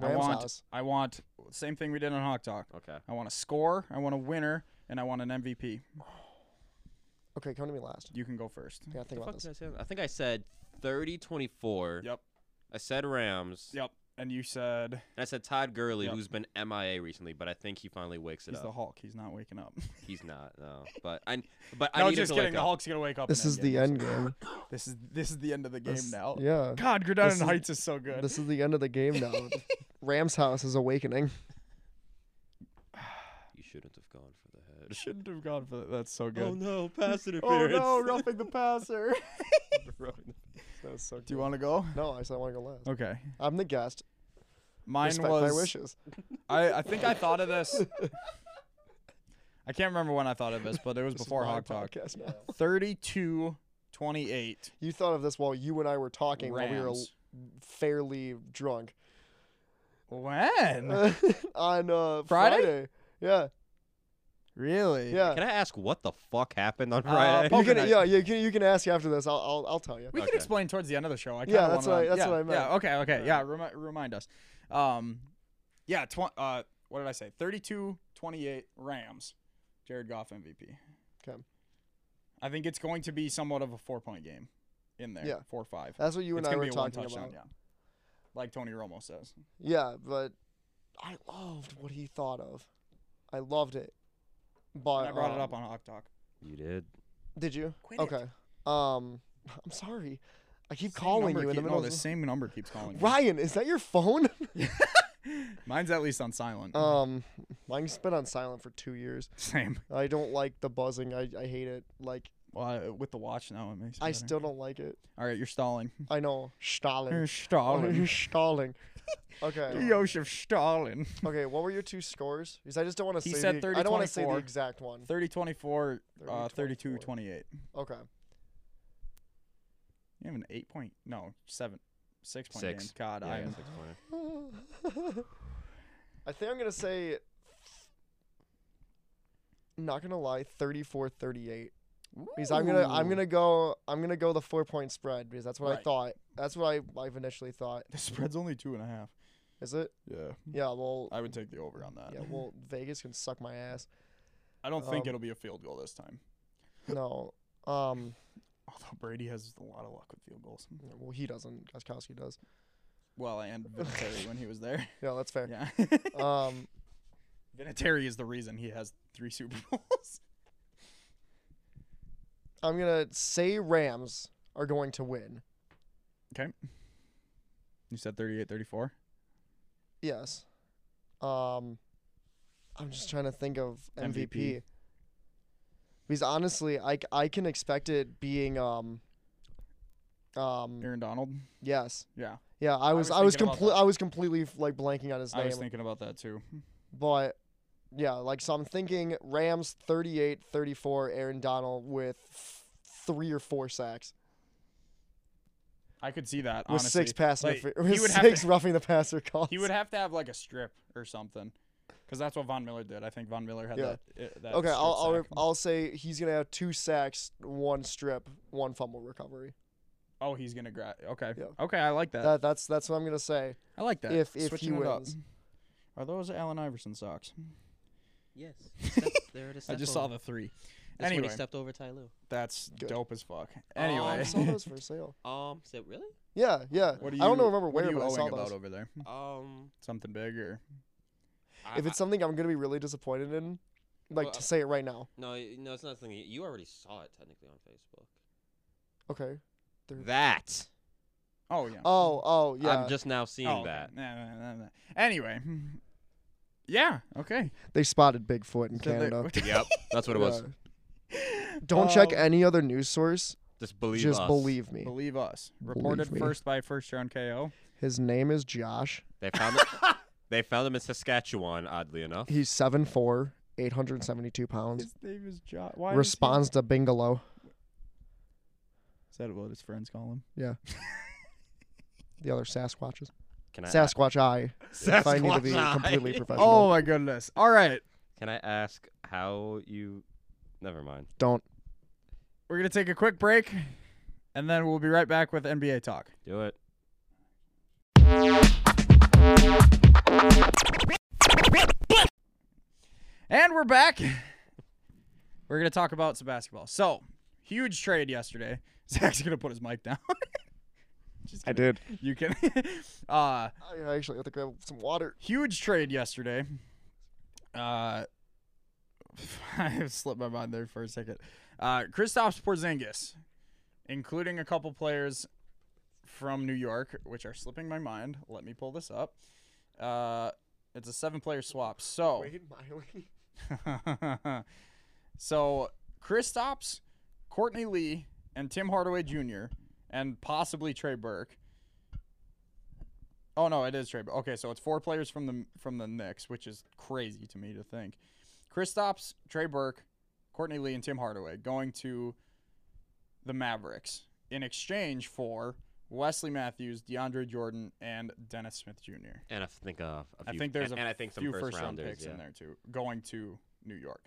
[SPEAKER 2] I
[SPEAKER 4] Rams
[SPEAKER 2] want.
[SPEAKER 4] house.
[SPEAKER 2] I want same thing we did on Hawk Talk.
[SPEAKER 3] okay.
[SPEAKER 2] I want a score. I want a winner, and I want an MVP.
[SPEAKER 4] Okay, come to me last.
[SPEAKER 2] You can go first.
[SPEAKER 4] I gotta think
[SPEAKER 3] The
[SPEAKER 4] about
[SPEAKER 3] fuck
[SPEAKER 4] this.
[SPEAKER 3] did I, say on that? I think I said 30-24.
[SPEAKER 2] Yep.
[SPEAKER 3] I said Rams.
[SPEAKER 2] Yep. And you said
[SPEAKER 3] And I said Todd Gurley,
[SPEAKER 2] Yep.
[SPEAKER 3] who's been MIA recently, but I think he finally wakes it
[SPEAKER 2] he's
[SPEAKER 3] up.
[SPEAKER 2] the Hulk. He's not waking up.
[SPEAKER 3] He's not. No. But I but I
[SPEAKER 2] no,
[SPEAKER 3] need
[SPEAKER 2] just
[SPEAKER 3] him to
[SPEAKER 2] kidding. The
[SPEAKER 3] wake up.
[SPEAKER 2] Hulk's gonna wake up.
[SPEAKER 4] This
[SPEAKER 2] and
[SPEAKER 4] is
[SPEAKER 2] then
[SPEAKER 4] the
[SPEAKER 2] get
[SPEAKER 4] end
[SPEAKER 2] this.
[SPEAKER 4] game.
[SPEAKER 2] This is this is the end of the game
[SPEAKER 4] This-
[SPEAKER 2] now.
[SPEAKER 4] Yeah.
[SPEAKER 2] God, Granada
[SPEAKER 4] This is-
[SPEAKER 2] Heights is so good.
[SPEAKER 4] This is the end of the game now. Rams house is awakening.
[SPEAKER 3] You shouldn't have gone for the head.
[SPEAKER 2] Shouldn't have gone for that. That's so good.
[SPEAKER 3] Oh no, pass
[SPEAKER 4] Oh
[SPEAKER 3] interference.
[SPEAKER 4] no, roughing the passer. that was so
[SPEAKER 2] Do you want to go?
[SPEAKER 4] No, I said I want to go last.
[SPEAKER 2] Okay.
[SPEAKER 4] I'm the guest.
[SPEAKER 2] Mine
[SPEAKER 4] Respect
[SPEAKER 2] was.
[SPEAKER 4] my wishes.
[SPEAKER 2] I, I think I thought of this. I can't remember when I thought of this, but it was
[SPEAKER 4] This is
[SPEAKER 2] before
[SPEAKER 4] my
[SPEAKER 2] Hawk Talk.
[SPEAKER 4] podcast now.
[SPEAKER 2] 32 28.
[SPEAKER 4] You thought of this while you and I were talking while we were
[SPEAKER 2] Rams.
[SPEAKER 4] fairly drunk
[SPEAKER 2] When?
[SPEAKER 4] on uh,
[SPEAKER 2] Friday?
[SPEAKER 4] Yeah,
[SPEAKER 2] Really?
[SPEAKER 4] yeah.
[SPEAKER 3] Can I ask what the fuck happened on
[SPEAKER 2] Uh,
[SPEAKER 3] Friday?
[SPEAKER 2] Paul-
[SPEAKER 4] you
[SPEAKER 2] poker night?
[SPEAKER 4] can, yeah, you can, you can ask after this. I'll, I'll, I'll tell you.
[SPEAKER 2] We
[SPEAKER 3] Okay.
[SPEAKER 2] can explain towards the end of the show. I
[SPEAKER 4] Yeah,
[SPEAKER 2] kinda
[SPEAKER 4] that's
[SPEAKER 2] wanna-
[SPEAKER 4] what I- that's
[SPEAKER 2] yeah,
[SPEAKER 4] what I meant.
[SPEAKER 2] Yeah, okay, okay. Yeah, remi- remind us. Um, yeah, tw- uh, what did I say? 32 28 Rams. Jared Goff MVP.
[SPEAKER 4] Okay.
[SPEAKER 2] I think it's going to be somewhat of a four point game in there.
[SPEAKER 4] Yeah.
[SPEAKER 2] Four or five.
[SPEAKER 4] That's what you and
[SPEAKER 2] it's
[SPEAKER 4] I
[SPEAKER 2] gonna
[SPEAKER 4] were
[SPEAKER 2] be a one
[SPEAKER 4] talking
[SPEAKER 2] touchdown,
[SPEAKER 4] about.
[SPEAKER 2] yeah. Like Tony Romo says.
[SPEAKER 4] Yeah, but I loved what he thought of. I loved it. But
[SPEAKER 2] And I brought it
[SPEAKER 4] um,
[SPEAKER 2] up on Hawk Talk.
[SPEAKER 3] you did.
[SPEAKER 4] Did you?
[SPEAKER 2] Quit it.
[SPEAKER 4] Okay. Um, I'm sorry. I keep
[SPEAKER 2] Same
[SPEAKER 4] calling
[SPEAKER 2] number
[SPEAKER 4] you in the
[SPEAKER 2] keep-
[SPEAKER 4] middle.
[SPEAKER 2] No,
[SPEAKER 4] of
[SPEAKER 2] the same number keeps calling. me.
[SPEAKER 4] Ryan, is that your phone?
[SPEAKER 2] Mine's at least on silent.
[SPEAKER 4] um, mine's been on silent for two years.
[SPEAKER 2] Same.
[SPEAKER 4] I don't like the buzzing. I, I hate it. Like
[SPEAKER 2] Well, I, with the watch now, it makes. It
[SPEAKER 4] I
[SPEAKER 2] better.
[SPEAKER 4] still don't like it.
[SPEAKER 2] All right, you're stalling.
[SPEAKER 4] I know. Stalin. Oh,
[SPEAKER 2] You're stalling.
[SPEAKER 4] Stalling. Okay.
[SPEAKER 2] Joseph Stalin.
[SPEAKER 4] Okay. What were your two scores? Because I just don't want to
[SPEAKER 2] He
[SPEAKER 4] say.
[SPEAKER 2] said
[SPEAKER 4] the, I don't want to say the
[SPEAKER 2] 30-24.
[SPEAKER 4] exact one.
[SPEAKER 2] 30 24, uh, 32
[SPEAKER 4] 30-24.
[SPEAKER 2] 28.
[SPEAKER 4] Okay.
[SPEAKER 2] You have an eight point, no, seven, six point
[SPEAKER 3] Six.
[SPEAKER 2] game. God, I
[SPEAKER 3] Yeah,
[SPEAKER 2] am.
[SPEAKER 3] six pointer.
[SPEAKER 4] I think I'm gonna say. Not gonna lie, 34-38. Because I'm gonna I'm
[SPEAKER 2] Ooh.
[SPEAKER 4] gonna go I'm gonna go the four point spread because that's what I
[SPEAKER 2] Right.
[SPEAKER 4] thought. That's what I I've initially thought.
[SPEAKER 2] The spread's only two and a half.
[SPEAKER 4] Is it?
[SPEAKER 2] Yeah.
[SPEAKER 4] Yeah. Well.
[SPEAKER 2] Hmm. I would take the over on that.
[SPEAKER 4] yeah. Well, Vegas can suck my ass.
[SPEAKER 2] I don't think
[SPEAKER 4] um,
[SPEAKER 2] it'll be a field goal this time.
[SPEAKER 4] No. Um.
[SPEAKER 2] Although Brady has a lot of luck with field goals.
[SPEAKER 4] Well, he doesn't. Goskowski does.
[SPEAKER 2] Well, and Vinatieri when he was there.
[SPEAKER 4] Yeah, that's fair.
[SPEAKER 2] Yeah.
[SPEAKER 4] Um.
[SPEAKER 2] Vinatieri is the reason he has three Super Bowls.
[SPEAKER 4] I'm gonna say Rams are going to win.
[SPEAKER 2] You said 38 34?
[SPEAKER 4] Yes. Um. I'm just trying to think of MVP.
[SPEAKER 2] MVP.
[SPEAKER 4] Because honestly, I, c- I can expect it being um. Um.
[SPEAKER 2] Aaron Donald?
[SPEAKER 4] Yes.
[SPEAKER 2] Yeah.
[SPEAKER 4] Yeah. I was
[SPEAKER 2] was
[SPEAKER 4] I was
[SPEAKER 2] thinking about
[SPEAKER 4] complete
[SPEAKER 2] that.
[SPEAKER 4] I was completely like blanking on his
[SPEAKER 2] I
[SPEAKER 4] name,
[SPEAKER 2] was thinking about that too.
[SPEAKER 4] but. Yeah, like so I'm thinking Rams 38 34 Aaron Donald with f- three or four sacks.
[SPEAKER 2] I could see that.
[SPEAKER 4] with
[SPEAKER 2] honestly.
[SPEAKER 4] six pass
[SPEAKER 2] Like,
[SPEAKER 4] interfer-
[SPEAKER 2] he
[SPEAKER 4] with
[SPEAKER 2] would have
[SPEAKER 4] six
[SPEAKER 2] to-
[SPEAKER 4] roughing the passer calls.
[SPEAKER 2] He would have to have like a strip or something, because that's what Von Miller did. I think Von Miller had
[SPEAKER 4] Yeah.
[SPEAKER 2] that. i- that
[SPEAKER 4] okay,
[SPEAKER 2] strip
[SPEAKER 4] I'll I'll,
[SPEAKER 2] sack.
[SPEAKER 4] re- I'll say he's gonna have two sacks, one strip, one fumble recovery.
[SPEAKER 2] oh, he's gonna grab. Okay.
[SPEAKER 4] Yeah.
[SPEAKER 2] Okay, I like
[SPEAKER 3] Uh,
[SPEAKER 2] that.
[SPEAKER 4] That that's that's what I'm gonna say.
[SPEAKER 2] I like that.
[SPEAKER 4] if- if he
[SPEAKER 2] Switching it up.
[SPEAKER 4] wins.
[SPEAKER 2] Are those Allen Iverson socks?
[SPEAKER 3] Yes. Step, there it is.
[SPEAKER 2] I just saw the three.
[SPEAKER 3] That's when
[SPEAKER 2] anyway,
[SPEAKER 3] he stepped over Ty Lue.
[SPEAKER 2] that's
[SPEAKER 4] Good.
[SPEAKER 2] dope as fuck.
[SPEAKER 3] Oh, I'm
[SPEAKER 2] Anyway,
[SPEAKER 4] I saw those for sale.
[SPEAKER 3] Um, said really?
[SPEAKER 4] Yeah, yeah.
[SPEAKER 2] What do you,
[SPEAKER 4] I don't know remember
[SPEAKER 2] what
[SPEAKER 4] where
[SPEAKER 2] are you
[SPEAKER 4] but I saw
[SPEAKER 2] owing
[SPEAKER 4] those.
[SPEAKER 2] about over there?
[SPEAKER 5] Um,
[SPEAKER 2] Something big or
[SPEAKER 5] I-
[SPEAKER 4] If it's something I'm gonna be really disappointed in, like
[SPEAKER 5] Well,
[SPEAKER 4] to say it right now.
[SPEAKER 3] No, y- no, it's not something you- you already saw it technically on Facebook.
[SPEAKER 4] Okay.
[SPEAKER 3] That
[SPEAKER 2] Oh yeah.
[SPEAKER 4] Oh, oh yeah.
[SPEAKER 3] I'm just now seeing
[SPEAKER 2] oh, okay.
[SPEAKER 3] that.
[SPEAKER 2] Nah, nah, nah, nah. Anyway. Yeah, okay.
[SPEAKER 4] They spotted Bigfoot in
[SPEAKER 2] So they-
[SPEAKER 4] Canada.
[SPEAKER 3] Yep, that's what it was.
[SPEAKER 4] Yeah. Don't check
[SPEAKER 2] Um,
[SPEAKER 4] any other news source.
[SPEAKER 3] Just believe
[SPEAKER 4] just
[SPEAKER 3] us.
[SPEAKER 4] believe me.
[SPEAKER 2] Believe us. Reported
[SPEAKER 4] Believe me.
[SPEAKER 2] first by first round KO.
[SPEAKER 4] His name is Josh.
[SPEAKER 3] They found it. they found him in Saskatchewan, oddly enough.
[SPEAKER 4] He's 7'4", 872 pounds.
[SPEAKER 2] His name is John. Why
[SPEAKER 4] Responds to Bingalow.
[SPEAKER 2] Is, that what his friends call him?
[SPEAKER 4] The other Sasquatches.
[SPEAKER 3] Can I
[SPEAKER 4] Sasquatch Eye. If I need to be
[SPEAKER 3] Sasquatch.
[SPEAKER 4] completely professional.
[SPEAKER 2] Oh my goodness! All right,
[SPEAKER 3] Can I ask how you? Never mind.
[SPEAKER 4] Don't.
[SPEAKER 2] we're gonna take a quick break, and then we'll be right back with NBA talk.
[SPEAKER 3] Do it.
[SPEAKER 2] And we're back. We're gonna talk about some basketball. So huge trade yesterday. Zach's gonna put his mic down. Just kidding.
[SPEAKER 4] did.
[SPEAKER 2] You can. uh,
[SPEAKER 4] I actually have to grab some water.
[SPEAKER 2] huge trade yesterday. Uh, I slipped my mind there for a second. Uh, Kristaps Porzingis, including a couple players from New York, which are slipping my mind. Let me pull this up. Uh, it's a seven-player swap. So,
[SPEAKER 4] Wade Miley.
[SPEAKER 2] so Kristaps, Courtney Lee, and Tim Hardaway Jr. and possibly Trey Burke. Oh no, it is Trey. Burke. Okay, so it's four players from the from the Knicks, which is crazy to me to think. Kristaps, Trey Burke, Courtney Lee, and Tim Hardaway going to the Mavericks in exchange for Wesley Matthews, DeAndre Jordan, and Dennis Smith Jr.
[SPEAKER 3] And I think uh, a
[SPEAKER 2] I
[SPEAKER 3] few-
[SPEAKER 2] think there's
[SPEAKER 3] and,
[SPEAKER 2] a
[SPEAKER 3] and I think some
[SPEAKER 2] few
[SPEAKER 3] first,
[SPEAKER 2] first round
[SPEAKER 3] rounders
[SPEAKER 2] picks
[SPEAKER 3] yeah.
[SPEAKER 2] in there too, going to New York.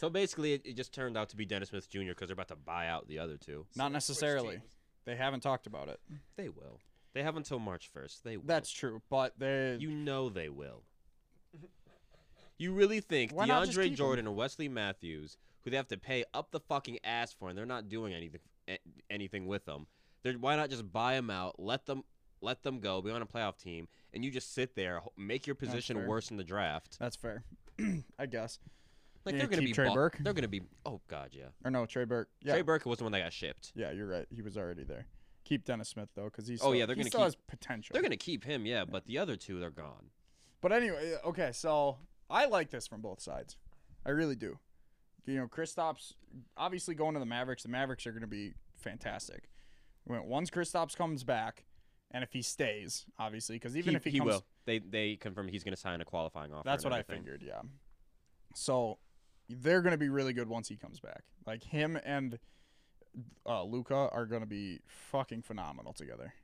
[SPEAKER 3] So basically, it, it just turned out to be Dennis Smith Jr. because they're about to buy out the other two.
[SPEAKER 2] Not necessarily. They haven't talked about it.
[SPEAKER 3] They will. They have until March first. They will.
[SPEAKER 2] That's true, but they
[SPEAKER 3] you know they will. You really think
[SPEAKER 2] Why not just keep
[SPEAKER 3] DeAndre
[SPEAKER 2] 'em?
[SPEAKER 3] Jordan and Wesley Matthews, who they have to pay up the fucking ass for, and they're not doing anything a- anything with them? They're, why not just buy them out? Let them let them go. Be on a playoff team, and you just sit there, ho- make your position
[SPEAKER 2] fair.
[SPEAKER 3] worse in the draft.
[SPEAKER 2] That's fair. I guess.
[SPEAKER 3] Like
[SPEAKER 2] Yeah,
[SPEAKER 3] they're gonna
[SPEAKER 2] keep
[SPEAKER 3] be
[SPEAKER 2] Trey
[SPEAKER 3] bu-
[SPEAKER 2] Burke.
[SPEAKER 3] They're gonna be. Oh god, yeah.
[SPEAKER 2] Or no, Trey Burke. Yeah.
[SPEAKER 3] Trey Burke was the one that got shipped.
[SPEAKER 2] Yeah, you're right. He was already there. Keep Dennis Smith though, because he's
[SPEAKER 3] Oh, yeah, they're
[SPEAKER 2] he
[SPEAKER 3] gonna
[SPEAKER 2] still
[SPEAKER 3] keep-
[SPEAKER 2] has potential.
[SPEAKER 3] They're gonna keep him, yeah, but the other two, they're gone.
[SPEAKER 2] But anyway, uh, okay, so I like this from both sides. I really do. You know, Kristaps obviously going to the Mavericks. The Mavericks are going to be fantastic. When once Kristaps comes back, and if he stays, obviously, because even
[SPEAKER 3] he,
[SPEAKER 2] if he,
[SPEAKER 3] he
[SPEAKER 2] comes,
[SPEAKER 3] will, they they confirm he's gonna sign a qualifying offer.
[SPEAKER 2] That's
[SPEAKER 3] and
[SPEAKER 2] what I
[SPEAKER 3] everything.
[SPEAKER 2] figured, yeah. So they're going to be really good once he comes back. Like him and uh, Luca are going to be fucking phenomenal together.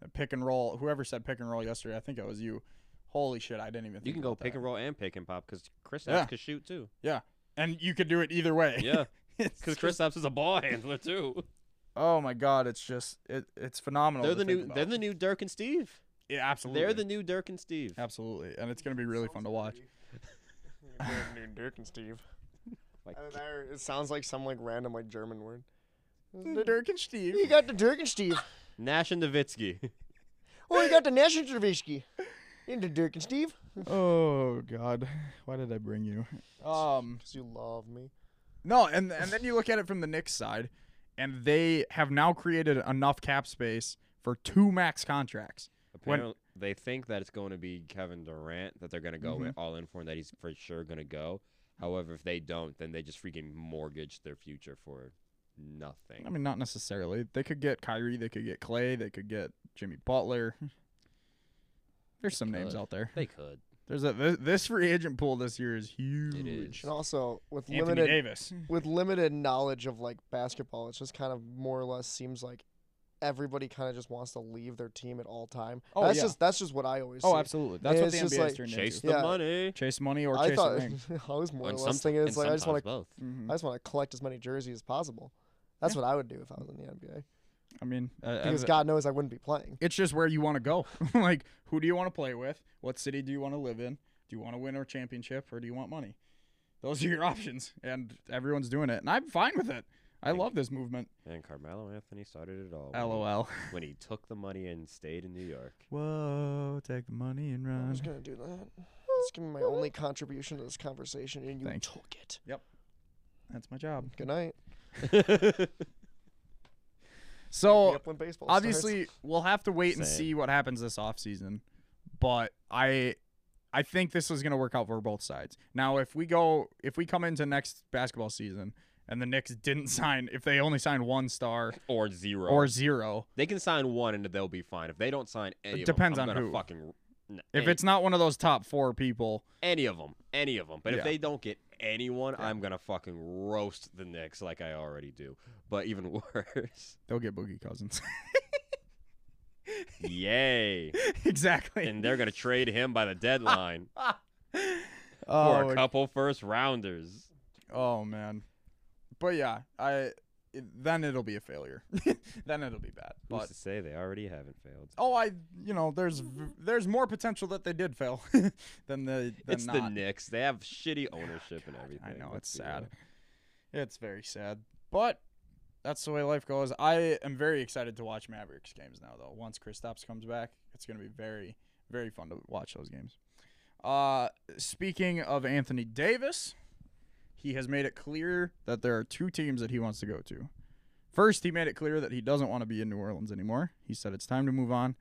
[SPEAKER 2] The pick and roll. Whoever said pick and roll yesterday, I think it was you. Holy shit, I didn't even.
[SPEAKER 3] You
[SPEAKER 2] think
[SPEAKER 3] can go
[SPEAKER 2] about
[SPEAKER 3] pick
[SPEAKER 2] that.
[SPEAKER 3] and roll and pick and pop because Chris
[SPEAKER 2] Yeah.
[SPEAKER 3] could shoot too.
[SPEAKER 2] and you could do it either way.
[SPEAKER 3] Yeah,
[SPEAKER 2] It's
[SPEAKER 3] because
[SPEAKER 2] just-
[SPEAKER 3] Chris is a ball handler too.
[SPEAKER 2] Oh my god, it's just it, it's phenomenal.
[SPEAKER 3] they're
[SPEAKER 2] to
[SPEAKER 3] the
[SPEAKER 2] think
[SPEAKER 3] new
[SPEAKER 2] Oh, about.
[SPEAKER 3] they're the new Dirk and Steve.
[SPEAKER 2] yeah, absolutely.
[SPEAKER 3] They're the new Dirk and Steve.
[SPEAKER 2] absolutely, and it's gonna be really fun to watch.
[SPEAKER 4] New Dirk and Steve.
[SPEAKER 3] Like-
[SPEAKER 4] Out of there, it sounds like some like random like German word.
[SPEAKER 2] Dirk and Steve.
[SPEAKER 4] You got the Dirk and Steve.
[SPEAKER 3] Nash and Nowitzki.
[SPEAKER 4] Oh, you got the National Trubisky. Into Dirk and Steve.
[SPEAKER 2] Oh god, why did I bring you? Um.
[SPEAKER 4] Because you love me.
[SPEAKER 2] No, and and then you look at it from the Knicks side, and they have now created enough cap space for two max contracts. When-
[SPEAKER 3] Apparently, they think that it's going to be Kevin Durant that they're going to go
[SPEAKER 2] Mhm.
[SPEAKER 3] all in for, and that he's for sure going to go. However, if they don't, then they just freaking mortgage their future for nothing.
[SPEAKER 2] I mean, not necessarily. They could get Kyrie, they could get Clay, they could get Jimmy Butler. There's some names
[SPEAKER 3] could.
[SPEAKER 2] out there.
[SPEAKER 3] they could.
[SPEAKER 2] There's a this, this free agent pool this year is huge.
[SPEAKER 3] is.
[SPEAKER 4] And also with
[SPEAKER 2] Anthony
[SPEAKER 4] limited
[SPEAKER 2] Davis.
[SPEAKER 4] with limited knowledge of like basketball, it just kind of more or less seems like everybody kind of just wants to leave their team at all time.
[SPEAKER 2] Oh,
[SPEAKER 4] that's
[SPEAKER 2] yeah.
[SPEAKER 4] just that's just what I always.
[SPEAKER 2] Oh,
[SPEAKER 4] see.
[SPEAKER 2] absolutely. That's what
[SPEAKER 4] it's
[SPEAKER 2] the
[SPEAKER 4] just
[SPEAKER 2] NBA's
[SPEAKER 4] like
[SPEAKER 2] turned
[SPEAKER 3] Chase
[SPEAKER 2] into.
[SPEAKER 3] the
[SPEAKER 4] Yeah.
[SPEAKER 3] money.
[SPEAKER 2] Chase money or
[SPEAKER 4] I
[SPEAKER 2] chase
[SPEAKER 4] thought
[SPEAKER 2] a ring.
[SPEAKER 4] I was more or
[SPEAKER 3] And
[SPEAKER 4] less
[SPEAKER 3] somet-
[SPEAKER 4] thinking
[SPEAKER 3] and
[SPEAKER 4] it's like I just want
[SPEAKER 3] sometimes
[SPEAKER 4] to
[SPEAKER 3] both.
[SPEAKER 2] Mhm.
[SPEAKER 4] I just want to collect as many jerseys as possible. That's what I would do if I was in the NBA.
[SPEAKER 2] I mean, uh,
[SPEAKER 4] Because
[SPEAKER 2] as-
[SPEAKER 4] God knows I wouldn't be playing.
[SPEAKER 2] it's just where you want to go. like, who do you want to play with? What city do you want to live in? Do you want to win a championship or do you want money? Those are your options, and everyone's doing it, and I'm fine with it. I love this movement.
[SPEAKER 3] And Carmelo Anthony started it all. when he-
[SPEAKER 2] LOL.
[SPEAKER 3] When he took the money and stayed in New York.
[SPEAKER 2] Whoa, take the money and
[SPEAKER 4] I
[SPEAKER 2] run.
[SPEAKER 4] was gonna do that. It's gonna be my only contribution to this conversation, and you
[SPEAKER 2] Thanks.
[SPEAKER 4] took it.
[SPEAKER 2] That's my job.
[SPEAKER 4] Good night.
[SPEAKER 2] So
[SPEAKER 4] Yep, when baseball starts.
[SPEAKER 2] obviously we'll have to wait and
[SPEAKER 3] Same.
[SPEAKER 2] see what happens this offseason. But I I think this is gonna work out for both sides. Now if we go if we come into next basketball season and the Knicks didn't sign if they only signed one star
[SPEAKER 3] or zero.
[SPEAKER 2] or zero,
[SPEAKER 3] they can sign one and they'll be fine. If they don't sign any,
[SPEAKER 2] It
[SPEAKER 3] of 'em,
[SPEAKER 2] depends
[SPEAKER 3] I'm
[SPEAKER 2] on
[SPEAKER 3] gonna
[SPEAKER 2] who.
[SPEAKER 3] Fucking, n-
[SPEAKER 2] if
[SPEAKER 3] any,
[SPEAKER 2] it's not one of those top four people,
[SPEAKER 3] any of them, any of them. But
[SPEAKER 2] Yeah.
[SPEAKER 3] if they don't get anyone, I'm gonna fucking roast the Knicks like I already do. But even worse,
[SPEAKER 2] they'll get Boogie Cousins.
[SPEAKER 3] yay!
[SPEAKER 2] exactly.
[SPEAKER 3] and they're gonna trade him by the deadline for a
[SPEAKER 2] oh,
[SPEAKER 3] couple first rounders.
[SPEAKER 2] oh man. But yeah, I it- then it'll be a failure. then it'll be bad.
[SPEAKER 3] Who's
[SPEAKER 2] But
[SPEAKER 3] to say they already haven't failed?
[SPEAKER 2] Oh, I, you know, there's v- there's more potential that they did fail than the than
[SPEAKER 3] it's
[SPEAKER 2] not.
[SPEAKER 3] the Knicks. They have shitty ownership and everything. uh,
[SPEAKER 2] I know
[SPEAKER 3] Let's
[SPEAKER 2] it's
[SPEAKER 3] be real.
[SPEAKER 2] sad. It's very sad, but that's the way life goes. I am very excited to watch Mavericks games now, though. Once Kristaps comes back, it's going to be very very fun to watch those games. Uh, speaking of Anthony Davis, he has made it clear that there are two teams that he wants to go to. First, he made it clear that he doesn't want to be in New Orleans anymore. He said it's time to move on.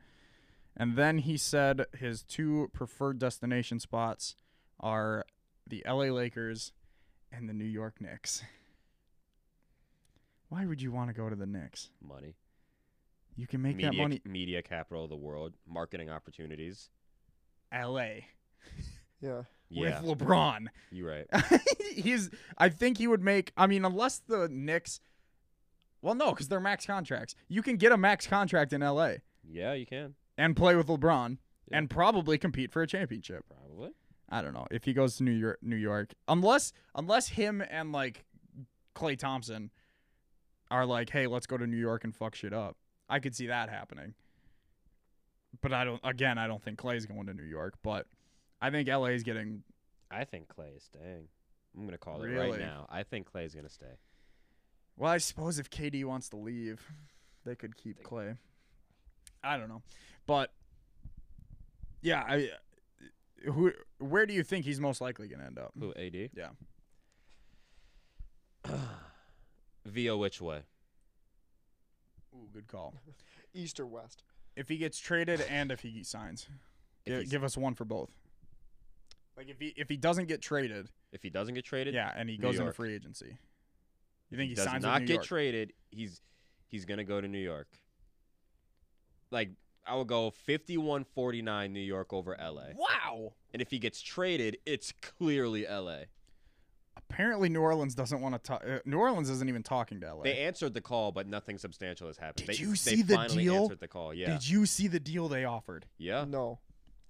[SPEAKER 2] And then he said his two preferred destination spots are the LA Lakers and the New York Knicks. Why would you want to go to the Knicks?
[SPEAKER 3] Money,
[SPEAKER 2] You can make that
[SPEAKER 3] media,
[SPEAKER 2] money
[SPEAKER 3] media capital of the world, marketing opportunities.
[SPEAKER 2] LA
[SPEAKER 4] yeah.
[SPEAKER 3] Yeah,
[SPEAKER 2] with LeBron.
[SPEAKER 3] you right.
[SPEAKER 2] He's I think he would make I mean unless the Knicks well no cuz they're max contracts. You can get a max contract in LA
[SPEAKER 3] Yeah, you can
[SPEAKER 2] and play with LeBron
[SPEAKER 3] Yeah.
[SPEAKER 2] and probably compete for a championship.
[SPEAKER 3] probably.
[SPEAKER 2] I don't know if he goes to New York, New York, unless unless him and like Clay Thompson are like, hey, let's go to New York and fuck shit up. I could see that happening, but I don't. Again, I don't think Clay's going to New York, but I think LA is getting.
[SPEAKER 3] I think Clay is staying. I'm gonna call it
[SPEAKER 2] Really?
[SPEAKER 3] right now. I think Clay's gonna stay.
[SPEAKER 2] Well, I suppose if KD wants to leave, they could keep Clay. I don't know, but yeah, I who where do you think he's most likely going to end up?
[SPEAKER 3] Who AD?
[SPEAKER 2] Mm. Yeah.
[SPEAKER 3] Via which way?
[SPEAKER 2] Ooh, good call.
[SPEAKER 4] East or west.
[SPEAKER 2] if he gets traded and if he signs.
[SPEAKER 3] If
[SPEAKER 2] Gi-
[SPEAKER 3] he's-
[SPEAKER 2] give us one for both. Like if he if he doesn't get traded,
[SPEAKER 3] If he doesn't get traded,
[SPEAKER 2] yeah, and he
[SPEAKER 3] New
[SPEAKER 2] goes into
[SPEAKER 3] York.
[SPEAKER 2] free agency. You think he,
[SPEAKER 3] does
[SPEAKER 2] signs with
[SPEAKER 3] not
[SPEAKER 2] New
[SPEAKER 3] get
[SPEAKER 2] York?
[SPEAKER 3] traded. He's he's gonna go to New York. Like I will go 51-49 New York over LA.
[SPEAKER 2] wow.
[SPEAKER 3] And if he gets traded, it's clearly LA.
[SPEAKER 2] Apparently New Orleans doesn't want to talk uh, New Orleans isn't even talking to LA.
[SPEAKER 3] They answered the call, but nothing substantial has happened.
[SPEAKER 2] Did
[SPEAKER 3] they,
[SPEAKER 2] you
[SPEAKER 3] they
[SPEAKER 2] see the
[SPEAKER 3] finally
[SPEAKER 2] deal?
[SPEAKER 3] answered the call. Yeah,
[SPEAKER 2] Did you see the deal they offered?
[SPEAKER 3] yeah.
[SPEAKER 4] No.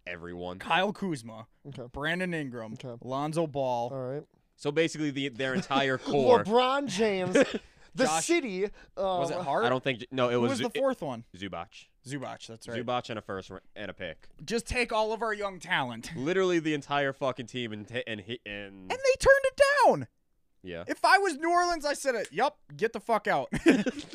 [SPEAKER 3] Everyone.
[SPEAKER 2] Kyle Kuzma,
[SPEAKER 4] Okay.
[SPEAKER 2] Brandon Ingram,
[SPEAKER 4] Okay.
[SPEAKER 2] Lonzo Ball,
[SPEAKER 4] All right.
[SPEAKER 3] So basically, the their entire core.
[SPEAKER 4] LeBron James, the
[SPEAKER 2] Josh-
[SPEAKER 4] city. Um,
[SPEAKER 2] was it Hart?
[SPEAKER 3] I don't think. No, it
[SPEAKER 2] Who was
[SPEAKER 3] was,
[SPEAKER 2] the
[SPEAKER 3] it-
[SPEAKER 2] fourth one?
[SPEAKER 3] Zubac.
[SPEAKER 2] Zubac, that's right.
[SPEAKER 3] Zubac and a first ra- and a pick.
[SPEAKER 2] Just take all of our young talent.
[SPEAKER 3] Literally the entire fucking team and t- and he- and
[SPEAKER 2] And they turned it down.
[SPEAKER 3] yeah.
[SPEAKER 2] If I was New Orleans, I said it. Yup, get the fuck out.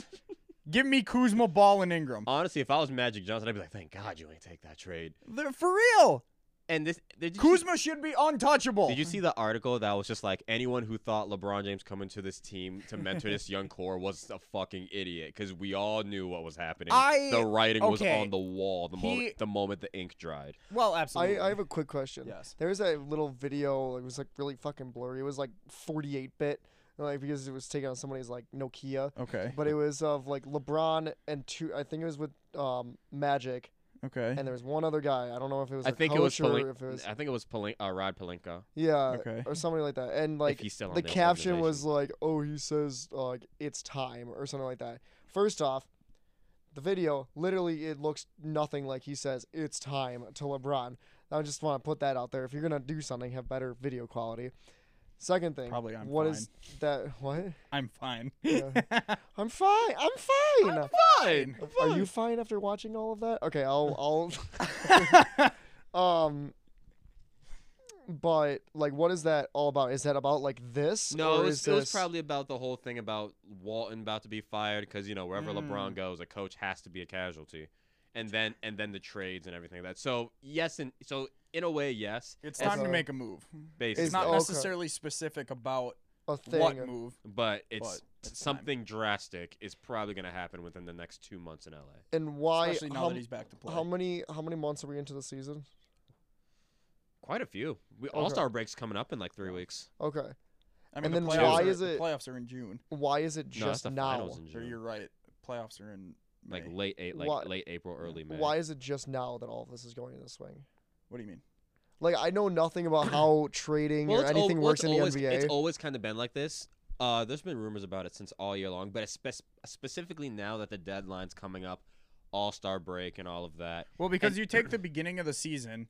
[SPEAKER 2] Give me Kuzma, Ball, and Ingram.
[SPEAKER 3] Honestly, if I was Magic Johnson, I'd be like, thank God you ain't take that trade.
[SPEAKER 2] They're- for real,
[SPEAKER 3] And this, did you see,
[SPEAKER 2] Kuzma should be untouchable.
[SPEAKER 3] did you see the article that was just like anyone who thought LeBron James coming to this team to mentor this young core was a fucking idiot because we all knew what was happening.
[SPEAKER 2] I-
[SPEAKER 3] the writing was
[SPEAKER 2] okay.
[SPEAKER 3] on the wall the moment
[SPEAKER 2] He-
[SPEAKER 3] the moment the ink dried.
[SPEAKER 2] well,
[SPEAKER 4] I,
[SPEAKER 2] absolutely.
[SPEAKER 4] I have a quick question.
[SPEAKER 2] Yes.
[SPEAKER 4] There's a little video. Like, it was like really fucking blurry. It was like 48 bit, like because it was taken on somebody's like Nokia.
[SPEAKER 2] okay.
[SPEAKER 4] But it was of like LeBron and two. I think it was with um, Magic,
[SPEAKER 2] Okay.
[SPEAKER 4] and there was one other guy. I don't know if it was.
[SPEAKER 3] I
[SPEAKER 4] a
[SPEAKER 3] think
[SPEAKER 4] coach
[SPEAKER 3] it was,
[SPEAKER 4] or
[SPEAKER 3] Pelin-
[SPEAKER 4] if it was
[SPEAKER 3] I think it was Pelin- uh, Rod Palenka.
[SPEAKER 4] yeah,
[SPEAKER 2] Okay.
[SPEAKER 4] or something like that. And like
[SPEAKER 3] he's still on
[SPEAKER 4] the
[SPEAKER 3] the
[SPEAKER 4] caption was like, "Oh, he says uh, like it's time" or something like that. First off, the video literally it looks nothing like he says it's time to LeBron. I just want to put that out there. If you're gonna do something, have better video quality. Second thing,
[SPEAKER 2] Probably I'm
[SPEAKER 4] what is that? What?
[SPEAKER 2] I'm fine.
[SPEAKER 4] I'm fine. I'm fine.
[SPEAKER 2] fine.
[SPEAKER 4] Are you fine after watching all of that? Okay, I'll I'll um But like, what is that all about? Is that about like this?
[SPEAKER 3] No,
[SPEAKER 4] or
[SPEAKER 3] it was,
[SPEAKER 4] is
[SPEAKER 3] it was
[SPEAKER 4] this-
[SPEAKER 3] probably about the whole thing about Walton about to be fired because you know wherever
[SPEAKER 2] Mm.
[SPEAKER 3] LeBron goes, a coach has to be a casualty, and then and then the trades and everything like that. So yes, and so in a way, yes,
[SPEAKER 2] It's
[SPEAKER 4] As
[SPEAKER 2] time to
[SPEAKER 4] a-
[SPEAKER 2] make a move.
[SPEAKER 3] basically,
[SPEAKER 2] It's
[SPEAKER 4] Is-
[SPEAKER 2] not
[SPEAKER 4] okay.
[SPEAKER 2] necessarily specific about
[SPEAKER 4] a thing.
[SPEAKER 2] what
[SPEAKER 4] of-
[SPEAKER 2] move.
[SPEAKER 3] but it's
[SPEAKER 2] but it's time.
[SPEAKER 3] something drastic is probably going to happen within the next two months in LA.
[SPEAKER 4] And why?
[SPEAKER 2] Especially now
[SPEAKER 4] How,
[SPEAKER 2] that he's back to play.
[SPEAKER 4] how many? How many months are we into the season?
[SPEAKER 3] Quite a few. We
[SPEAKER 4] Okay.
[SPEAKER 3] All Star breaks coming up in like three weeks.
[SPEAKER 4] Okay.
[SPEAKER 2] I mean,
[SPEAKER 4] and
[SPEAKER 2] the
[SPEAKER 4] then
[SPEAKER 2] playoffs
[SPEAKER 3] why
[SPEAKER 2] are-
[SPEAKER 4] is
[SPEAKER 2] the
[SPEAKER 4] it-
[SPEAKER 2] playoffs are in June.
[SPEAKER 4] Why is it
[SPEAKER 3] no, that's
[SPEAKER 4] just
[SPEAKER 3] the
[SPEAKER 4] now?
[SPEAKER 3] finals in
[SPEAKER 2] Or
[SPEAKER 3] June.
[SPEAKER 2] you're right. Playoffs are in May.
[SPEAKER 3] like late eight, like
[SPEAKER 4] Why-
[SPEAKER 3] late April, early May.
[SPEAKER 4] Why is it just now that all of this is going in the swing?
[SPEAKER 2] What do you mean?
[SPEAKER 4] Like I know nothing about how trading or
[SPEAKER 3] it's al-
[SPEAKER 4] anything
[SPEAKER 3] well,
[SPEAKER 4] works
[SPEAKER 3] it's
[SPEAKER 4] in the
[SPEAKER 3] always, It's
[SPEAKER 4] NBA.
[SPEAKER 3] always kind of been like this. Uh, there's been rumors about it since all year long, but it's spec- specifically now that the deadline's coming up, All Star break and all of that.
[SPEAKER 2] Well, because you take the beginning of the season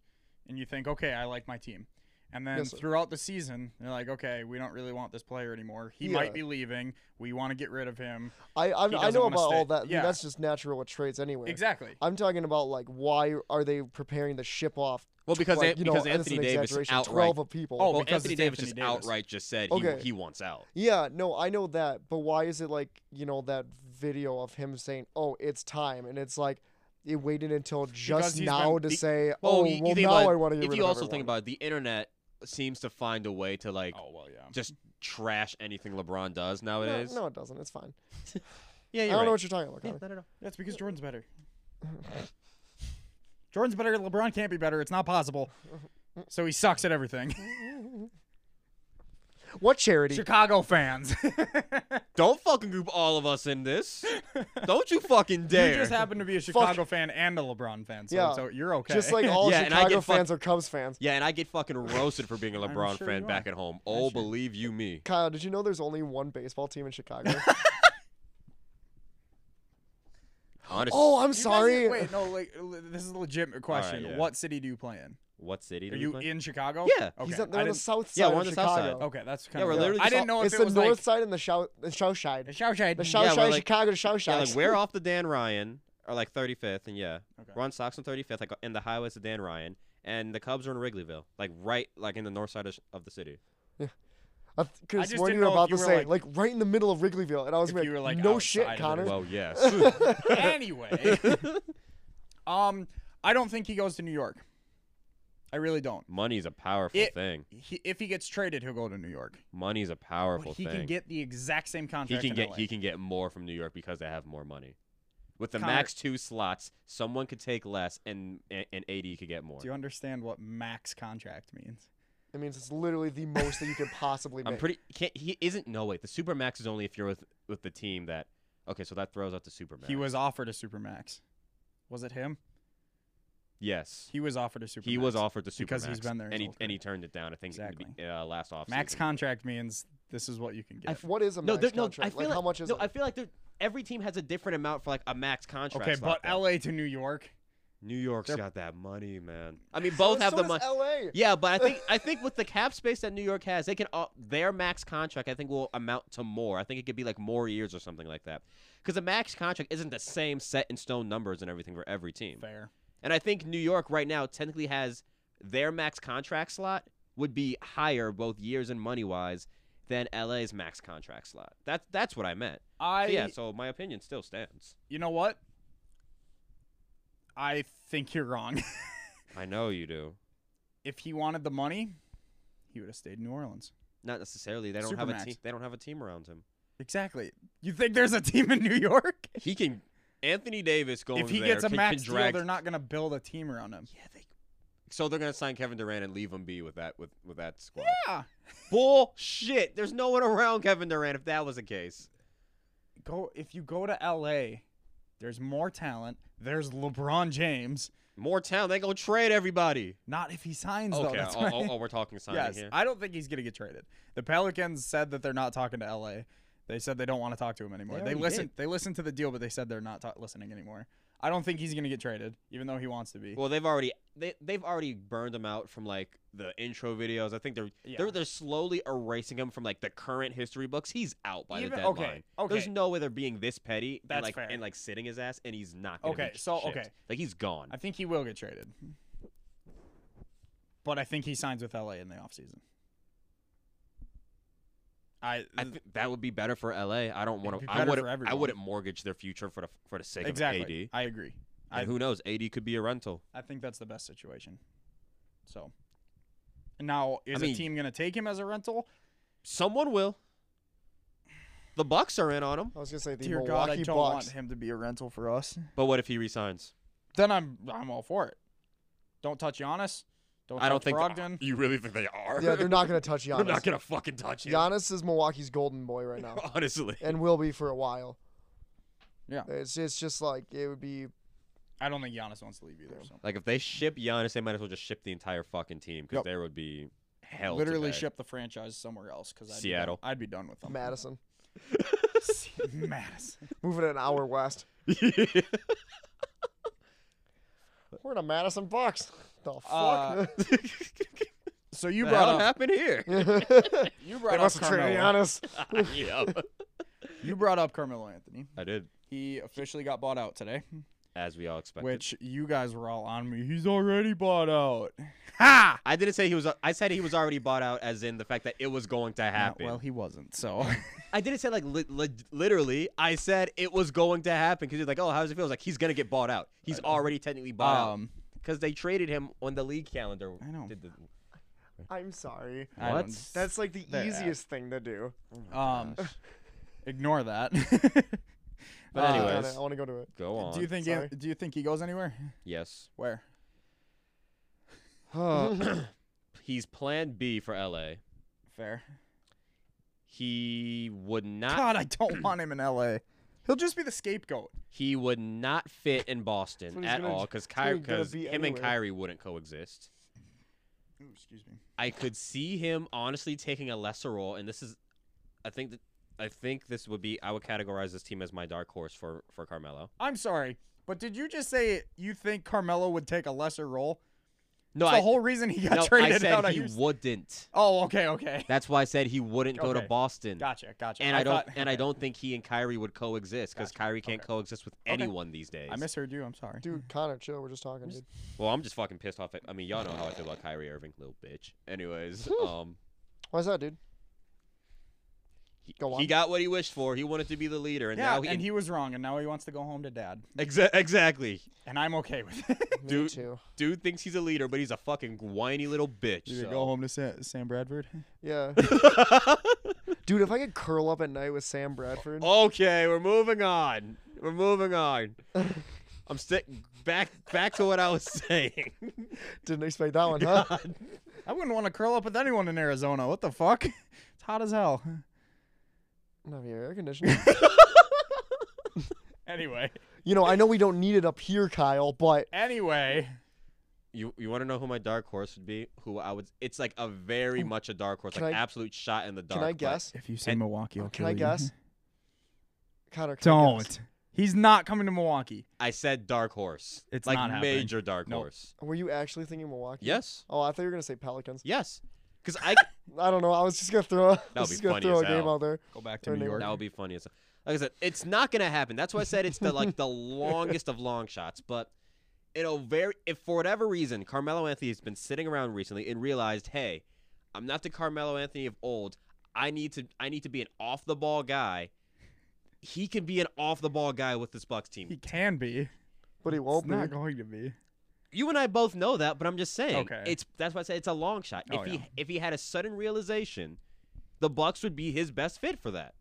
[SPEAKER 2] and you think, okay, I like my team. And then
[SPEAKER 4] Yes, sir.
[SPEAKER 2] throughout the season, they're like, okay, we don't really want this player anymore. He
[SPEAKER 4] Yeah.
[SPEAKER 2] might be leaving. We want to get rid of him.
[SPEAKER 4] I
[SPEAKER 2] he
[SPEAKER 4] I, I
[SPEAKER 2] doesn't
[SPEAKER 4] know
[SPEAKER 2] wanna
[SPEAKER 4] about all
[SPEAKER 2] stay.
[SPEAKER 4] that. I mean,
[SPEAKER 2] Yeah.
[SPEAKER 4] That's just natural with trades anyway.
[SPEAKER 2] Exactly.
[SPEAKER 4] I'm talking about like why are they preparing the ship off?
[SPEAKER 3] Well, because
[SPEAKER 4] like,
[SPEAKER 3] An-
[SPEAKER 4] you know,
[SPEAKER 3] because
[SPEAKER 4] that's
[SPEAKER 3] Anthony
[SPEAKER 4] an
[SPEAKER 3] Davis
[SPEAKER 4] exaggeration,
[SPEAKER 3] outright.
[SPEAKER 4] twelve of people.
[SPEAKER 2] Oh,
[SPEAKER 3] well,
[SPEAKER 2] because
[SPEAKER 3] Anthony
[SPEAKER 2] it's
[SPEAKER 3] Davis
[SPEAKER 2] Anthony
[SPEAKER 3] just
[SPEAKER 2] Davis.
[SPEAKER 3] outright just said
[SPEAKER 4] Okay.
[SPEAKER 3] he, he wants out.
[SPEAKER 4] Yeah, no, I know that, but why is it like you know that video of him saying, "Oh, it's time," and it's like it waited until just
[SPEAKER 2] he's
[SPEAKER 4] now
[SPEAKER 2] been-
[SPEAKER 4] to
[SPEAKER 3] the-
[SPEAKER 4] say,
[SPEAKER 3] Well,
[SPEAKER 4] "Oh,
[SPEAKER 3] you- you
[SPEAKER 4] well,
[SPEAKER 3] think
[SPEAKER 4] now
[SPEAKER 3] about-
[SPEAKER 4] I want to get
[SPEAKER 3] If
[SPEAKER 4] rid
[SPEAKER 3] you
[SPEAKER 4] of
[SPEAKER 3] also
[SPEAKER 4] everyone."
[SPEAKER 3] think about it, the internet seems to find a way to like
[SPEAKER 2] Oh, well, yeah.
[SPEAKER 3] just trash anything LeBron does
[SPEAKER 4] no,
[SPEAKER 3] nowadays.
[SPEAKER 4] no, it doesn't. It's fine.
[SPEAKER 3] Yeah, you're
[SPEAKER 4] I don't know
[SPEAKER 3] right.
[SPEAKER 4] what you're talking about.
[SPEAKER 3] Yeah,
[SPEAKER 4] Connor.
[SPEAKER 3] not at all.
[SPEAKER 2] That's because Jordan's better. Jordan's better. LeBron can't be better. It's not possible. So he sucks at everything.
[SPEAKER 4] What charity?
[SPEAKER 2] Chicago fans. you
[SPEAKER 3] Don't fucking group all of us in this. Don't you fucking dare.
[SPEAKER 2] just happen to be a Chicago fan and a LeBron fan, so,
[SPEAKER 4] Yeah.
[SPEAKER 2] so you're okay.
[SPEAKER 4] Just like all
[SPEAKER 3] Yeah, and I
[SPEAKER 4] Chicago
[SPEAKER 3] get fuck-
[SPEAKER 4] fans are Cubs fans.
[SPEAKER 3] Yeah, and I get fucking roasted for being a LeBron
[SPEAKER 2] sure
[SPEAKER 3] fan
[SPEAKER 2] you
[SPEAKER 3] back
[SPEAKER 2] are.
[SPEAKER 3] at home. Oh, believe you me.
[SPEAKER 4] Kyle, did you know there's only one baseball team in Chicago?
[SPEAKER 3] Honestly,
[SPEAKER 4] oh,
[SPEAKER 2] You
[SPEAKER 4] I'm
[SPEAKER 2] guys-
[SPEAKER 4] sorry.
[SPEAKER 2] wait, no, like le- this is a legitimate question.
[SPEAKER 3] yeah.
[SPEAKER 2] What city do you play in?
[SPEAKER 3] what city?
[SPEAKER 2] Are
[SPEAKER 3] did we
[SPEAKER 2] you
[SPEAKER 3] play?
[SPEAKER 2] in Chicago?
[SPEAKER 3] Yeah.
[SPEAKER 2] Okay.
[SPEAKER 4] He's up
[SPEAKER 2] I
[SPEAKER 4] there on the
[SPEAKER 2] didn't-
[SPEAKER 4] south side
[SPEAKER 3] Yeah, we're
[SPEAKER 4] of
[SPEAKER 3] on the south
[SPEAKER 4] Chicago.
[SPEAKER 3] side.
[SPEAKER 2] Okay, that's kind
[SPEAKER 3] Yeah,
[SPEAKER 2] of.
[SPEAKER 3] we're literally
[SPEAKER 2] I
[SPEAKER 3] just
[SPEAKER 2] didn't
[SPEAKER 3] all-
[SPEAKER 2] know if
[SPEAKER 4] it's
[SPEAKER 2] it
[SPEAKER 4] the
[SPEAKER 2] was
[SPEAKER 4] north
[SPEAKER 2] like
[SPEAKER 4] side and the south, the south side.
[SPEAKER 2] the South Side.
[SPEAKER 4] The south
[SPEAKER 3] Yeah, we're
[SPEAKER 4] side of
[SPEAKER 3] like-
[SPEAKER 4] Chicago, the south side.
[SPEAKER 3] yeah, like we're off the Dan Ryan, or like 35th, and yeah,
[SPEAKER 2] Okay.
[SPEAKER 3] we're on Sox on 35th, like in the highways to Dan Ryan, and the Cubs are in Wrigleyville, like right, like in the north side of, of the city.
[SPEAKER 2] I
[SPEAKER 4] Because
[SPEAKER 2] just
[SPEAKER 4] what
[SPEAKER 2] didn't
[SPEAKER 4] you were
[SPEAKER 2] know if
[SPEAKER 4] about
[SPEAKER 2] you
[SPEAKER 4] to
[SPEAKER 2] were,
[SPEAKER 4] say,
[SPEAKER 2] like-
[SPEAKER 4] like, right in the middle of Wrigleyville, and I was
[SPEAKER 2] If
[SPEAKER 4] like,
[SPEAKER 2] you were, like,
[SPEAKER 4] no
[SPEAKER 2] outside
[SPEAKER 4] shit,
[SPEAKER 2] of it.
[SPEAKER 4] Connor.
[SPEAKER 3] Well, yes.
[SPEAKER 2] anyway, um, I don't think he goes to New York. I really don't.
[SPEAKER 3] Money's a powerful
[SPEAKER 2] It-
[SPEAKER 3] thing.
[SPEAKER 2] He, if he gets traded, he'll go to New York.
[SPEAKER 3] Money's a
[SPEAKER 2] But
[SPEAKER 3] powerful
[SPEAKER 2] he
[SPEAKER 3] thing.
[SPEAKER 2] can get the exact same
[SPEAKER 3] he
[SPEAKER 2] contract.
[SPEAKER 3] can
[SPEAKER 2] in
[SPEAKER 3] get
[SPEAKER 2] LA.
[SPEAKER 3] he can get more from New York because they have more money. With the
[SPEAKER 2] Connor-
[SPEAKER 3] max two slots, someone could take less, and and, and AD could get more.
[SPEAKER 2] Do you understand what max contract means?
[SPEAKER 4] It means it's literally the most that you could possibly
[SPEAKER 3] I'm
[SPEAKER 4] make.
[SPEAKER 3] pretty. Can't, he isn't. No wait. The supermax is only if you're with with the team that. Okay, so that throws out the supermax.
[SPEAKER 2] He was offered a supermax. Was it him?
[SPEAKER 3] Yes.
[SPEAKER 2] He was offered a supermax.
[SPEAKER 3] He, was offered the supermax
[SPEAKER 2] Because he's been there his
[SPEAKER 3] and he
[SPEAKER 2] whole
[SPEAKER 3] and
[SPEAKER 2] career.
[SPEAKER 3] he turned it down. I think in the be-
[SPEAKER 2] Exactly.
[SPEAKER 3] uh, last off.
[SPEAKER 2] Max contract means this is what you can get.
[SPEAKER 4] what is a
[SPEAKER 3] No,
[SPEAKER 4] max
[SPEAKER 3] there, no.
[SPEAKER 4] contract?
[SPEAKER 3] I feel
[SPEAKER 4] like,
[SPEAKER 3] like
[SPEAKER 4] how much is
[SPEAKER 3] no,
[SPEAKER 4] it?
[SPEAKER 3] I feel like there- every team has a different amount for like a max contract.
[SPEAKER 2] okay,
[SPEAKER 3] slot,
[SPEAKER 2] but
[SPEAKER 3] though.
[SPEAKER 2] LA to New York.
[SPEAKER 3] New York's
[SPEAKER 2] They're-
[SPEAKER 3] got that money, man. I mean,
[SPEAKER 4] So-
[SPEAKER 3] both have
[SPEAKER 4] so
[SPEAKER 3] the
[SPEAKER 4] does
[SPEAKER 3] money.
[SPEAKER 4] LA.
[SPEAKER 3] Yeah, but I think I think with the cap space that New York has, they can all, their max contract I think will amount to more. I think it could be like more years or something like that. Because a max contract isn't the same set in stone numbers and everything for every team.
[SPEAKER 2] Fair.
[SPEAKER 3] And I think New York right now technically has their max contract slot would be higher both years and money wise than LA's max contract slot. That's that's what I meant.
[SPEAKER 2] I
[SPEAKER 3] So, yeah, so my opinion still stands.
[SPEAKER 2] you know what? I think you're wrong.
[SPEAKER 3] I know you do.
[SPEAKER 2] if he wanted the money, he would have stayed in New Orleans.
[SPEAKER 3] Not necessarily. They don't have
[SPEAKER 2] Supermax.
[SPEAKER 3] a team. They don't have a team around him.
[SPEAKER 2] Exactly. You think there's a team in New York?
[SPEAKER 3] He can. Anthony Davis going
[SPEAKER 2] if he
[SPEAKER 3] there
[SPEAKER 2] gets a
[SPEAKER 3] can-
[SPEAKER 2] max
[SPEAKER 3] can
[SPEAKER 2] deal,
[SPEAKER 3] drag
[SPEAKER 2] they're not going to build a team around him.
[SPEAKER 3] Yeah, they. So they're gonna sign Kevin Durant and leave him be with that with with that squad.
[SPEAKER 2] Yeah.
[SPEAKER 3] Bullshit. There's no one around Kevin Durant if that was the case.
[SPEAKER 2] Go if you go to LA, there's more talent. There's LeBron James.
[SPEAKER 3] More town. They gonna trade everybody.
[SPEAKER 2] Not if he signs though.
[SPEAKER 3] Okay.
[SPEAKER 2] That's
[SPEAKER 3] oh,
[SPEAKER 2] why-
[SPEAKER 3] oh, oh, we're talking signing
[SPEAKER 2] yes,
[SPEAKER 3] here.
[SPEAKER 2] I don't think he's going to get traded. The Pelicans said that they're not talking to LA. They said they don't want to talk to him anymore.
[SPEAKER 3] They
[SPEAKER 2] They,
[SPEAKER 3] already
[SPEAKER 2] listened.
[SPEAKER 3] did.
[SPEAKER 2] They listened to the deal, but they said they're not ta- listening anymore. I don't think he's going to get traded, even though he wants to be.
[SPEAKER 3] well, they've already they they've already burned him out from like the intro videos. I think they're
[SPEAKER 2] Yeah.
[SPEAKER 3] they're they're slowly erasing him from like the current history books. He's out by the
[SPEAKER 2] Even- okay,
[SPEAKER 3] deadline. There's
[SPEAKER 2] okay.
[SPEAKER 3] no way they're being this petty
[SPEAKER 2] That's
[SPEAKER 3] and like
[SPEAKER 2] fair.
[SPEAKER 3] and like sitting his ass and he's not gonna be
[SPEAKER 2] Okay, so,
[SPEAKER 3] shipped.
[SPEAKER 2] okay.
[SPEAKER 3] Like he's gone.
[SPEAKER 2] I think he will get traded. but I think he signs with LA in the offseason. I,
[SPEAKER 3] I think that would be better for LA. I don't want
[SPEAKER 2] It'd
[SPEAKER 3] to.
[SPEAKER 2] be
[SPEAKER 3] I
[SPEAKER 2] better
[SPEAKER 3] wouldn't.
[SPEAKER 2] for
[SPEAKER 3] I
[SPEAKER 2] everyone.
[SPEAKER 3] wouldn't mortgage their future for the for the sake of AD.
[SPEAKER 2] exactly.
[SPEAKER 3] And
[SPEAKER 2] I agree. I-
[SPEAKER 3] who knows? AD could be a rental.
[SPEAKER 2] I think that's the best situation. So now is
[SPEAKER 3] mean-
[SPEAKER 2] a team going to take him as a rental?
[SPEAKER 3] Someone will. The Bucks are in on him.
[SPEAKER 4] I was gonna say the
[SPEAKER 2] Dear God, I
[SPEAKER 4] Milwaukee
[SPEAKER 2] don't want
[SPEAKER 4] Bucks.
[SPEAKER 2] him to be a rental for us.
[SPEAKER 3] But what if he resigns?
[SPEAKER 2] Then I'm I'm all for it. Don't touch Giannis. Don't
[SPEAKER 3] I don't
[SPEAKER 2] touch
[SPEAKER 3] think
[SPEAKER 2] Brogdon.
[SPEAKER 3] you really think they are.
[SPEAKER 4] Yeah, they're not gonna touch Giannis.
[SPEAKER 3] They're not gonna fucking touch him.
[SPEAKER 4] Giannis is Milwaukee's golden boy right now,
[SPEAKER 3] Honestly,
[SPEAKER 4] and will be for a while.
[SPEAKER 2] Yeah.
[SPEAKER 4] It's it's just like it would be.
[SPEAKER 2] I don't think Giannis wants to leave either. So.
[SPEAKER 3] like if they ship Giannis, they might as well just ship the entire fucking team because
[SPEAKER 2] Yep.
[SPEAKER 3] there would be hell. to
[SPEAKER 2] Literally
[SPEAKER 3] pay.
[SPEAKER 2] ship the franchise somewhere else because I'd
[SPEAKER 3] Seattle.
[SPEAKER 2] Be done, I'd be done with them.
[SPEAKER 4] Madison.
[SPEAKER 2] Madison.
[SPEAKER 4] Moving an hour west. We're the Madison Bucks. The fuck?
[SPEAKER 2] Uh, So you
[SPEAKER 3] The
[SPEAKER 2] brought
[SPEAKER 3] hell
[SPEAKER 2] up
[SPEAKER 3] happened here?
[SPEAKER 4] they
[SPEAKER 2] you brought up
[SPEAKER 4] must have traded
[SPEAKER 2] Carmelo.
[SPEAKER 4] Giannis.
[SPEAKER 3] Yep.
[SPEAKER 2] You brought up Carmelo Anthony.
[SPEAKER 3] I did,
[SPEAKER 2] He officially got bought out today,
[SPEAKER 3] as we all expected.
[SPEAKER 2] which you guys were all on me. He's already bought out. Ha!
[SPEAKER 3] I didn't say he was. I said he was already bought out, as in the fact that it was going to happen.
[SPEAKER 2] well, he wasn't. So
[SPEAKER 3] I didn't say like li- li- literally. I said it was going to happen because he's like, oh, how does it feel? It's like he's gonna get bought out. He's already technically bought out
[SPEAKER 2] um,
[SPEAKER 3] because they traded him on the league calendar.
[SPEAKER 2] I know.
[SPEAKER 3] Did the,
[SPEAKER 4] I'm sorry.
[SPEAKER 2] I
[SPEAKER 3] What?
[SPEAKER 2] don't-
[SPEAKER 4] That's like the
[SPEAKER 2] They're ass.
[SPEAKER 4] easiest thing to do.
[SPEAKER 2] um, ignore that.
[SPEAKER 3] But
[SPEAKER 2] Uh,
[SPEAKER 4] I got
[SPEAKER 3] anyways.
[SPEAKER 4] it. I want to go to it.
[SPEAKER 3] go on.
[SPEAKER 2] do you think
[SPEAKER 4] Sorry.
[SPEAKER 2] do you think he goes anywhere?
[SPEAKER 3] yes.
[SPEAKER 2] Where?
[SPEAKER 3] he's Plan B for LA.
[SPEAKER 2] Fair.
[SPEAKER 3] He would not.
[SPEAKER 2] God, I don't want him in L.A. He'll just be the scapegoat.
[SPEAKER 3] He would not fit in
[SPEAKER 4] what
[SPEAKER 3] Boston
[SPEAKER 4] he's
[SPEAKER 3] at
[SPEAKER 4] gonna-
[SPEAKER 3] all because
[SPEAKER 4] what he's gonna
[SPEAKER 3] because
[SPEAKER 4] be
[SPEAKER 3] him and
[SPEAKER 4] anyway.
[SPEAKER 3] Kyrie wouldn't coexist.
[SPEAKER 2] Ooh, excuse me.
[SPEAKER 3] I could see him honestly taking a lesser role, and this is, I think that I think this would be I would categorize this team as my dark horse for for Carmelo.
[SPEAKER 2] I'm sorry, but did you just say you think Carmelo would take a lesser role?
[SPEAKER 3] No,
[SPEAKER 2] That's
[SPEAKER 3] I,
[SPEAKER 2] the whole reason he got
[SPEAKER 3] no,
[SPEAKER 2] traded
[SPEAKER 3] I said
[SPEAKER 2] out. of
[SPEAKER 3] he
[SPEAKER 2] Houston.
[SPEAKER 3] wouldn't.
[SPEAKER 2] oh, okay, okay.
[SPEAKER 3] That's why I said he wouldn't go to
[SPEAKER 2] Okay.
[SPEAKER 3] Boston.
[SPEAKER 2] Gotcha, gotcha.
[SPEAKER 3] And I, don't
[SPEAKER 2] thought-
[SPEAKER 3] and I
[SPEAKER 2] okay.
[SPEAKER 3] don't think he and Kyrie would coexist because
[SPEAKER 2] Gotcha.
[SPEAKER 3] Kyrie can't
[SPEAKER 2] Okay.
[SPEAKER 3] coexist with anyone these days.
[SPEAKER 2] I misheard you. I'm sorry.
[SPEAKER 4] Dude, Connor, chill. We're just talking, dude.
[SPEAKER 3] well, I'm just fucking pissed off. At, I mean, y'all know how I feel about Kyrie Irving, little bitch. Anyways, um,
[SPEAKER 4] Why's that, dude?
[SPEAKER 3] he,
[SPEAKER 4] Go
[SPEAKER 3] he
[SPEAKER 4] on.
[SPEAKER 3] got what he wished for. He wanted to be the leader, and
[SPEAKER 2] yeah,
[SPEAKER 3] now he,
[SPEAKER 2] and he was wrong, and now he wants to go home to dad,
[SPEAKER 3] exa- exactly.
[SPEAKER 2] and I'm okay with it.
[SPEAKER 4] Me
[SPEAKER 3] Dude,
[SPEAKER 4] too.
[SPEAKER 3] dude thinks he's a leader, but he's a fucking whiny little bitch. so-
[SPEAKER 2] home to Sam, Sam Bradford.
[SPEAKER 4] Yeah. dude, if I could curl up at night with Sam Bradford,
[SPEAKER 3] Oh. Okay, we're moving on. We're moving on. I'm stick back back to what I was saying.
[SPEAKER 4] didn't expect that one, huh?
[SPEAKER 2] I wouldn't want to curl up with anyone in Arizona. What the fuck? It's hot as hell.
[SPEAKER 4] Not your air conditioning.
[SPEAKER 2] Anyway,
[SPEAKER 4] you know, I know we don't need it up here, Kyle, but
[SPEAKER 2] anyway,
[SPEAKER 3] You you want to know who my dark horse would be? Who I would? It's like a very much a dark horse,
[SPEAKER 4] Can
[SPEAKER 3] like
[SPEAKER 4] I-
[SPEAKER 3] absolute shot in the dark.
[SPEAKER 4] can I
[SPEAKER 3] but-
[SPEAKER 4] guess?
[SPEAKER 2] if you say
[SPEAKER 3] And-
[SPEAKER 2] Milwaukee, I'll
[SPEAKER 4] Can I guess? Connor, can I
[SPEAKER 2] Don't.
[SPEAKER 4] guess?
[SPEAKER 2] He's not coming to Milwaukee.
[SPEAKER 3] I said dark horse.
[SPEAKER 2] It's
[SPEAKER 3] like
[SPEAKER 2] not happening.
[SPEAKER 3] major dark
[SPEAKER 2] Nope.
[SPEAKER 3] horse.
[SPEAKER 4] Were you actually thinking Milwaukee?
[SPEAKER 3] Yes,
[SPEAKER 4] Oh, I thought you were gonna say Pelicans.
[SPEAKER 3] yes. Because I
[SPEAKER 4] I don't know. I was just gonna throw. I
[SPEAKER 3] would
[SPEAKER 4] was
[SPEAKER 3] be
[SPEAKER 4] just gonna
[SPEAKER 3] funny
[SPEAKER 4] throw
[SPEAKER 3] as
[SPEAKER 4] a game
[SPEAKER 3] hell.
[SPEAKER 4] out there.
[SPEAKER 2] Go back
[SPEAKER 4] to New York.
[SPEAKER 3] that would be funny as like I said, it's not gonna happen. That's why I said it's the like the longest of long shots. But it'll very if for whatever reason Carmelo Anthony has been sitting around recently and realized, hey, I'm not the Carmelo Anthony of old. I need to I need to be an off the ball guy. He can be an off the ball guy with this Bucks
[SPEAKER 2] He
[SPEAKER 3] team.
[SPEAKER 2] can be.
[SPEAKER 4] But he won't
[SPEAKER 2] it's not
[SPEAKER 4] be.
[SPEAKER 2] going to be.
[SPEAKER 3] You and I both know that, but I'm just saying
[SPEAKER 2] Okay.
[SPEAKER 3] it's that's why I said it's a long shot.
[SPEAKER 2] Oh,
[SPEAKER 3] if he
[SPEAKER 2] yeah.
[SPEAKER 3] if he had a sudden realization, the Bucks would be his best fit for that.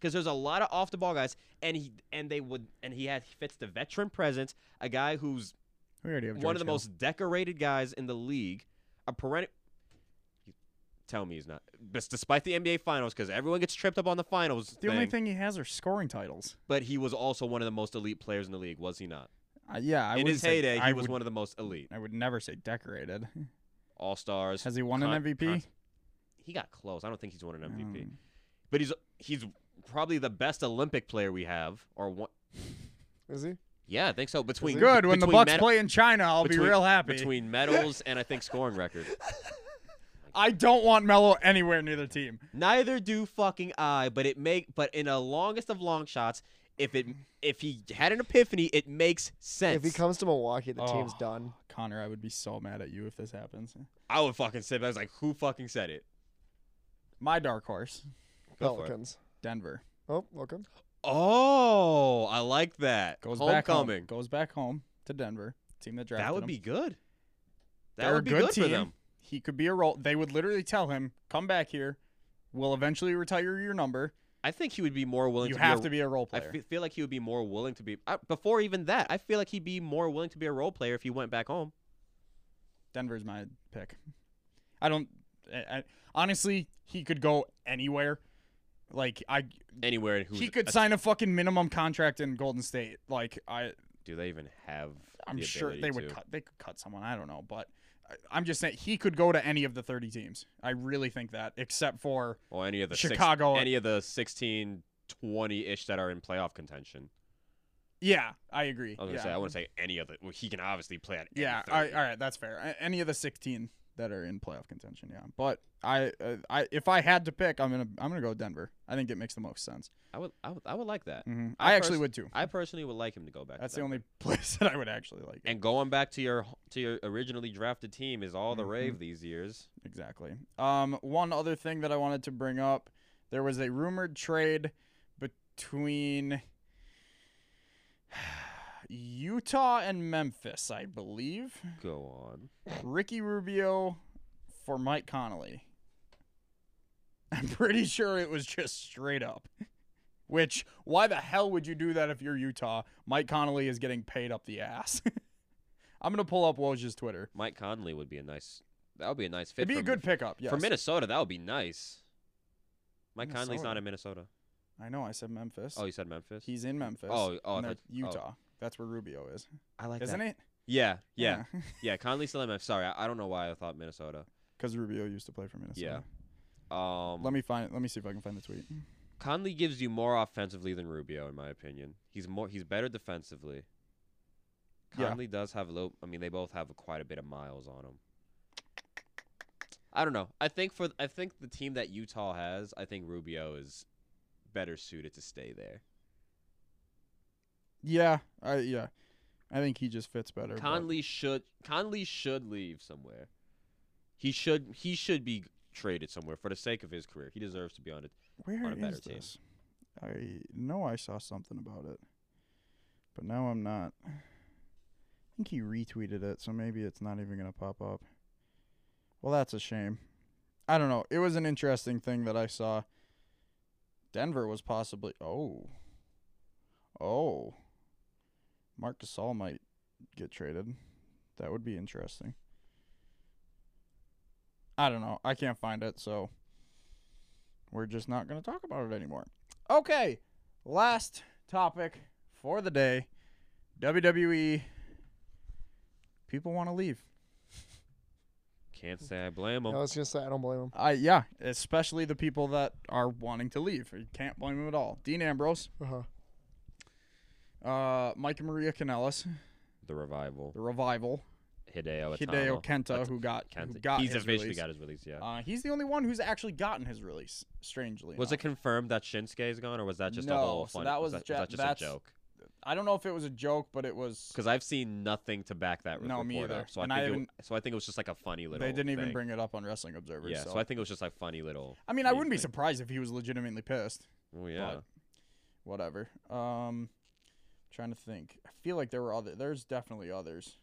[SPEAKER 3] Because there's a lot of off the ball guys, and he and they would and he had he fits the veteran presence, a guy who's
[SPEAKER 2] We already have
[SPEAKER 3] one of the
[SPEAKER 2] George Hill.
[SPEAKER 3] most decorated guys in the league, a perennial. Tell me he's not. But despite the NBA Finals, because everyone gets tripped up on the finals.
[SPEAKER 2] The only thing he has are scoring titles.
[SPEAKER 3] But he was also one of the most elite players in the league, was he not?
[SPEAKER 2] Uh, yeah, I
[SPEAKER 3] in
[SPEAKER 2] wouldn't
[SPEAKER 3] his
[SPEAKER 2] say-
[SPEAKER 3] heyday, he
[SPEAKER 2] I
[SPEAKER 3] was
[SPEAKER 2] would-
[SPEAKER 3] one of the most elite.
[SPEAKER 2] I would never say decorated.
[SPEAKER 3] All stars.
[SPEAKER 2] Has he won
[SPEAKER 3] Con-
[SPEAKER 2] an MVP?
[SPEAKER 3] con- he got close. I don't think he's won an MVP,
[SPEAKER 2] Um,
[SPEAKER 3] but he's he's probably the best Olympic player we have. Or one,
[SPEAKER 4] Is he?
[SPEAKER 3] yeah, I think so. Between
[SPEAKER 2] Good. When the
[SPEAKER 3] between
[SPEAKER 2] Bucks
[SPEAKER 3] meda-
[SPEAKER 2] play in China, I'll
[SPEAKER 3] between-
[SPEAKER 2] be real happy.
[SPEAKER 3] between medals and I think scoring record.
[SPEAKER 2] I don't want Melo anywhere near the team.
[SPEAKER 3] Neither do fucking I. But it make but in a longest of long shots, if it if he had an epiphany, it makes sense.
[SPEAKER 4] If he comes to Milwaukee, the team's
[SPEAKER 2] Oh,
[SPEAKER 4] done.
[SPEAKER 2] Connor, I would be so mad at you if this happens.
[SPEAKER 3] I would fucking say, but I was like, who fucking said it?
[SPEAKER 2] My dark horse,
[SPEAKER 3] Go for it.
[SPEAKER 4] Pelicans.
[SPEAKER 2] Denver,
[SPEAKER 4] Oh, welcome.
[SPEAKER 3] Oh, I like that.
[SPEAKER 2] goes back home.
[SPEAKER 3] Homecoming.
[SPEAKER 2] Goes back home to Denver. Team that drafted
[SPEAKER 3] That would
[SPEAKER 2] him.
[SPEAKER 3] be good. That
[SPEAKER 2] They're
[SPEAKER 3] would be
[SPEAKER 2] a good,
[SPEAKER 3] good
[SPEAKER 2] team.
[SPEAKER 3] for them.
[SPEAKER 2] He could be a role. They would literally tell him, "Come back here. We'll eventually retire your number.
[SPEAKER 3] I think he would be more willing
[SPEAKER 2] You
[SPEAKER 3] to
[SPEAKER 2] have
[SPEAKER 3] be a,
[SPEAKER 2] to be a role
[SPEAKER 3] I
[SPEAKER 2] player."
[SPEAKER 3] fe- feel like he would be more willing to be I, before even that. I feel like he'd be more willing to be a role player if he went back home.
[SPEAKER 2] Denver's my pick. I don't. I, I, honestly, he could go anywhere. Like I,
[SPEAKER 3] Anywhere in who's
[SPEAKER 2] he could
[SPEAKER 3] a-
[SPEAKER 2] sign a fucking minimum contract in Golden State. Like I,
[SPEAKER 3] Do they even have?
[SPEAKER 2] I'm
[SPEAKER 3] the
[SPEAKER 2] sure
[SPEAKER 3] ability
[SPEAKER 2] they would
[SPEAKER 3] to?
[SPEAKER 2] cut. They could cut someone. I don't know, but I, I'm just saying he could go to any of the 30 teams. I really think that, except for
[SPEAKER 3] or any of the
[SPEAKER 2] Chicago-
[SPEAKER 3] six, any of the 16, 20 ish that are in playoff contention.
[SPEAKER 2] yeah, I agree.
[SPEAKER 3] I was gonna
[SPEAKER 2] yeah.
[SPEAKER 3] say I wouldn't say any of the. Well, he can obviously play at. any
[SPEAKER 2] Yeah,
[SPEAKER 3] 30.
[SPEAKER 2] all right, all right, that's fair. A- Any of the 16 that are in playoff contention, yeah. But I, uh, I, if I had to pick, I'm gonna, I'm gonna go Denver. I think it makes the most sense.
[SPEAKER 3] I would, I would, I would like that.
[SPEAKER 2] Mhm.
[SPEAKER 3] I
[SPEAKER 2] I, actually
[SPEAKER 3] pers-
[SPEAKER 2] would too.
[SPEAKER 3] I personally would like him to go back. to
[SPEAKER 2] That's the
[SPEAKER 3] Denver.
[SPEAKER 2] only place that I would actually like. it.
[SPEAKER 3] And going back to your to your originally drafted team is all the
[SPEAKER 2] Mhm.
[SPEAKER 3] rave these years.
[SPEAKER 2] Exactly. Um, one other thing that I wanted to bring up, there was a rumored trade between Utah and Memphis, I believe.
[SPEAKER 3] Go on.
[SPEAKER 2] Ricky Rubio for Mike Connolly. I'm pretty sure it was just straight up. Which, why the hell would you do that if you're Utah? Mike Connolly is getting paid up the ass. I'm gonna pull up Woj's Twitter.
[SPEAKER 3] Mike Conley would be a nice. That would be a nice fit.
[SPEAKER 2] It'd be a
[SPEAKER 3] for-
[SPEAKER 2] good pickup. Yes.
[SPEAKER 3] for Minnesota. That would be nice. Mike Conley's
[SPEAKER 2] Minnesota.
[SPEAKER 3] not in Minnesota.
[SPEAKER 2] I know. I said Memphis.
[SPEAKER 3] Oh, you said Memphis.
[SPEAKER 2] he's in Memphis.
[SPEAKER 3] Oh, oh, I
[SPEAKER 2] and they're
[SPEAKER 3] thought-
[SPEAKER 2] Utah.
[SPEAKER 3] oh.
[SPEAKER 2] That's where Rubio is,
[SPEAKER 3] I like
[SPEAKER 2] isn't
[SPEAKER 3] that.
[SPEAKER 2] it?
[SPEAKER 3] Yeah, yeah, yeah. Conley's still in Memphis. Sorry, I, I don't know why I thought Minnesota.
[SPEAKER 2] Because Rubio used to play for Minnesota.
[SPEAKER 3] Um,
[SPEAKER 2] Let me find. Let me see if I can find the tweet.
[SPEAKER 3] Conley gives you more offensively than Rubio, in my opinion. He's more he's better defensively.
[SPEAKER 2] Yeah.
[SPEAKER 3] Conley does have a low. I mean, they both have quite a bit of miles on them. I don't know. I think for I think the team that Utah has, I think Rubio is better suited to stay there.
[SPEAKER 2] Yeah. I yeah. I think he just fits better. but-
[SPEAKER 3] Conley should Conley should leave somewhere. He should he should be traded somewhere for the sake of his career. He deserves to be on it.
[SPEAKER 2] Where
[SPEAKER 3] on a better
[SPEAKER 2] is
[SPEAKER 3] team.
[SPEAKER 2] this? I know I saw something about it, but now I'm not. I think he retweeted it, so maybe it's not even gonna pop up. Well, that's a shame. I don't know. It was an interesting thing that I saw. Denver was possibly. Oh. Oh. Mark Gasol might get traded. That would be interesting. I don't know. I can't find it, so we're just not going to talk about it anymore. Okay, last topic for the day WWE. People want to leave.
[SPEAKER 3] Can't say I blame
[SPEAKER 2] Oh.
[SPEAKER 3] him.
[SPEAKER 4] I was gonna say I don't blame him.
[SPEAKER 2] I yeah, especially the people that are wanting to leave. You can't blame them at all. Dean Ambrose,
[SPEAKER 4] Uh-huh.
[SPEAKER 2] uh, Mike and Maria Kanellis,
[SPEAKER 3] The revival.
[SPEAKER 2] the revival,
[SPEAKER 3] Hideo
[SPEAKER 2] Hideo
[SPEAKER 3] Itama.
[SPEAKER 2] Kenta,
[SPEAKER 3] That's-
[SPEAKER 2] who got who
[SPEAKER 3] Kenta.
[SPEAKER 2] got
[SPEAKER 3] he's
[SPEAKER 2] his
[SPEAKER 3] officially
[SPEAKER 2] release.
[SPEAKER 3] got his release. Yeah.
[SPEAKER 2] Uh, he's the only one who's actually gotten his release. Strangely,
[SPEAKER 3] was it
[SPEAKER 2] enough.
[SPEAKER 3] confirmed that Shinsuke is gone, or was that just a
[SPEAKER 2] No,
[SPEAKER 3] whole
[SPEAKER 2] so
[SPEAKER 3] fun?
[SPEAKER 2] that was
[SPEAKER 3] was, that,
[SPEAKER 2] ju-
[SPEAKER 3] was that just
[SPEAKER 2] that's-
[SPEAKER 3] a joke?
[SPEAKER 2] I don't know if it was a joke, but it was.
[SPEAKER 3] Because I've seen nothing to back that re-
[SPEAKER 2] No,
[SPEAKER 3] report
[SPEAKER 2] me either.
[SPEAKER 3] up. So I
[SPEAKER 2] And
[SPEAKER 3] think
[SPEAKER 2] I
[SPEAKER 3] it, w-
[SPEAKER 2] haven't-
[SPEAKER 3] so I think it was just like a funny little.
[SPEAKER 2] They didn't even
[SPEAKER 3] thing.
[SPEAKER 2] bring it up on Wrestling Observer.
[SPEAKER 3] Yeah, so I think it was just like funny little.
[SPEAKER 2] I mean, I
[SPEAKER 3] you
[SPEAKER 2] wouldn't be
[SPEAKER 3] think?
[SPEAKER 2] surprised if he was legitimately pissed.
[SPEAKER 3] Oh yeah.
[SPEAKER 2] But whatever. Um, trying to think. I feel like there were other. There's definitely others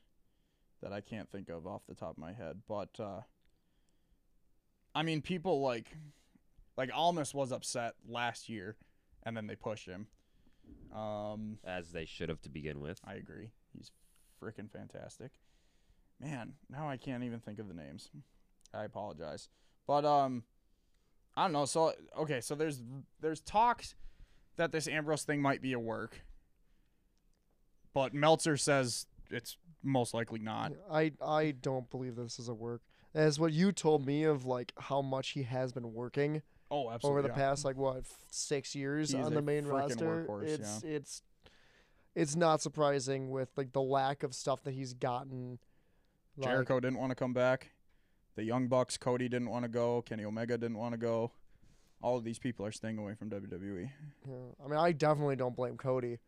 [SPEAKER 2] that I can't think of off the top of my head. But uh, I mean, people like like Almas was upset last year, and then they pushed him. Um,
[SPEAKER 3] As they should have to begin with.
[SPEAKER 2] I agree. He's freaking fantastic. Man, now I can't even think of the names. I apologize. But um I don't know. So okay, so there's there's talks that this Ambrose thing might be a work. But Meltzer says it's most likely not.
[SPEAKER 4] I I don't believe this is a work. As what you told me of like how much he has been working
[SPEAKER 2] Oh,
[SPEAKER 4] over
[SPEAKER 2] absolutely.
[SPEAKER 4] the
[SPEAKER 2] yeah.
[SPEAKER 4] past like what f- six years
[SPEAKER 2] He is
[SPEAKER 4] on
[SPEAKER 2] a
[SPEAKER 4] the main
[SPEAKER 2] frickin'
[SPEAKER 4] roster.
[SPEAKER 2] workhorse,
[SPEAKER 4] it's it's it's not surprising with like the lack of stuff that he's gotten. like-
[SPEAKER 2] Jericho didn't want to come back. The Young Bucks, Cody didn't want to go. Kenny Omega didn't want to go. All of these people are staying away from E. WWE.
[SPEAKER 4] Yeah. I mean, I definitely don't blame Cody.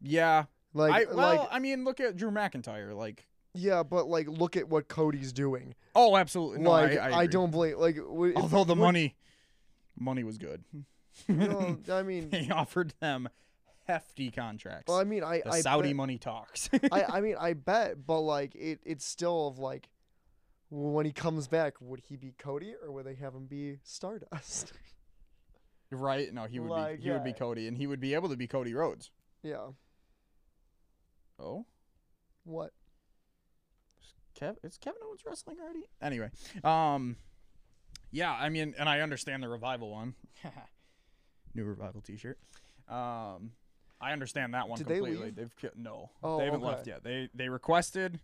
[SPEAKER 2] Yeah,
[SPEAKER 4] Like
[SPEAKER 2] I, well,
[SPEAKER 4] like
[SPEAKER 2] I mean, look at Drew McIntyre. Like
[SPEAKER 4] Yeah, but like, look at what Cody's doing.
[SPEAKER 2] Oh, absolutely. No,
[SPEAKER 4] like,
[SPEAKER 2] I, I,
[SPEAKER 4] I,
[SPEAKER 2] agree.
[SPEAKER 4] don't believe. Like, w- if-
[SPEAKER 2] Although the
[SPEAKER 4] would-
[SPEAKER 2] money, money was good.
[SPEAKER 4] No, I mean,
[SPEAKER 2] they offered them hefty contracts.
[SPEAKER 4] well, I mean, I,
[SPEAKER 2] the
[SPEAKER 4] I
[SPEAKER 2] Saudi
[SPEAKER 4] bet-
[SPEAKER 2] money talks.
[SPEAKER 4] I, I mean, I bet, but like it, it's still of like when he comes back, would he be Cody or would they have him be Stardust?
[SPEAKER 2] right? No, he would
[SPEAKER 4] Like,
[SPEAKER 2] be he would be
[SPEAKER 4] yeah.
[SPEAKER 2] Cody, and he would be able to be Cody Rhodes.
[SPEAKER 4] yeah.
[SPEAKER 2] Oh,
[SPEAKER 4] What?
[SPEAKER 2] Kev, it's Kevin Owens wrestling already. Anyway, um, yeah, I mean, and I understand the revival one. New revival T-shirt. Um, I understand that one
[SPEAKER 4] Did they
[SPEAKER 2] completely.
[SPEAKER 4] leave?
[SPEAKER 2] have ki- no,
[SPEAKER 4] Oh,
[SPEAKER 2] they haven't
[SPEAKER 4] okay.
[SPEAKER 2] left yet. They they requested,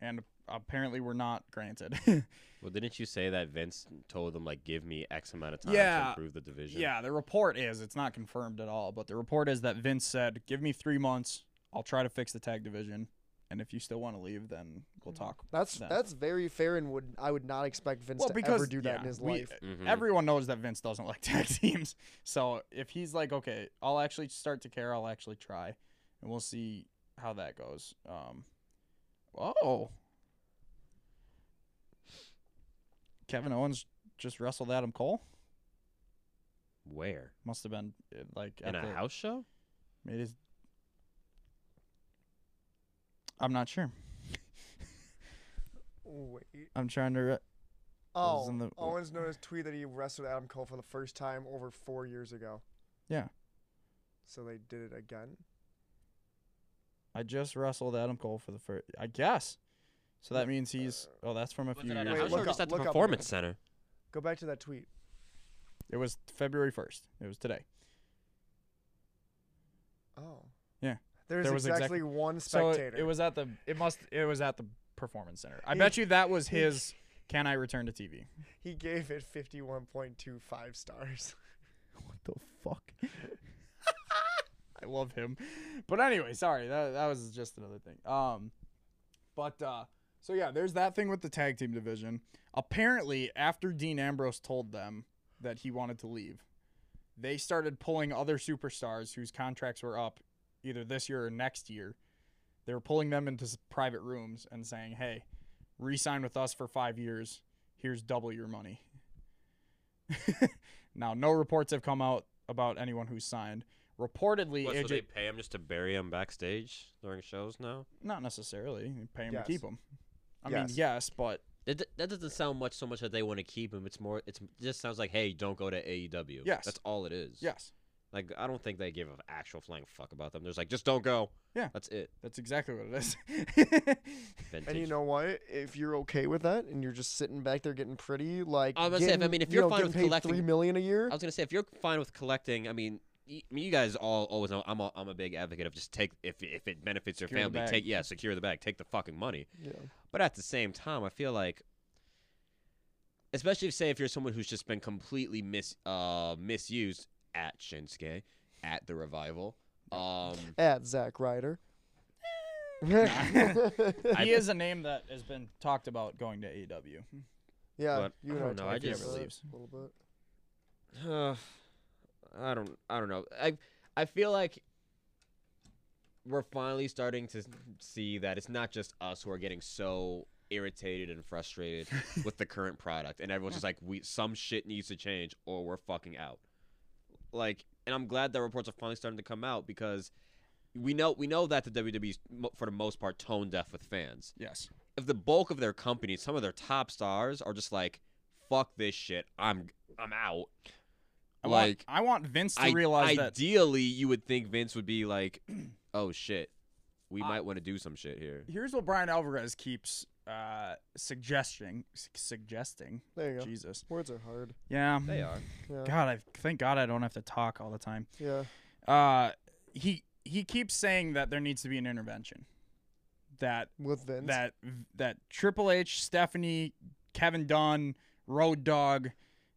[SPEAKER 2] and apparently were not granted.
[SPEAKER 3] Well, didn't you say that Vince told them like, give me X amount of time to
[SPEAKER 2] Yeah.
[SPEAKER 3] improve the division?
[SPEAKER 2] Yeah, the report is it's not confirmed at all, but the report is that Vince said, "Give me three months. I'll try to fix the tag division, and if you still want to leave, then
[SPEAKER 4] Hmm.
[SPEAKER 2] we'll talk."
[SPEAKER 4] That's
[SPEAKER 2] then."
[SPEAKER 4] that's very fair and would I would not expect Vince
[SPEAKER 2] well
[SPEAKER 4] to
[SPEAKER 2] because
[SPEAKER 4] ever do that
[SPEAKER 2] yeah,
[SPEAKER 4] in his
[SPEAKER 2] we-
[SPEAKER 4] life.
[SPEAKER 3] Mhm.
[SPEAKER 2] Everyone knows that Vince doesn't like tag teams, so if he's like, "Okay, I'll actually start to care. I'll actually try," and we'll see how that goes. Um, oh, Kevin Owens just wrestled Adam Cole.
[SPEAKER 3] Where?
[SPEAKER 2] Must have been uh, like
[SPEAKER 3] In
[SPEAKER 2] at
[SPEAKER 3] a
[SPEAKER 2] the-
[SPEAKER 3] house show?
[SPEAKER 2] It is. I'm not sure.
[SPEAKER 4] Wait.
[SPEAKER 2] I'm trying to. Re- was
[SPEAKER 4] Oh,
[SPEAKER 2] uh, in the-
[SPEAKER 4] Owens noticed tweet that he wrestled Adam Cole for the first time over four years ago.
[SPEAKER 2] Yeah.
[SPEAKER 4] So they did it again.
[SPEAKER 2] I just wrestled Adam Cole for the first. I guess. So that means he's. Oh, that's from a
[SPEAKER 3] Was
[SPEAKER 2] few
[SPEAKER 3] it at
[SPEAKER 2] years.
[SPEAKER 3] a
[SPEAKER 4] Wait,
[SPEAKER 3] house
[SPEAKER 2] ago.
[SPEAKER 3] show
[SPEAKER 4] look
[SPEAKER 3] or
[SPEAKER 4] up-
[SPEAKER 3] just at the
[SPEAKER 4] look up
[SPEAKER 3] performance
[SPEAKER 4] there.
[SPEAKER 3] center?
[SPEAKER 4] Go back to that tweet.
[SPEAKER 2] It was February 1st. It was today.
[SPEAKER 4] Oh.
[SPEAKER 2] Yeah.
[SPEAKER 4] There's
[SPEAKER 2] There was
[SPEAKER 4] exactly
[SPEAKER 2] exactly-
[SPEAKER 4] one
[SPEAKER 2] So
[SPEAKER 4] spectator.
[SPEAKER 2] it, it was at the. It must. It was at the performance center. I
[SPEAKER 4] He-
[SPEAKER 2] bet you that was
[SPEAKER 4] he-
[SPEAKER 2] his. Can I return to TV?
[SPEAKER 4] he gave it 51.25 stars.
[SPEAKER 2] What the fuck? I love him. But anyway, sorry. That that was just another thing. Um but uh so yeah, there's that thing with the tag team division. Apparently, after Dean Ambrose told them that he wanted to leave, they started pulling other superstars whose contracts were up either this year or next year. They were pulling them into s- private rooms and saying, "Hey, re-sign with us for 5 years. Here's double your money." Now, no reports have come out about anyone who signed. Reportedly,
[SPEAKER 3] What,
[SPEAKER 2] AJ,
[SPEAKER 3] so they pay him just to bury him backstage during shows now?
[SPEAKER 2] not necessarily you pay him
[SPEAKER 4] Yes.
[SPEAKER 2] to keep him. I
[SPEAKER 4] Yes.
[SPEAKER 2] mean, yes, but
[SPEAKER 3] That, d- that doesn't sound much so much that they want to keep him. It's more. It's it just sounds like, hey, don't go to AEW.
[SPEAKER 2] Yes.
[SPEAKER 3] that's all it is.
[SPEAKER 2] yes,
[SPEAKER 3] like I don't think they give an actual flying fuck about them. There's like, just don't go.
[SPEAKER 2] Yeah.
[SPEAKER 3] that's it.
[SPEAKER 2] that's exactly what it is.
[SPEAKER 4] And
[SPEAKER 3] Vintage.
[SPEAKER 4] you know what? If you're okay with that, and you're just sitting back there getting pretty, like
[SPEAKER 3] I was gonna say, if- I
[SPEAKER 4] getting-
[SPEAKER 3] mean, if
[SPEAKER 4] you
[SPEAKER 3] you're
[SPEAKER 4] know,
[SPEAKER 3] fine
[SPEAKER 4] getting
[SPEAKER 3] with
[SPEAKER 4] paid
[SPEAKER 3] collecting-
[SPEAKER 4] three million a year,
[SPEAKER 3] I was gonna say if you're fine with collecting, I mean, y- I mean, you guys all always know I'm a, I'm a big advocate of just take if if it benefits your
[SPEAKER 2] Secure the
[SPEAKER 3] family,
[SPEAKER 2] bag.
[SPEAKER 3] take yeah, secure the bag, take the fucking money.
[SPEAKER 4] yeah,
[SPEAKER 3] But at the same time, I feel like, especially if, say if you're someone who's just been completely mis uh misused at Shinsuke, at the revival. Um,
[SPEAKER 4] at Zack Ryder.
[SPEAKER 2] he is a name that has been talked about going to E AEW.
[SPEAKER 4] yeah,
[SPEAKER 3] But
[SPEAKER 4] you
[SPEAKER 3] I don't
[SPEAKER 4] and
[SPEAKER 3] know,
[SPEAKER 4] talked
[SPEAKER 3] I
[SPEAKER 4] about
[SPEAKER 2] just-
[SPEAKER 4] that
[SPEAKER 2] Relieves.
[SPEAKER 4] a little bit.
[SPEAKER 3] Uh, I don't. I don't know. I I feel like we're finally starting to see that it's not just us who are getting so irritated and frustrated with the current product, and everyone's just like, "We some shit needs to change, or we're fucking out." Like, and I'm glad that reports are finally starting to come out because we know we know that the WWE's mo- for the most part tone deaf with fans
[SPEAKER 2] Yes,
[SPEAKER 3] if the bulk of their company, some of their top stars are just like, "Fuck this shit, I'm I'm out."
[SPEAKER 2] I
[SPEAKER 3] like,
[SPEAKER 2] want, I want Vince to
[SPEAKER 3] I,
[SPEAKER 2] realize that
[SPEAKER 3] ideally, you would think Vince would be like, "Oh shit, we
[SPEAKER 2] I-
[SPEAKER 3] might want to do some shit here."
[SPEAKER 2] here's what Brian Alvarez keeps uh, suggesting. s- suggesting,
[SPEAKER 4] There you go.
[SPEAKER 2] Jesus,
[SPEAKER 4] Words are hard.
[SPEAKER 2] yeah,
[SPEAKER 3] They are.
[SPEAKER 4] Yeah,
[SPEAKER 2] God, I thank God I don't have to talk all the time.
[SPEAKER 4] yeah.
[SPEAKER 2] Uh, he he keeps saying that there needs to be an intervention. That
[SPEAKER 4] With Vince,
[SPEAKER 2] that that Triple H, Stephanie, Kevin Dunn, Road Dog.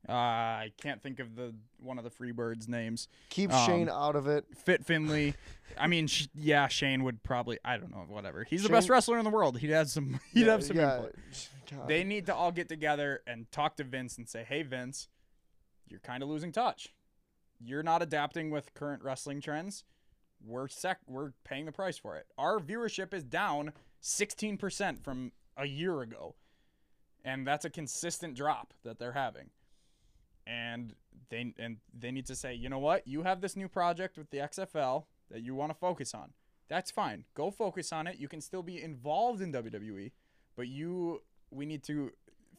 [SPEAKER 2] Uh, I can't think of the one of the Freebirds' names.
[SPEAKER 4] keep
[SPEAKER 2] um,
[SPEAKER 4] Shane out of it.
[SPEAKER 2] Fit Finley. I mean, sh- yeah, Shane would probably. I don't know. Whatever. He's the best
[SPEAKER 4] Shane-
[SPEAKER 2] wrestler in the world. He'd have some. He'd
[SPEAKER 4] yeah,
[SPEAKER 2] have some
[SPEAKER 4] yeah.
[SPEAKER 2] input.
[SPEAKER 4] God.
[SPEAKER 2] They need to all get together and talk to Vince and say, "Hey, Vince, you're kind of losing touch. You're not adapting with current wrestling trends. We're sec- we're paying the price for it. Our viewership is down 16% from a year ago. And that's a consistent drop that they're having. And they and they need to say, "You know what? You have this new project with the XFL that you want to focus on. That's fine. Go focus on it. You can still be involved in WWE, but you we need to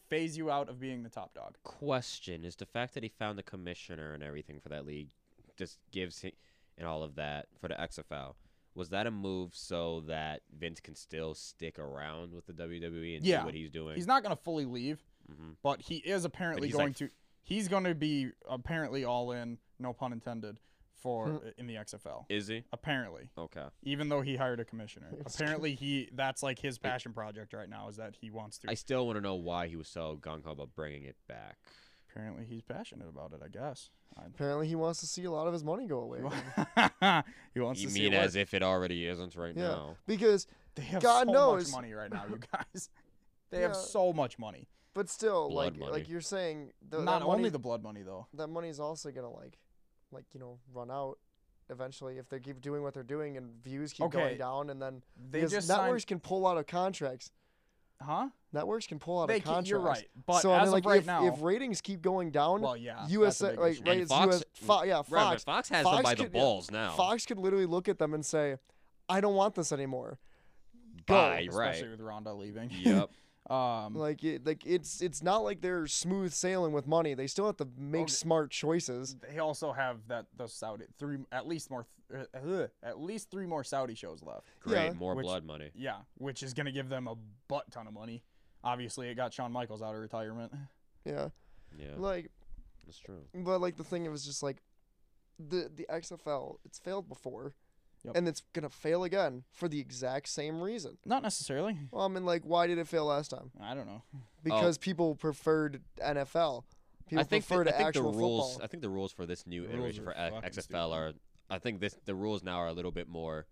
[SPEAKER 2] phase you out of being the top dog."
[SPEAKER 3] Question is the fact that he found the commissioner and everything for that league just gives him and all of that for the XFL. Was that a move so that Vince can still stick around with the WWE and
[SPEAKER 2] Yeah.
[SPEAKER 3] do what he's doing?
[SPEAKER 2] He's not going to fully leave,
[SPEAKER 3] Mhm.
[SPEAKER 2] but he is apparently
[SPEAKER 3] he's,
[SPEAKER 2] going
[SPEAKER 3] like,
[SPEAKER 2] to. He's going to be apparently all in, no pun intended, for in the XFL.
[SPEAKER 3] Is he?
[SPEAKER 2] Apparently,
[SPEAKER 3] Okay.
[SPEAKER 2] even though he hired a commissioner,
[SPEAKER 4] It's-
[SPEAKER 2] apparently he that's like his passion project right now is that he wants to.
[SPEAKER 3] I still want to know why he was so gung ho about bringing it back.
[SPEAKER 2] apparently, he's passionate about it. I guess.
[SPEAKER 4] Apparently, he wants to see a lot of his money go away.
[SPEAKER 2] I, he wants
[SPEAKER 3] you
[SPEAKER 2] to
[SPEAKER 3] mean
[SPEAKER 2] see what-
[SPEAKER 3] as if it already isn't right
[SPEAKER 4] Yeah.
[SPEAKER 3] now?
[SPEAKER 4] Because,
[SPEAKER 2] they have
[SPEAKER 4] God
[SPEAKER 2] so
[SPEAKER 4] knows.
[SPEAKER 2] much money right now, you guys. They
[SPEAKER 4] Yeah.
[SPEAKER 2] have so much money.
[SPEAKER 4] but still,
[SPEAKER 3] Blood
[SPEAKER 4] like,
[SPEAKER 3] money.
[SPEAKER 4] like you're saying, the,
[SPEAKER 2] Not
[SPEAKER 4] that money,
[SPEAKER 2] only the blood money though.
[SPEAKER 4] that money's also gonna like, like you know, run out eventually if they keep doing what they're doing and views keep
[SPEAKER 2] Okay.
[SPEAKER 4] going down, and then
[SPEAKER 2] They
[SPEAKER 4] because
[SPEAKER 2] just
[SPEAKER 4] networks
[SPEAKER 2] signed,
[SPEAKER 4] can pull out of contracts.
[SPEAKER 2] huh?
[SPEAKER 4] Networks can pull out
[SPEAKER 2] They
[SPEAKER 4] of
[SPEAKER 2] can,
[SPEAKER 4] contracts.
[SPEAKER 2] you're right, but
[SPEAKER 4] so
[SPEAKER 2] as
[SPEAKER 4] I mean,
[SPEAKER 2] of
[SPEAKER 4] like,
[SPEAKER 2] right
[SPEAKER 4] if,
[SPEAKER 2] now,
[SPEAKER 4] if ratings keep going down,
[SPEAKER 2] well, yeah, that's a
[SPEAKER 4] USA,
[SPEAKER 2] big
[SPEAKER 4] like
[SPEAKER 2] issue.
[SPEAKER 3] And
[SPEAKER 4] right, it's
[SPEAKER 3] Fox-
[SPEAKER 4] US, Fo- yeah, Fox,
[SPEAKER 3] Right, but Fox has them
[SPEAKER 4] Fox
[SPEAKER 3] by the
[SPEAKER 4] could- yeah,
[SPEAKER 3] balls now.
[SPEAKER 4] Fox could literally look at them and say, "I don't want this anymore." Go.
[SPEAKER 3] Bye, right.
[SPEAKER 2] especially with Ronda leaving.
[SPEAKER 3] Yep.
[SPEAKER 2] um,
[SPEAKER 4] Like, it, like it's it's not like they're smooth sailing with money. They still have to make
[SPEAKER 2] Okay.
[SPEAKER 4] smart choices.
[SPEAKER 2] they also have that those Saudi three at least more th- uh, at least three more Saudi shows left.
[SPEAKER 3] Great.
[SPEAKER 4] Yeah.
[SPEAKER 3] More
[SPEAKER 2] Which-
[SPEAKER 3] blood money.
[SPEAKER 2] Yeah, which is gonna give them a butt ton of money. Obviously, it got Shawn Michaels out of retirement.
[SPEAKER 4] Yeah,
[SPEAKER 3] Yeah.
[SPEAKER 4] like,
[SPEAKER 3] That's true.
[SPEAKER 4] but like the thing it was just like, the the XFL it's failed before,
[SPEAKER 2] Yep.
[SPEAKER 4] and it's gonna fail again for the exact same reason.
[SPEAKER 2] Not necessarily.
[SPEAKER 4] Well, I mean, like, why did it fail last time?
[SPEAKER 2] I don't know.
[SPEAKER 4] Because people preferred NFL. People
[SPEAKER 3] Oh. I think, the,
[SPEAKER 4] preferred
[SPEAKER 3] I think the
[SPEAKER 4] actual
[SPEAKER 3] rules. uh,
[SPEAKER 4] football.
[SPEAKER 3] I think the rules for this new
[SPEAKER 2] The rules are
[SPEAKER 3] iteration for
[SPEAKER 2] fucking
[SPEAKER 3] X- XFL are.
[SPEAKER 2] stupid.
[SPEAKER 3] I think this the rules now are a little bit more.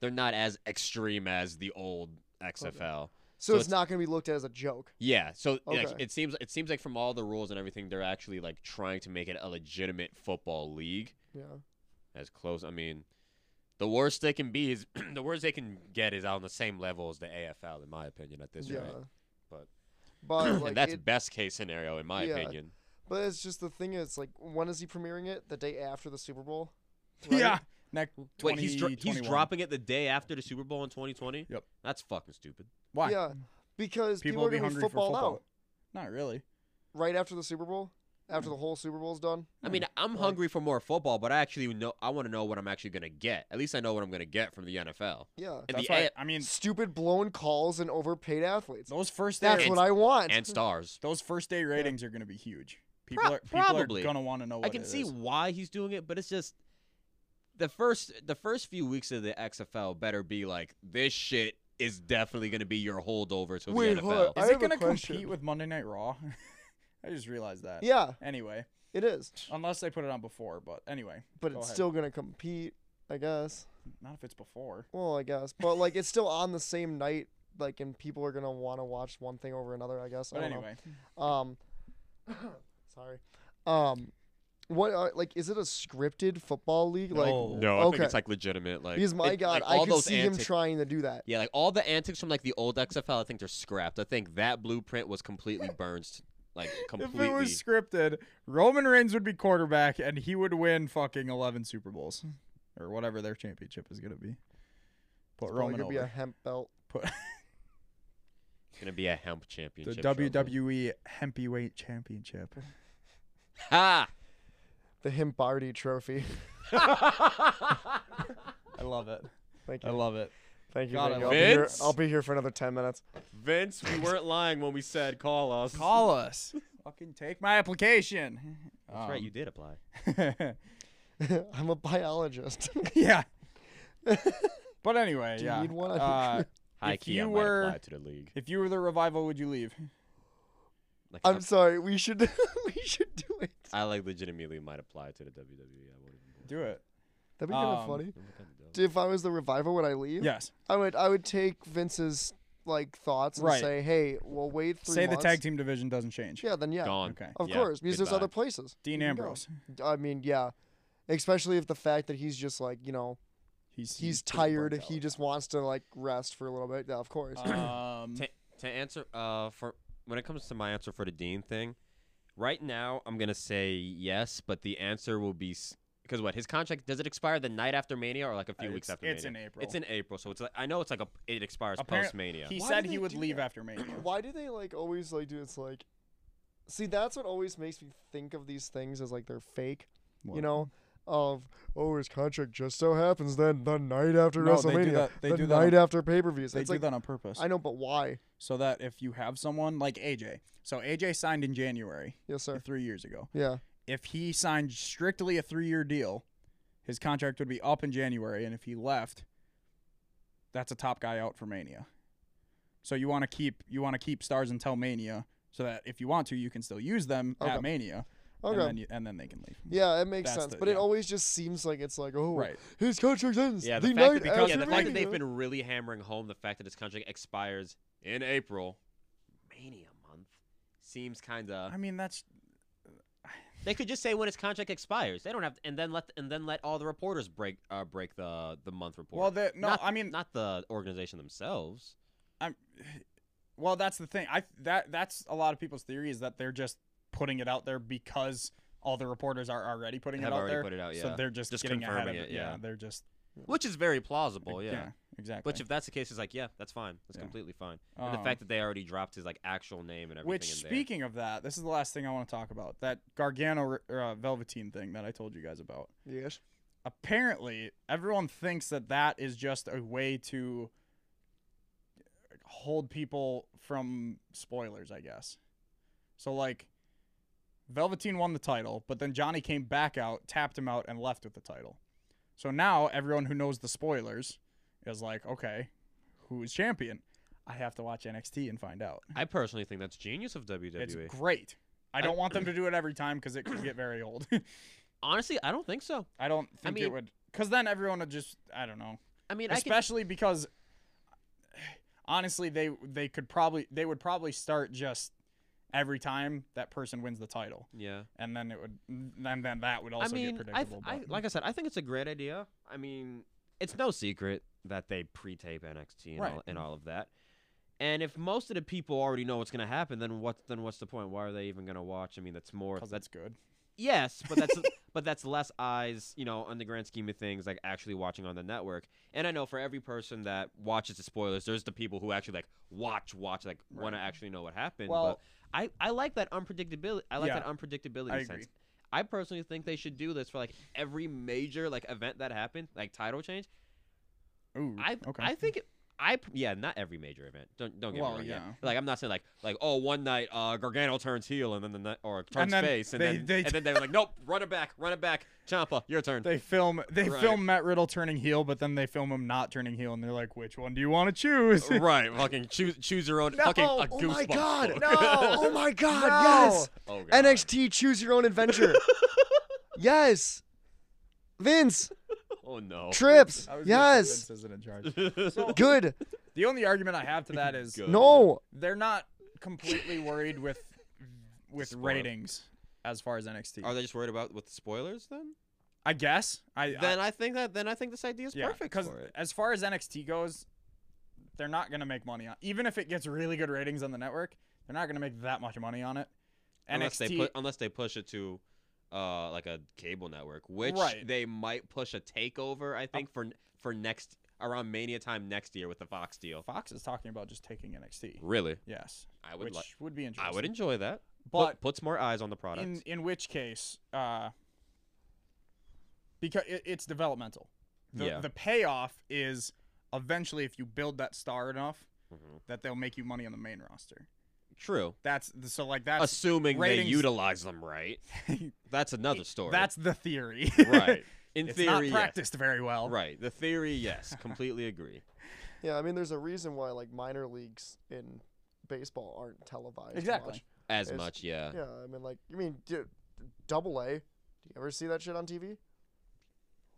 [SPEAKER 3] They're not as extreme as the old XFL.
[SPEAKER 4] So,
[SPEAKER 3] so
[SPEAKER 4] it's
[SPEAKER 3] it's-
[SPEAKER 4] not gonna be looked at as a joke.
[SPEAKER 3] Yeah, so like,
[SPEAKER 4] Okay.
[SPEAKER 3] it seems it seems like from all the rules and everything, they're actually like trying to make it a legitimate football league.
[SPEAKER 4] Yeah.
[SPEAKER 3] As close, I mean, the worst they can be is the worst they can get is on the same level as the AFL, in my opinion, at this
[SPEAKER 4] yeah.
[SPEAKER 3] rate. But-
[SPEAKER 4] But like
[SPEAKER 3] and that's
[SPEAKER 4] it-
[SPEAKER 3] best case scenario, in my
[SPEAKER 4] Yeah.
[SPEAKER 3] opinion.
[SPEAKER 4] But it's just the thing is, like, when is he premiering it? The day after the Super Bowl? right?
[SPEAKER 2] Yeah. Next,
[SPEAKER 3] Wait, he's dro- he's
[SPEAKER 2] 2021.
[SPEAKER 3] dropping it the day after the Super Bowl in 2020.
[SPEAKER 2] Yep.
[SPEAKER 3] that's fucking stupid.
[SPEAKER 2] Why?
[SPEAKER 4] Yeah, because
[SPEAKER 2] People
[SPEAKER 4] people,
[SPEAKER 2] will
[SPEAKER 4] are
[SPEAKER 2] be
[SPEAKER 4] going to
[SPEAKER 2] hungry
[SPEAKER 4] be
[SPEAKER 2] for
[SPEAKER 4] football
[SPEAKER 2] football.
[SPEAKER 4] out
[SPEAKER 2] Not really.
[SPEAKER 4] right after the Super Bowl,
[SPEAKER 3] Mm.
[SPEAKER 4] after the whole Super Bowl's done.
[SPEAKER 3] I mean, I'm
[SPEAKER 4] Hmm. Like-
[SPEAKER 3] hungry for more football, but I actually know I want to know what I'm actually gonna get. At least I know what I'm gonna get from the NFL.
[SPEAKER 4] Yeah.
[SPEAKER 3] And
[SPEAKER 2] That's
[SPEAKER 3] the
[SPEAKER 2] why.
[SPEAKER 3] A-
[SPEAKER 2] I mean,
[SPEAKER 4] Stupid blown calls and overpaid athletes.
[SPEAKER 2] those first day
[SPEAKER 4] That's
[SPEAKER 2] ra-
[SPEAKER 4] what I want.
[SPEAKER 3] and stars.
[SPEAKER 2] those first day ratings are gonna be huge. People are people
[SPEAKER 3] probably.
[SPEAKER 2] are gonna want to know. What
[SPEAKER 3] I can
[SPEAKER 2] it
[SPEAKER 3] see
[SPEAKER 2] is.
[SPEAKER 3] why he's doing it, but it's just the first the first few weeks of the XFL better be like this shit is definitely going to be your holdover to
[SPEAKER 4] Wait,
[SPEAKER 3] the
[SPEAKER 4] hold
[SPEAKER 3] NFL.
[SPEAKER 4] I
[SPEAKER 2] Is it
[SPEAKER 4] have a
[SPEAKER 2] gonna
[SPEAKER 4] question.
[SPEAKER 2] compete with Monday Night Raw? I just realized that.
[SPEAKER 4] yeah,
[SPEAKER 2] Anyway,
[SPEAKER 4] it is.
[SPEAKER 2] unless they put it on before, but anyway,
[SPEAKER 4] But
[SPEAKER 2] Oh, Go
[SPEAKER 4] it's
[SPEAKER 2] ahead.
[SPEAKER 4] still going to compete, I guess.
[SPEAKER 2] not if it's before.
[SPEAKER 4] Well, I guess. But, like, it's still on the same night. Like, and people are going to want to watch one thing over another, I guess. I
[SPEAKER 2] But
[SPEAKER 4] don't know.
[SPEAKER 2] anyway,
[SPEAKER 4] Um, sorry. Um, what are, like is it a scripted football league? Like
[SPEAKER 3] no, I
[SPEAKER 4] Okay.
[SPEAKER 3] think it's like legitimate. Like
[SPEAKER 4] because my
[SPEAKER 3] it-
[SPEAKER 4] God,
[SPEAKER 3] like,
[SPEAKER 4] I
[SPEAKER 3] all
[SPEAKER 4] could
[SPEAKER 3] those
[SPEAKER 4] see him
[SPEAKER 3] antics-
[SPEAKER 4] trying to do that.
[SPEAKER 3] Yeah, like all the antics from like the old XFL, I think they're scrapped. I think that blueprint was completely burned, like completely.
[SPEAKER 2] if it was scripted, Roman Reigns would be quarterback and he would win fucking eleven Super Bowls or whatever their championship is gonna be. Put
[SPEAKER 4] Probably
[SPEAKER 2] Roman
[SPEAKER 4] gonna
[SPEAKER 2] over.
[SPEAKER 4] be a hemp belt.
[SPEAKER 2] Put
[SPEAKER 3] gonna be a hemp
[SPEAKER 2] the
[SPEAKER 3] championship. trophy.
[SPEAKER 2] WWE Hempyweight E Championship.
[SPEAKER 3] Ha!
[SPEAKER 4] The Hemparty Trophy.
[SPEAKER 2] I love it.
[SPEAKER 4] Thank
[SPEAKER 2] I
[SPEAKER 4] you.
[SPEAKER 2] love it.
[SPEAKER 4] Thank you.
[SPEAKER 2] God,
[SPEAKER 4] thank
[SPEAKER 2] I
[SPEAKER 4] you. I'll, be here,
[SPEAKER 3] Vince?
[SPEAKER 4] I'll be here for another ten minutes.
[SPEAKER 3] Vince, we weren't lying when we said call us.
[SPEAKER 2] Call us. fucking take my application.
[SPEAKER 3] That's right, you did apply.
[SPEAKER 2] did.
[SPEAKER 4] I'm a biologist.
[SPEAKER 2] yeah. But anyway,
[SPEAKER 4] Do you
[SPEAKER 2] yeah.
[SPEAKER 4] need one? I think-
[SPEAKER 2] Uh,
[SPEAKER 3] High
[SPEAKER 2] If
[SPEAKER 3] key,
[SPEAKER 2] you
[SPEAKER 3] I
[SPEAKER 2] were-
[SPEAKER 3] might apply to the league.
[SPEAKER 2] if you were the revival, would you leave?
[SPEAKER 3] Like,
[SPEAKER 4] I'm sorry. We should we should do it.
[SPEAKER 3] I like legitimately might apply to the WWE. I wouldn't even
[SPEAKER 2] Do it.
[SPEAKER 4] That'd be kind of
[SPEAKER 2] Um,
[SPEAKER 3] bother.
[SPEAKER 4] funny.
[SPEAKER 3] I'm kinda dumb.
[SPEAKER 4] If I was the revival, would I leave?
[SPEAKER 2] Yes.
[SPEAKER 4] I would. I would take Vince's like thoughts and
[SPEAKER 2] Right.
[SPEAKER 4] say, "Hey, we'll wait three
[SPEAKER 2] Say
[SPEAKER 4] months."
[SPEAKER 2] the tag team division doesn't change.
[SPEAKER 4] Yeah, then yeah.
[SPEAKER 3] Gone.
[SPEAKER 2] Okay.
[SPEAKER 4] Of
[SPEAKER 3] Yeah,
[SPEAKER 4] course, because there's
[SPEAKER 3] goodbye.
[SPEAKER 4] other places.
[SPEAKER 2] Dean
[SPEAKER 4] you can go.
[SPEAKER 2] Ambrose.
[SPEAKER 4] I mean, yeah. Especially if the fact that he's just like, you know,
[SPEAKER 2] He's
[SPEAKER 4] He's
[SPEAKER 2] pretty burnt
[SPEAKER 4] tired.
[SPEAKER 2] out
[SPEAKER 4] He
[SPEAKER 2] right
[SPEAKER 4] just wants to like rest for a little bit. Yeah, of course.
[SPEAKER 2] now. Um,
[SPEAKER 3] Ta- to answer uh for when it comes to my answer for the dean thing right now i'm gonna say yes but the answer will be because what his contract does it expire the night after mania or like a few
[SPEAKER 2] Uh,
[SPEAKER 3] weeks
[SPEAKER 2] it's-
[SPEAKER 3] after
[SPEAKER 2] it's
[SPEAKER 3] Mania?
[SPEAKER 2] in April.
[SPEAKER 3] it's in april so it's like i know it's like a it expires
[SPEAKER 2] Apparent-
[SPEAKER 3] post mania
[SPEAKER 2] he
[SPEAKER 4] Why
[SPEAKER 2] said
[SPEAKER 4] do
[SPEAKER 2] he
[SPEAKER 4] they
[SPEAKER 2] would
[SPEAKER 4] do
[SPEAKER 2] leave
[SPEAKER 4] that?
[SPEAKER 2] after Mania.
[SPEAKER 4] Why do they like always like do it's like See, that's what always makes me think of these things as like they're fake, you know? Of oh, his contract just so happens then the night after
[SPEAKER 2] No, they do
[SPEAKER 4] WrestleMania,
[SPEAKER 2] that- they
[SPEAKER 4] the
[SPEAKER 2] do that
[SPEAKER 4] night
[SPEAKER 2] on-
[SPEAKER 4] after pay-per-views.
[SPEAKER 2] They
[SPEAKER 4] It's
[SPEAKER 2] do
[SPEAKER 4] like
[SPEAKER 2] that on purpose,
[SPEAKER 4] I know, but why?
[SPEAKER 2] so that if you have someone like AJ, so AJ signed in January
[SPEAKER 4] Yes, sir.
[SPEAKER 2] three years ago.
[SPEAKER 4] Yeah,
[SPEAKER 2] If he signed strictly a three-year deal, his contract would be up in January, and if he left, that's a top guy out for Mania. So you want to keep you want to keep stars until Mania, so that if you want to, you can still use them
[SPEAKER 4] Okay.
[SPEAKER 2] at Mania,
[SPEAKER 4] okay.
[SPEAKER 2] and then you, and then they can leave.
[SPEAKER 4] yeah, it makes
[SPEAKER 2] that's
[SPEAKER 4] sense,
[SPEAKER 2] the-
[SPEAKER 4] but it
[SPEAKER 2] yeah.
[SPEAKER 4] always just seems like it's like oh,
[SPEAKER 2] Right.
[SPEAKER 4] his contract ends
[SPEAKER 3] yeah
[SPEAKER 4] the,
[SPEAKER 3] the,
[SPEAKER 4] night
[SPEAKER 3] fact that,
[SPEAKER 4] after
[SPEAKER 3] because, yeah, the fact that
[SPEAKER 4] Mania.
[SPEAKER 3] they've been really hammering home the fact that his contract expires in april mania month seems kind of
[SPEAKER 2] I mean that's
[SPEAKER 3] They could just say when his contract expires. They don't have, and then let and then let all the reporters break uh, break the the month report.
[SPEAKER 2] well. The, no,
[SPEAKER 3] Not-
[SPEAKER 2] I mean
[SPEAKER 3] not the organization themselves.
[SPEAKER 2] I'm well, that's the thing. I that that's a lot of people's theory is that they're just putting it out there because all the reporters are already putting
[SPEAKER 3] Have
[SPEAKER 2] it out
[SPEAKER 3] already
[SPEAKER 2] there.
[SPEAKER 3] put it out,
[SPEAKER 2] So
[SPEAKER 3] yeah.
[SPEAKER 2] they're just,
[SPEAKER 3] Just
[SPEAKER 2] getting ahead of
[SPEAKER 3] confirming
[SPEAKER 2] it.
[SPEAKER 3] it, yeah.
[SPEAKER 2] they're just
[SPEAKER 3] Which is very plausible, yeah.
[SPEAKER 2] exactly.
[SPEAKER 3] Which if that's the case, it's like, yeah, that's fine. That's
[SPEAKER 2] Yeah.
[SPEAKER 3] completely fine. And the
[SPEAKER 2] Um,
[SPEAKER 3] fact that they already dropped his like actual name and everything.
[SPEAKER 2] Which
[SPEAKER 3] in there.
[SPEAKER 2] speaking of that, this is the last thing I want to talk about. That Gargano or, uh, Velveteen thing that I told you guys about.
[SPEAKER 4] yes,
[SPEAKER 2] Apparently, everyone thinks that that is just a way to hold people from spoilers, I guess. So like Velveteen won the title, but then Johnny came back out, tapped him out and left with the title. So now everyone who knows the spoilers is like, okay, who is champion? I have to watch NXT and find out.
[SPEAKER 3] I personally think that's genius of E. WWE.
[SPEAKER 2] It's great. I
[SPEAKER 3] I-
[SPEAKER 2] don't want them to do it every time because it could get very old.
[SPEAKER 3] Honestly, I don't think so.
[SPEAKER 2] I don't think it
[SPEAKER 3] mean-
[SPEAKER 2] would. Because then everyone would just, I don't know.
[SPEAKER 3] I mean, I can.
[SPEAKER 2] Especially because, honestly, they they could probably they would probably start just every time that person wins the title,
[SPEAKER 3] Yeah.
[SPEAKER 2] and then it would, and then that would also
[SPEAKER 3] I mean,
[SPEAKER 2] get
[SPEAKER 3] I, th-
[SPEAKER 2] predictable.
[SPEAKER 3] I
[SPEAKER 2] but-
[SPEAKER 3] like I said, I think it's a great idea. I mean, it's no secret that they pre-tape NXT and,
[SPEAKER 2] Right.
[SPEAKER 3] all, and all of that. And if most of the people already know what's going to happen, then what? Then what's the point? Why are they even going to watch? I mean, that's more.
[SPEAKER 2] 'cause
[SPEAKER 3] That's
[SPEAKER 2] that's good.
[SPEAKER 3] yes, but that's but that's less eyes. You know, on the grand scheme of things, like actually watching on the network. And I know for every person that watches the spoilers, there's the people who actually like watch, watch, like want to
[SPEAKER 2] Right.
[SPEAKER 3] actually know what happened.
[SPEAKER 2] Well-
[SPEAKER 3] but I I like that unpredictability. I like
[SPEAKER 2] Yeah,
[SPEAKER 3] that unpredictability
[SPEAKER 2] I agree.
[SPEAKER 3] sense. I personally think they should do this for like every major like event that happened, like title change.
[SPEAKER 2] Ooh,
[SPEAKER 3] I
[SPEAKER 2] okay.
[SPEAKER 3] I think it, I p- yeah, not every major event. Don't don't get
[SPEAKER 2] Well,
[SPEAKER 3] me wrong. Yeah.
[SPEAKER 2] yeah.
[SPEAKER 3] like I'm not saying like like oh one night uh, Gargano turns heel and then the night or turns
[SPEAKER 2] then
[SPEAKER 3] face and
[SPEAKER 2] they-
[SPEAKER 3] then
[SPEAKER 2] they-
[SPEAKER 3] and then they're like nope, run it back, run it back, Champa, your turn.
[SPEAKER 2] they film they
[SPEAKER 3] Right.
[SPEAKER 2] film Matt Riddle turning heel, but then they film him not turning heel, and they're like, which one do you want to choose?
[SPEAKER 3] right, fucking choose choose your own fucking
[SPEAKER 4] No!
[SPEAKER 3] a
[SPEAKER 4] oh my
[SPEAKER 3] goosebumps
[SPEAKER 4] god!
[SPEAKER 3] book.
[SPEAKER 4] No! Oh my god!
[SPEAKER 2] No!
[SPEAKER 4] Yes!
[SPEAKER 3] Oh, God.
[SPEAKER 4] NXT Choose Your Own Adventure. yes. Vince
[SPEAKER 3] Oh no.
[SPEAKER 4] trips.
[SPEAKER 2] I was gonna say
[SPEAKER 4] Yes.
[SPEAKER 2] Vince isn't in charge.
[SPEAKER 4] Good.
[SPEAKER 2] The only argument I have to that is
[SPEAKER 3] Good.
[SPEAKER 4] No.
[SPEAKER 2] they're not completely worried with with
[SPEAKER 3] Spoil-
[SPEAKER 2] ratings as far as NXT.
[SPEAKER 3] Are they just worried about with the spoilers then?
[SPEAKER 2] I guess. I
[SPEAKER 3] Then
[SPEAKER 2] I,
[SPEAKER 3] I think that then I think this idea is
[SPEAKER 2] yeah,
[SPEAKER 3] perfect
[SPEAKER 2] 'cause
[SPEAKER 3] for it.
[SPEAKER 2] as far as NXT goes, they're not gonna make money on. Even if it gets really good ratings on the network, they're not gonna make that much money on it.
[SPEAKER 3] unless
[SPEAKER 2] NXT,
[SPEAKER 3] they put unless they push it to uh like a cable network which
[SPEAKER 2] Right.
[SPEAKER 3] they might push a takeover i think for for next around mania time next year with the fox deal
[SPEAKER 2] Fox is talking about just taking NXT.
[SPEAKER 3] really
[SPEAKER 2] Yes,
[SPEAKER 3] i would
[SPEAKER 2] which
[SPEAKER 3] like
[SPEAKER 2] would be interesting.
[SPEAKER 3] i would enjoy that
[SPEAKER 2] but
[SPEAKER 3] Put, puts more eyes on the product
[SPEAKER 2] in in which case uh because it, it's developmental the,
[SPEAKER 3] Yeah.
[SPEAKER 2] the payoff is eventually if you build that star enough
[SPEAKER 3] Mhm.
[SPEAKER 2] that they'll make you money on the main roster
[SPEAKER 3] true
[SPEAKER 2] that's the- so like that's
[SPEAKER 3] assuming
[SPEAKER 2] ratings-
[SPEAKER 3] they utilize them right that's another story
[SPEAKER 2] that's the theory
[SPEAKER 3] right in
[SPEAKER 2] it's not
[SPEAKER 3] theory yes.
[SPEAKER 2] practiced very well
[SPEAKER 3] right the theory yes completely agree
[SPEAKER 4] Yeah, I mean, there's a reason why like minor leagues in baseball aren't televised.
[SPEAKER 2] Exactly.
[SPEAKER 4] much.
[SPEAKER 3] as
[SPEAKER 4] It's-
[SPEAKER 3] much yeah
[SPEAKER 4] Yeah, I mean, like, you mean, dude, double A? Do you ever see that shit on TV?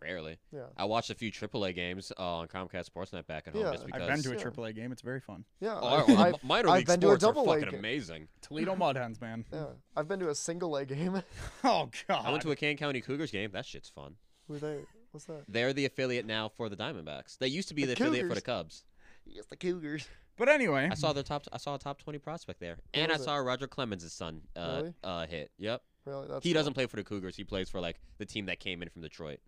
[SPEAKER 3] rarely
[SPEAKER 4] Yeah.
[SPEAKER 3] i watched a few aaa games uh, on comcomcast sportsnet back at home
[SPEAKER 4] Yeah.
[SPEAKER 3] just
[SPEAKER 4] I've
[SPEAKER 3] because
[SPEAKER 2] I've been to a
[SPEAKER 4] Yeah.
[SPEAKER 2] AAA game. It's very fun.
[SPEAKER 3] Oh,
[SPEAKER 4] Yeah. I've-
[SPEAKER 3] well, the
[SPEAKER 4] I've-
[SPEAKER 3] mi- minor
[SPEAKER 4] I've
[SPEAKER 3] league
[SPEAKER 4] been to a
[SPEAKER 3] sports
[SPEAKER 4] double
[SPEAKER 3] are
[SPEAKER 4] A
[SPEAKER 3] fucking
[SPEAKER 4] game.
[SPEAKER 3] amazing.
[SPEAKER 2] Toledo Mudhens, man.
[SPEAKER 4] yeah, I've been to a single A game.
[SPEAKER 2] Oh god.
[SPEAKER 3] I went to a Kane County Cougars game. That shit's fun.
[SPEAKER 4] Who they? What's that?
[SPEAKER 3] They're the affiliate now for the Diamondbacks. They used to be the,
[SPEAKER 4] The
[SPEAKER 3] affiliate for
[SPEAKER 4] Cougars.
[SPEAKER 3] the Cubs.
[SPEAKER 4] Yes, the Cougars.
[SPEAKER 2] But anyway,
[SPEAKER 3] I saw their top. I saw a top twenty prospect there, and I
[SPEAKER 4] was it?
[SPEAKER 3] saw Roger Clemens' son uh,
[SPEAKER 4] Really?
[SPEAKER 3] uh, hit. Yep.
[SPEAKER 4] Really? That's
[SPEAKER 3] he
[SPEAKER 4] cool.
[SPEAKER 3] doesn't play for the Cougars. He plays for like the team that came in from Detroit.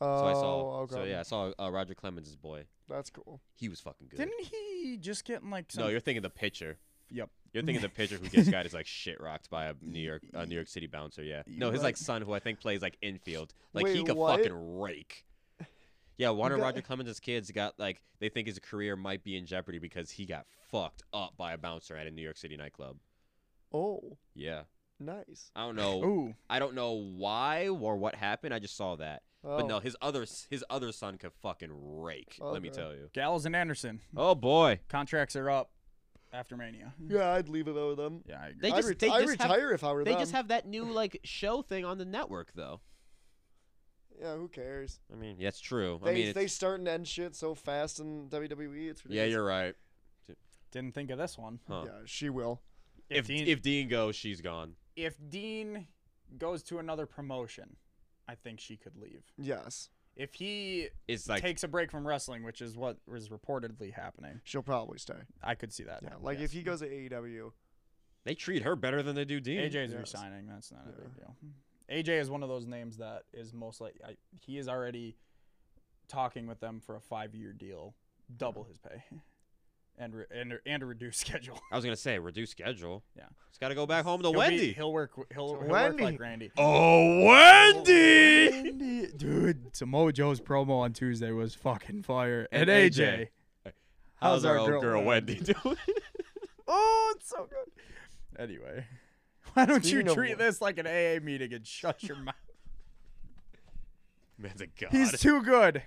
[SPEAKER 4] Oh,
[SPEAKER 3] so I saw.
[SPEAKER 4] okay.
[SPEAKER 3] So yeah, I saw uh, Roger Clemens' boy.
[SPEAKER 4] That's cool.
[SPEAKER 3] He was fucking good.
[SPEAKER 2] didn't he just get in like some?
[SPEAKER 3] no, you're thinking the pitcher.
[SPEAKER 2] Yep.
[SPEAKER 3] You're thinking the pitcher who just got his like shit rocked by a New York a New York City bouncer. Yeah. No, his
[SPEAKER 2] Right.
[SPEAKER 3] like son who I think plays like infield. Like he
[SPEAKER 4] Wait,
[SPEAKER 3] could
[SPEAKER 4] what?
[SPEAKER 3] fucking rake. Yeah, one of
[SPEAKER 4] got-
[SPEAKER 3] Roger Clemens' kids got like they think his career might be in jeopardy because he got fucked up by a bouncer at a New York City nightclub.
[SPEAKER 4] Oh,
[SPEAKER 3] Yeah.
[SPEAKER 4] nice.
[SPEAKER 3] I don't know.
[SPEAKER 2] Ooh,
[SPEAKER 3] I don't know why or what happened. I just saw that. But
[SPEAKER 4] Oh,
[SPEAKER 3] no, his other s- his other son could fucking rake. Let me
[SPEAKER 4] Okay.
[SPEAKER 3] tell you.
[SPEAKER 2] Gallows and Anderson
[SPEAKER 3] Oh boy,
[SPEAKER 2] contracts are up after Mania.
[SPEAKER 4] Yeah, I'd leave it over them.
[SPEAKER 2] Yeah, I agree.
[SPEAKER 3] They
[SPEAKER 4] I'd,
[SPEAKER 3] just-
[SPEAKER 4] ret-
[SPEAKER 3] they
[SPEAKER 4] I'd
[SPEAKER 3] just have-
[SPEAKER 4] retire if I were
[SPEAKER 3] they
[SPEAKER 4] them.
[SPEAKER 3] just have that new like show thing on the network though.
[SPEAKER 4] yeah, who cares?
[SPEAKER 3] I mean, that's true.
[SPEAKER 4] They
[SPEAKER 3] I mean,
[SPEAKER 4] they
[SPEAKER 3] it's-
[SPEAKER 4] start and end shit so fast in WWE. It's ridiculous.
[SPEAKER 3] yeah, you're right.
[SPEAKER 2] Didn't think of this one.
[SPEAKER 3] Huh.
[SPEAKER 4] Yeah, she will.
[SPEAKER 3] If
[SPEAKER 2] Dean,
[SPEAKER 3] if Dean goes, she's gone.
[SPEAKER 2] if Dean goes to another promotion, I think she could leave.
[SPEAKER 4] Yes,
[SPEAKER 2] If he
[SPEAKER 3] It's like
[SPEAKER 2] takes a break from wrestling, which is what was reportedly happening,
[SPEAKER 4] she'll probably stay.
[SPEAKER 2] I could see that.
[SPEAKER 4] Yeah, like
[SPEAKER 2] yes.
[SPEAKER 4] if he goes to E AEW.
[SPEAKER 3] they treat her better than they do Dean.
[SPEAKER 2] AJ's
[SPEAKER 4] Yes.
[SPEAKER 2] resigning. That's not a
[SPEAKER 4] Yeah.
[SPEAKER 2] big deal. AJ is one of those names that is most like I, he is already talking with them for a five-year deal, double his pay, and re, and and a reduced schedule.
[SPEAKER 3] I was gonna say reduce schedule.
[SPEAKER 2] Yeah.
[SPEAKER 3] he's got to go back home to
[SPEAKER 2] He'll be-
[SPEAKER 3] Wendy.
[SPEAKER 2] he'll work. He'll,
[SPEAKER 4] To
[SPEAKER 2] he'll work like
[SPEAKER 4] Wendy.
[SPEAKER 2] Randy.
[SPEAKER 3] oh, Wendy!
[SPEAKER 2] Wendy, dude, Samoa Joe's promo on Tuesday was fucking fire.
[SPEAKER 3] And AJ. How's our, old girl, Wendy doing?
[SPEAKER 2] Oh, it's so good. Anyway, why don't
[SPEAKER 4] Speaking
[SPEAKER 2] you
[SPEAKER 4] of
[SPEAKER 2] treat
[SPEAKER 4] Wen-
[SPEAKER 2] this like an AA meeting and shut your mouth?
[SPEAKER 3] Man's a god.
[SPEAKER 2] He's too good.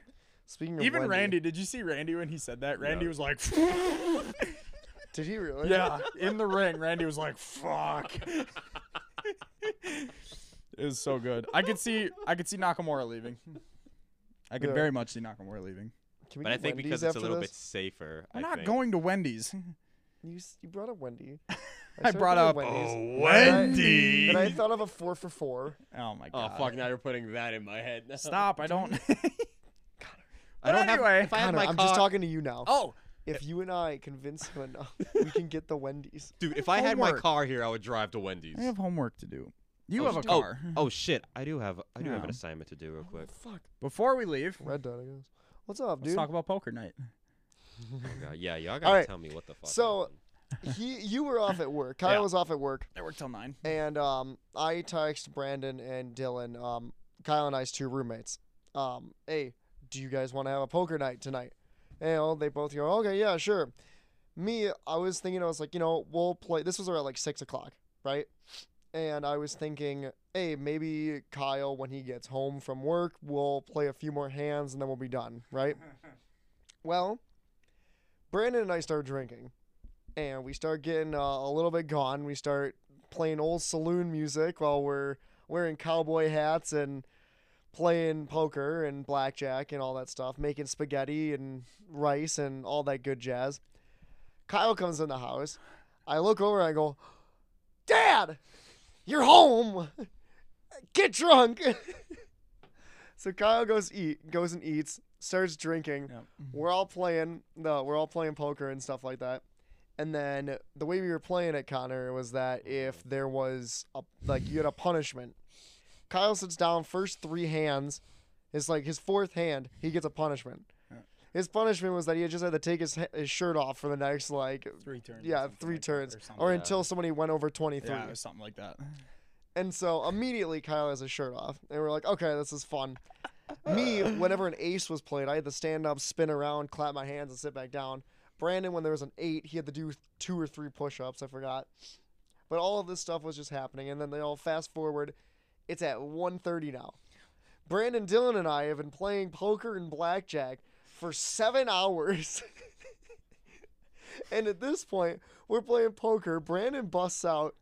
[SPEAKER 4] Speaking of
[SPEAKER 2] Even
[SPEAKER 4] Wendy-
[SPEAKER 2] Randy, did you see Randy when he said that? Randy
[SPEAKER 3] No.
[SPEAKER 2] was like,
[SPEAKER 4] did he really?
[SPEAKER 2] yeah, in the ring. Randy was like, fuck. it was so good. I could see, I could see Nakamura leaving. I could
[SPEAKER 4] Yeah.
[SPEAKER 2] very much see Nakamura leaving.
[SPEAKER 4] Can we
[SPEAKER 3] but I
[SPEAKER 4] get
[SPEAKER 3] think
[SPEAKER 4] Wendy's
[SPEAKER 3] because it's a
[SPEAKER 4] after
[SPEAKER 3] little
[SPEAKER 4] this?
[SPEAKER 3] bit safer.
[SPEAKER 2] We're
[SPEAKER 3] I
[SPEAKER 2] not
[SPEAKER 3] think.
[SPEAKER 2] going to Wendy's.
[SPEAKER 4] You, s- you brought up Wendy. I, started
[SPEAKER 2] brought up-
[SPEAKER 4] thinking of Wendy's,
[SPEAKER 3] Oh,
[SPEAKER 4] and I-
[SPEAKER 3] Wendy!
[SPEAKER 4] And I thought of a four for four.
[SPEAKER 2] Oh my
[SPEAKER 3] Oh
[SPEAKER 2] god.
[SPEAKER 3] fuck! Now you're putting that in my head.
[SPEAKER 2] Stop! I don't.
[SPEAKER 3] I don't
[SPEAKER 2] anyway.
[SPEAKER 3] have. If I have
[SPEAKER 4] Connor,
[SPEAKER 3] my
[SPEAKER 4] I'm
[SPEAKER 3] car,
[SPEAKER 4] just talking to you now.
[SPEAKER 2] oh,
[SPEAKER 4] If you and I convince him enough, we can get the Wendy's.
[SPEAKER 3] dude. If I had my
[SPEAKER 2] homework.
[SPEAKER 3] car here, I would drive to Wendy's.
[SPEAKER 2] I have homework to do. You
[SPEAKER 3] Oh,
[SPEAKER 2] have a
[SPEAKER 3] sh-
[SPEAKER 2] car.
[SPEAKER 3] Oh, oh shit! I do have. I do have
[SPEAKER 2] Yeah.
[SPEAKER 3] an assignment to do real quick.
[SPEAKER 4] Fuck.
[SPEAKER 2] Before we leave,
[SPEAKER 4] Red dot, I guess. What's up,
[SPEAKER 2] let's
[SPEAKER 4] dude?
[SPEAKER 2] talk about poker night.
[SPEAKER 3] Oh, God. Yeah, y'all gotta
[SPEAKER 4] right.
[SPEAKER 3] tell me what the fuck.
[SPEAKER 4] So-
[SPEAKER 3] happened.
[SPEAKER 4] he, you were off at work. Kyle
[SPEAKER 2] Yeah.
[SPEAKER 4] was off at work,
[SPEAKER 2] I worked till nine.
[SPEAKER 4] and um, I text Brandon and Dylan, um, Kyle and I's two roommates. Um, hey, do you guys want to have a poker night tonight? And you know, they both go, okay, yeah, sure. Me, I was thinking, I was like, you know, we'll play. This was around like six o'clock, right? And I was thinking, hey, maybe Kyle, when he gets home from work, will play a few more hands and then we'll be done, right? Well, Brandon and I start drinking, and we start getting uh, a little bit gone. We start playing old saloon music while we're wearing cowboy hats and playing poker and blackjack and all that stuff, making spaghetti and rice and all that good jazz. Kyle comes in the house. I look over and I go, Dad, you're home. Get drunk. so Kyle goes eat goes and eats, starts drinking.
[SPEAKER 2] Yep.
[SPEAKER 4] We're all playing no, we're all playing poker and stuff like that. And then the way we were playing it, Connor, was that if there was a like you had a punishment. Kyle sits down first three hands, it's like his fourth hand, he gets a punishment. His punishment was that he just had to take his, he- his shirt off for the next like
[SPEAKER 2] Three turns. or
[SPEAKER 4] yeah
[SPEAKER 2] something
[SPEAKER 4] three
[SPEAKER 2] like that,
[SPEAKER 4] turns
[SPEAKER 2] or something.
[SPEAKER 4] or until somebody went over twenty three.
[SPEAKER 2] yeah, or something like that.
[SPEAKER 4] And so immediately Kyle has his shirt off. And we're like, okay, this is fun. Me, whenever an ace was played, I had to stand up, spin around, clap my hands, and sit back down. Brandon, when there was an eight, he had to do two or three push ups. I forgot. But all of this stuff was just happening. And then they all fast forward. It's at 1.30 now. Brandon, Dylan, and I have been playing poker and blackjack for seven hours. and at this point, we're playing poker. Brandon busts out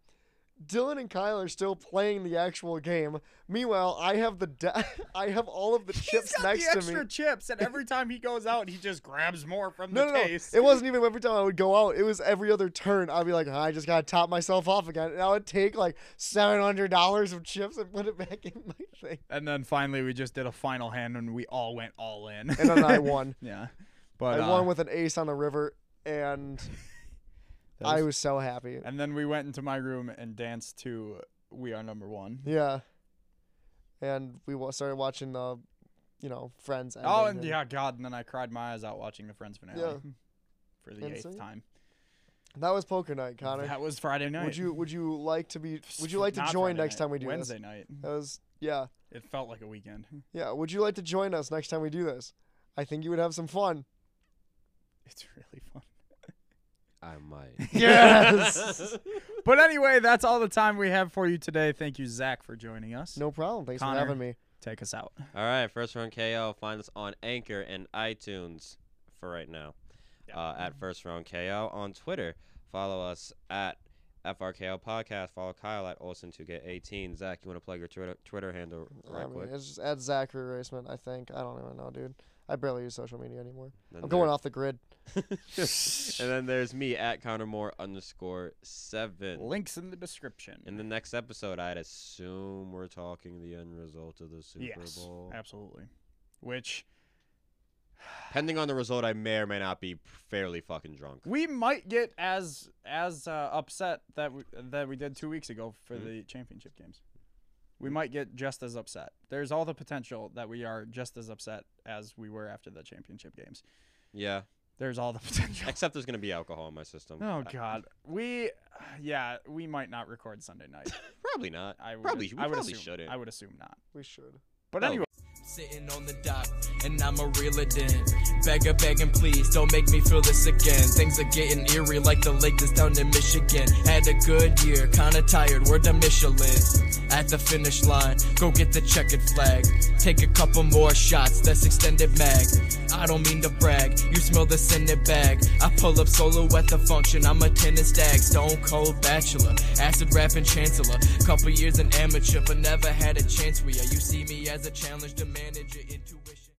[SPEAKER 4] Dylan and Kyle are still playing the actual game. Meanwhile, I have the de- I have all of the
[SPEAKER 2] He's
[SPEAKER 4] chips
[SPEAKER 2] got
[SPEAKER 4] next
[SPEAKER 2] the
[SPEAKER 4] to
[SPEAKER 2] extra
[SPEAKER 4] me.
[SPEAKER 2] chips, and every time he goes out, he just grabs more from
[SPEAKER 4] No,
[SPEAKER 2] the
[SPEAKER 4] no, no.
[SPEAKER 2] case.
[SPEAKER 4] It wasn't even every time I would go out. It was every other turn. I'd be like, I just gotta top myself off again, and I would take like seven hundred dollars of chips and put it back in my thing.
[SPEAKER 2] And then finally, we just did a final hand, and we all went all in.
[SPEAKER 4] And then I won.
[SPEAKER 2] yeah, but
[SPEAKER 4] I
[SPEAKER 2] uh,
[SPEAKER 4] won with an ace on the river, and
[SPEAKER 2] that
[SPEAKER 4] I was so happy.
[SPEAKER 2] And then we went into my room and danced to "We Are Number One."
[SPEAKER 4] Yeah. And we wa- started watching the, you know, Friends.
[SPEAKER 2] Oh,
[SPEAKER 4] ending
[SPEAKER 2] and yeah, God! And then I cried my eyes out watching the Friends finale
[SPEAKER 4] Yeah.
[SPEAKER 2] for the
[SPEAKER 4] And
[SPEAKER 2] eighth
[SPEAKER 4] so, yeah.
[SPEAKER 2] time.
[SPEAKER 4] That was poker night, Connor.
[SPEAKER 2] That was Friday night.
[SPEAKER 4] Would you Would you like to be Would you
[SPEAKER 2] F-
[SPEAKER 4] like to
[SPEAKER 2] not
[SPEAKER 4] join
[SPEAKER 2] Friday
[SPEAKER 4] next
[SPEAKER 2] night,
[SPEAKER 4] time we do
[SPEAKER 2] Wednesday
[SPEAKER 4] this?
[SPEAKER 2] night?
[SPEAKER 4] That was yeah
[SPEAKER 2] It felt like a weekend.
[SPEAKER 4] yeah. Would you like to join us next time we do this? I think you would have some fun.
[SPEAKER 2] It's really fun.
[SPEAKER 3] I might.
[SPEAKER 4] Yes.
[SPEAKER 2] But anyway, that's all the time we have for you today. Thank you, Zach, for joining us.
[SPEAKER 4] no problem. Thanks
[SPEAKER 2] Connor.
[SPEAKER 4] for having me.
[SPEAKER 2] Take us out.
[SPEAKER 3] All right, first round KO. Find us on Anchor and iTunes for right now. Uh, at first round KO on Twitter. Follow us at FRKO podcast. Follow Kyle at Olson to get 18. Zach, you want to plug your Twitter Twitter handle right
[SPEAKER 4] I mean,
[SPEAKER 3] quick?
[SPEAKER 4] it's just at Zachary Raceman. I think I don't even know, dude. I barely use social media anymore.
[SPEAKER 3] Then
[SPEAKER 4] I'm going
[SPEAKER 3] there-
[SPEAKER 4] off the grid.
[SPEAKER 3] and then there's me at Countermore underscore seven.
[SPEAKER 2] Links in the description.
[SPEAKER 3] In the next episode, I'd assume we're talking the end result of the Super
[SPEAKER 2] yes,
[SPEAKER 3] Bowl.
[SPEAKER 2] absolutely. Which
[SPEAKER 3] Depending on the result, I may or may not be fairly fucking drunk.
[SPEAKER 2] we might get as as uh, upset that we, that we did two weeks ago for
[SPEAKER 3] Mm-hmm.
[SPEAKER 2] the championship games. We might get just as upset. There's all the potential that we are just as upset as we were after the championship games.
[SPEAKER 3] Yeah.
[SPEAKER 2] There's all the potential.
[SPEAKER 3] Except there's gonna be alcohol in my system. Uh,
[SPEAKER 2] Oh
[SPEAKER 3] I-
[SPEAKER 2] God, we, yeah, we might not record Sunday night.
[SPEAKER 3] probably not.
[SPEAKER 2] I would,
[SPEAKER 3] probably, we
[SPEAKER 2] I would
[SPEAKER 3] probably
[SPEAKER 2] assume,
[SPEAKER 3] shouldn't. Oh,
[SPEAKER 2] I would assume not.
[SPEAKER 4] We should.
[SPEAKER 2] But
[SPEAKER 3] No.
[SPEAKER 2] anyway.
[SPEAKER 6] Sitting on the dock, and I'm a reeler then. Beggar begging, please don't make me feel this again. Things are getting eerie like the lake that's down in Michigan. Had a good year, kinda tired, word to Michelin. At the finish line, go get the checkered flag. Take a couple more shots, that's extended mag. I don't mean to brag, you smell the scented bag. I pull up solo at the function, I'm a tennis stag. Stone cold bachelor, acid rapping chancellor. Couple years an amateur, but never had a chance where you see me as a challenge to manage your intuition.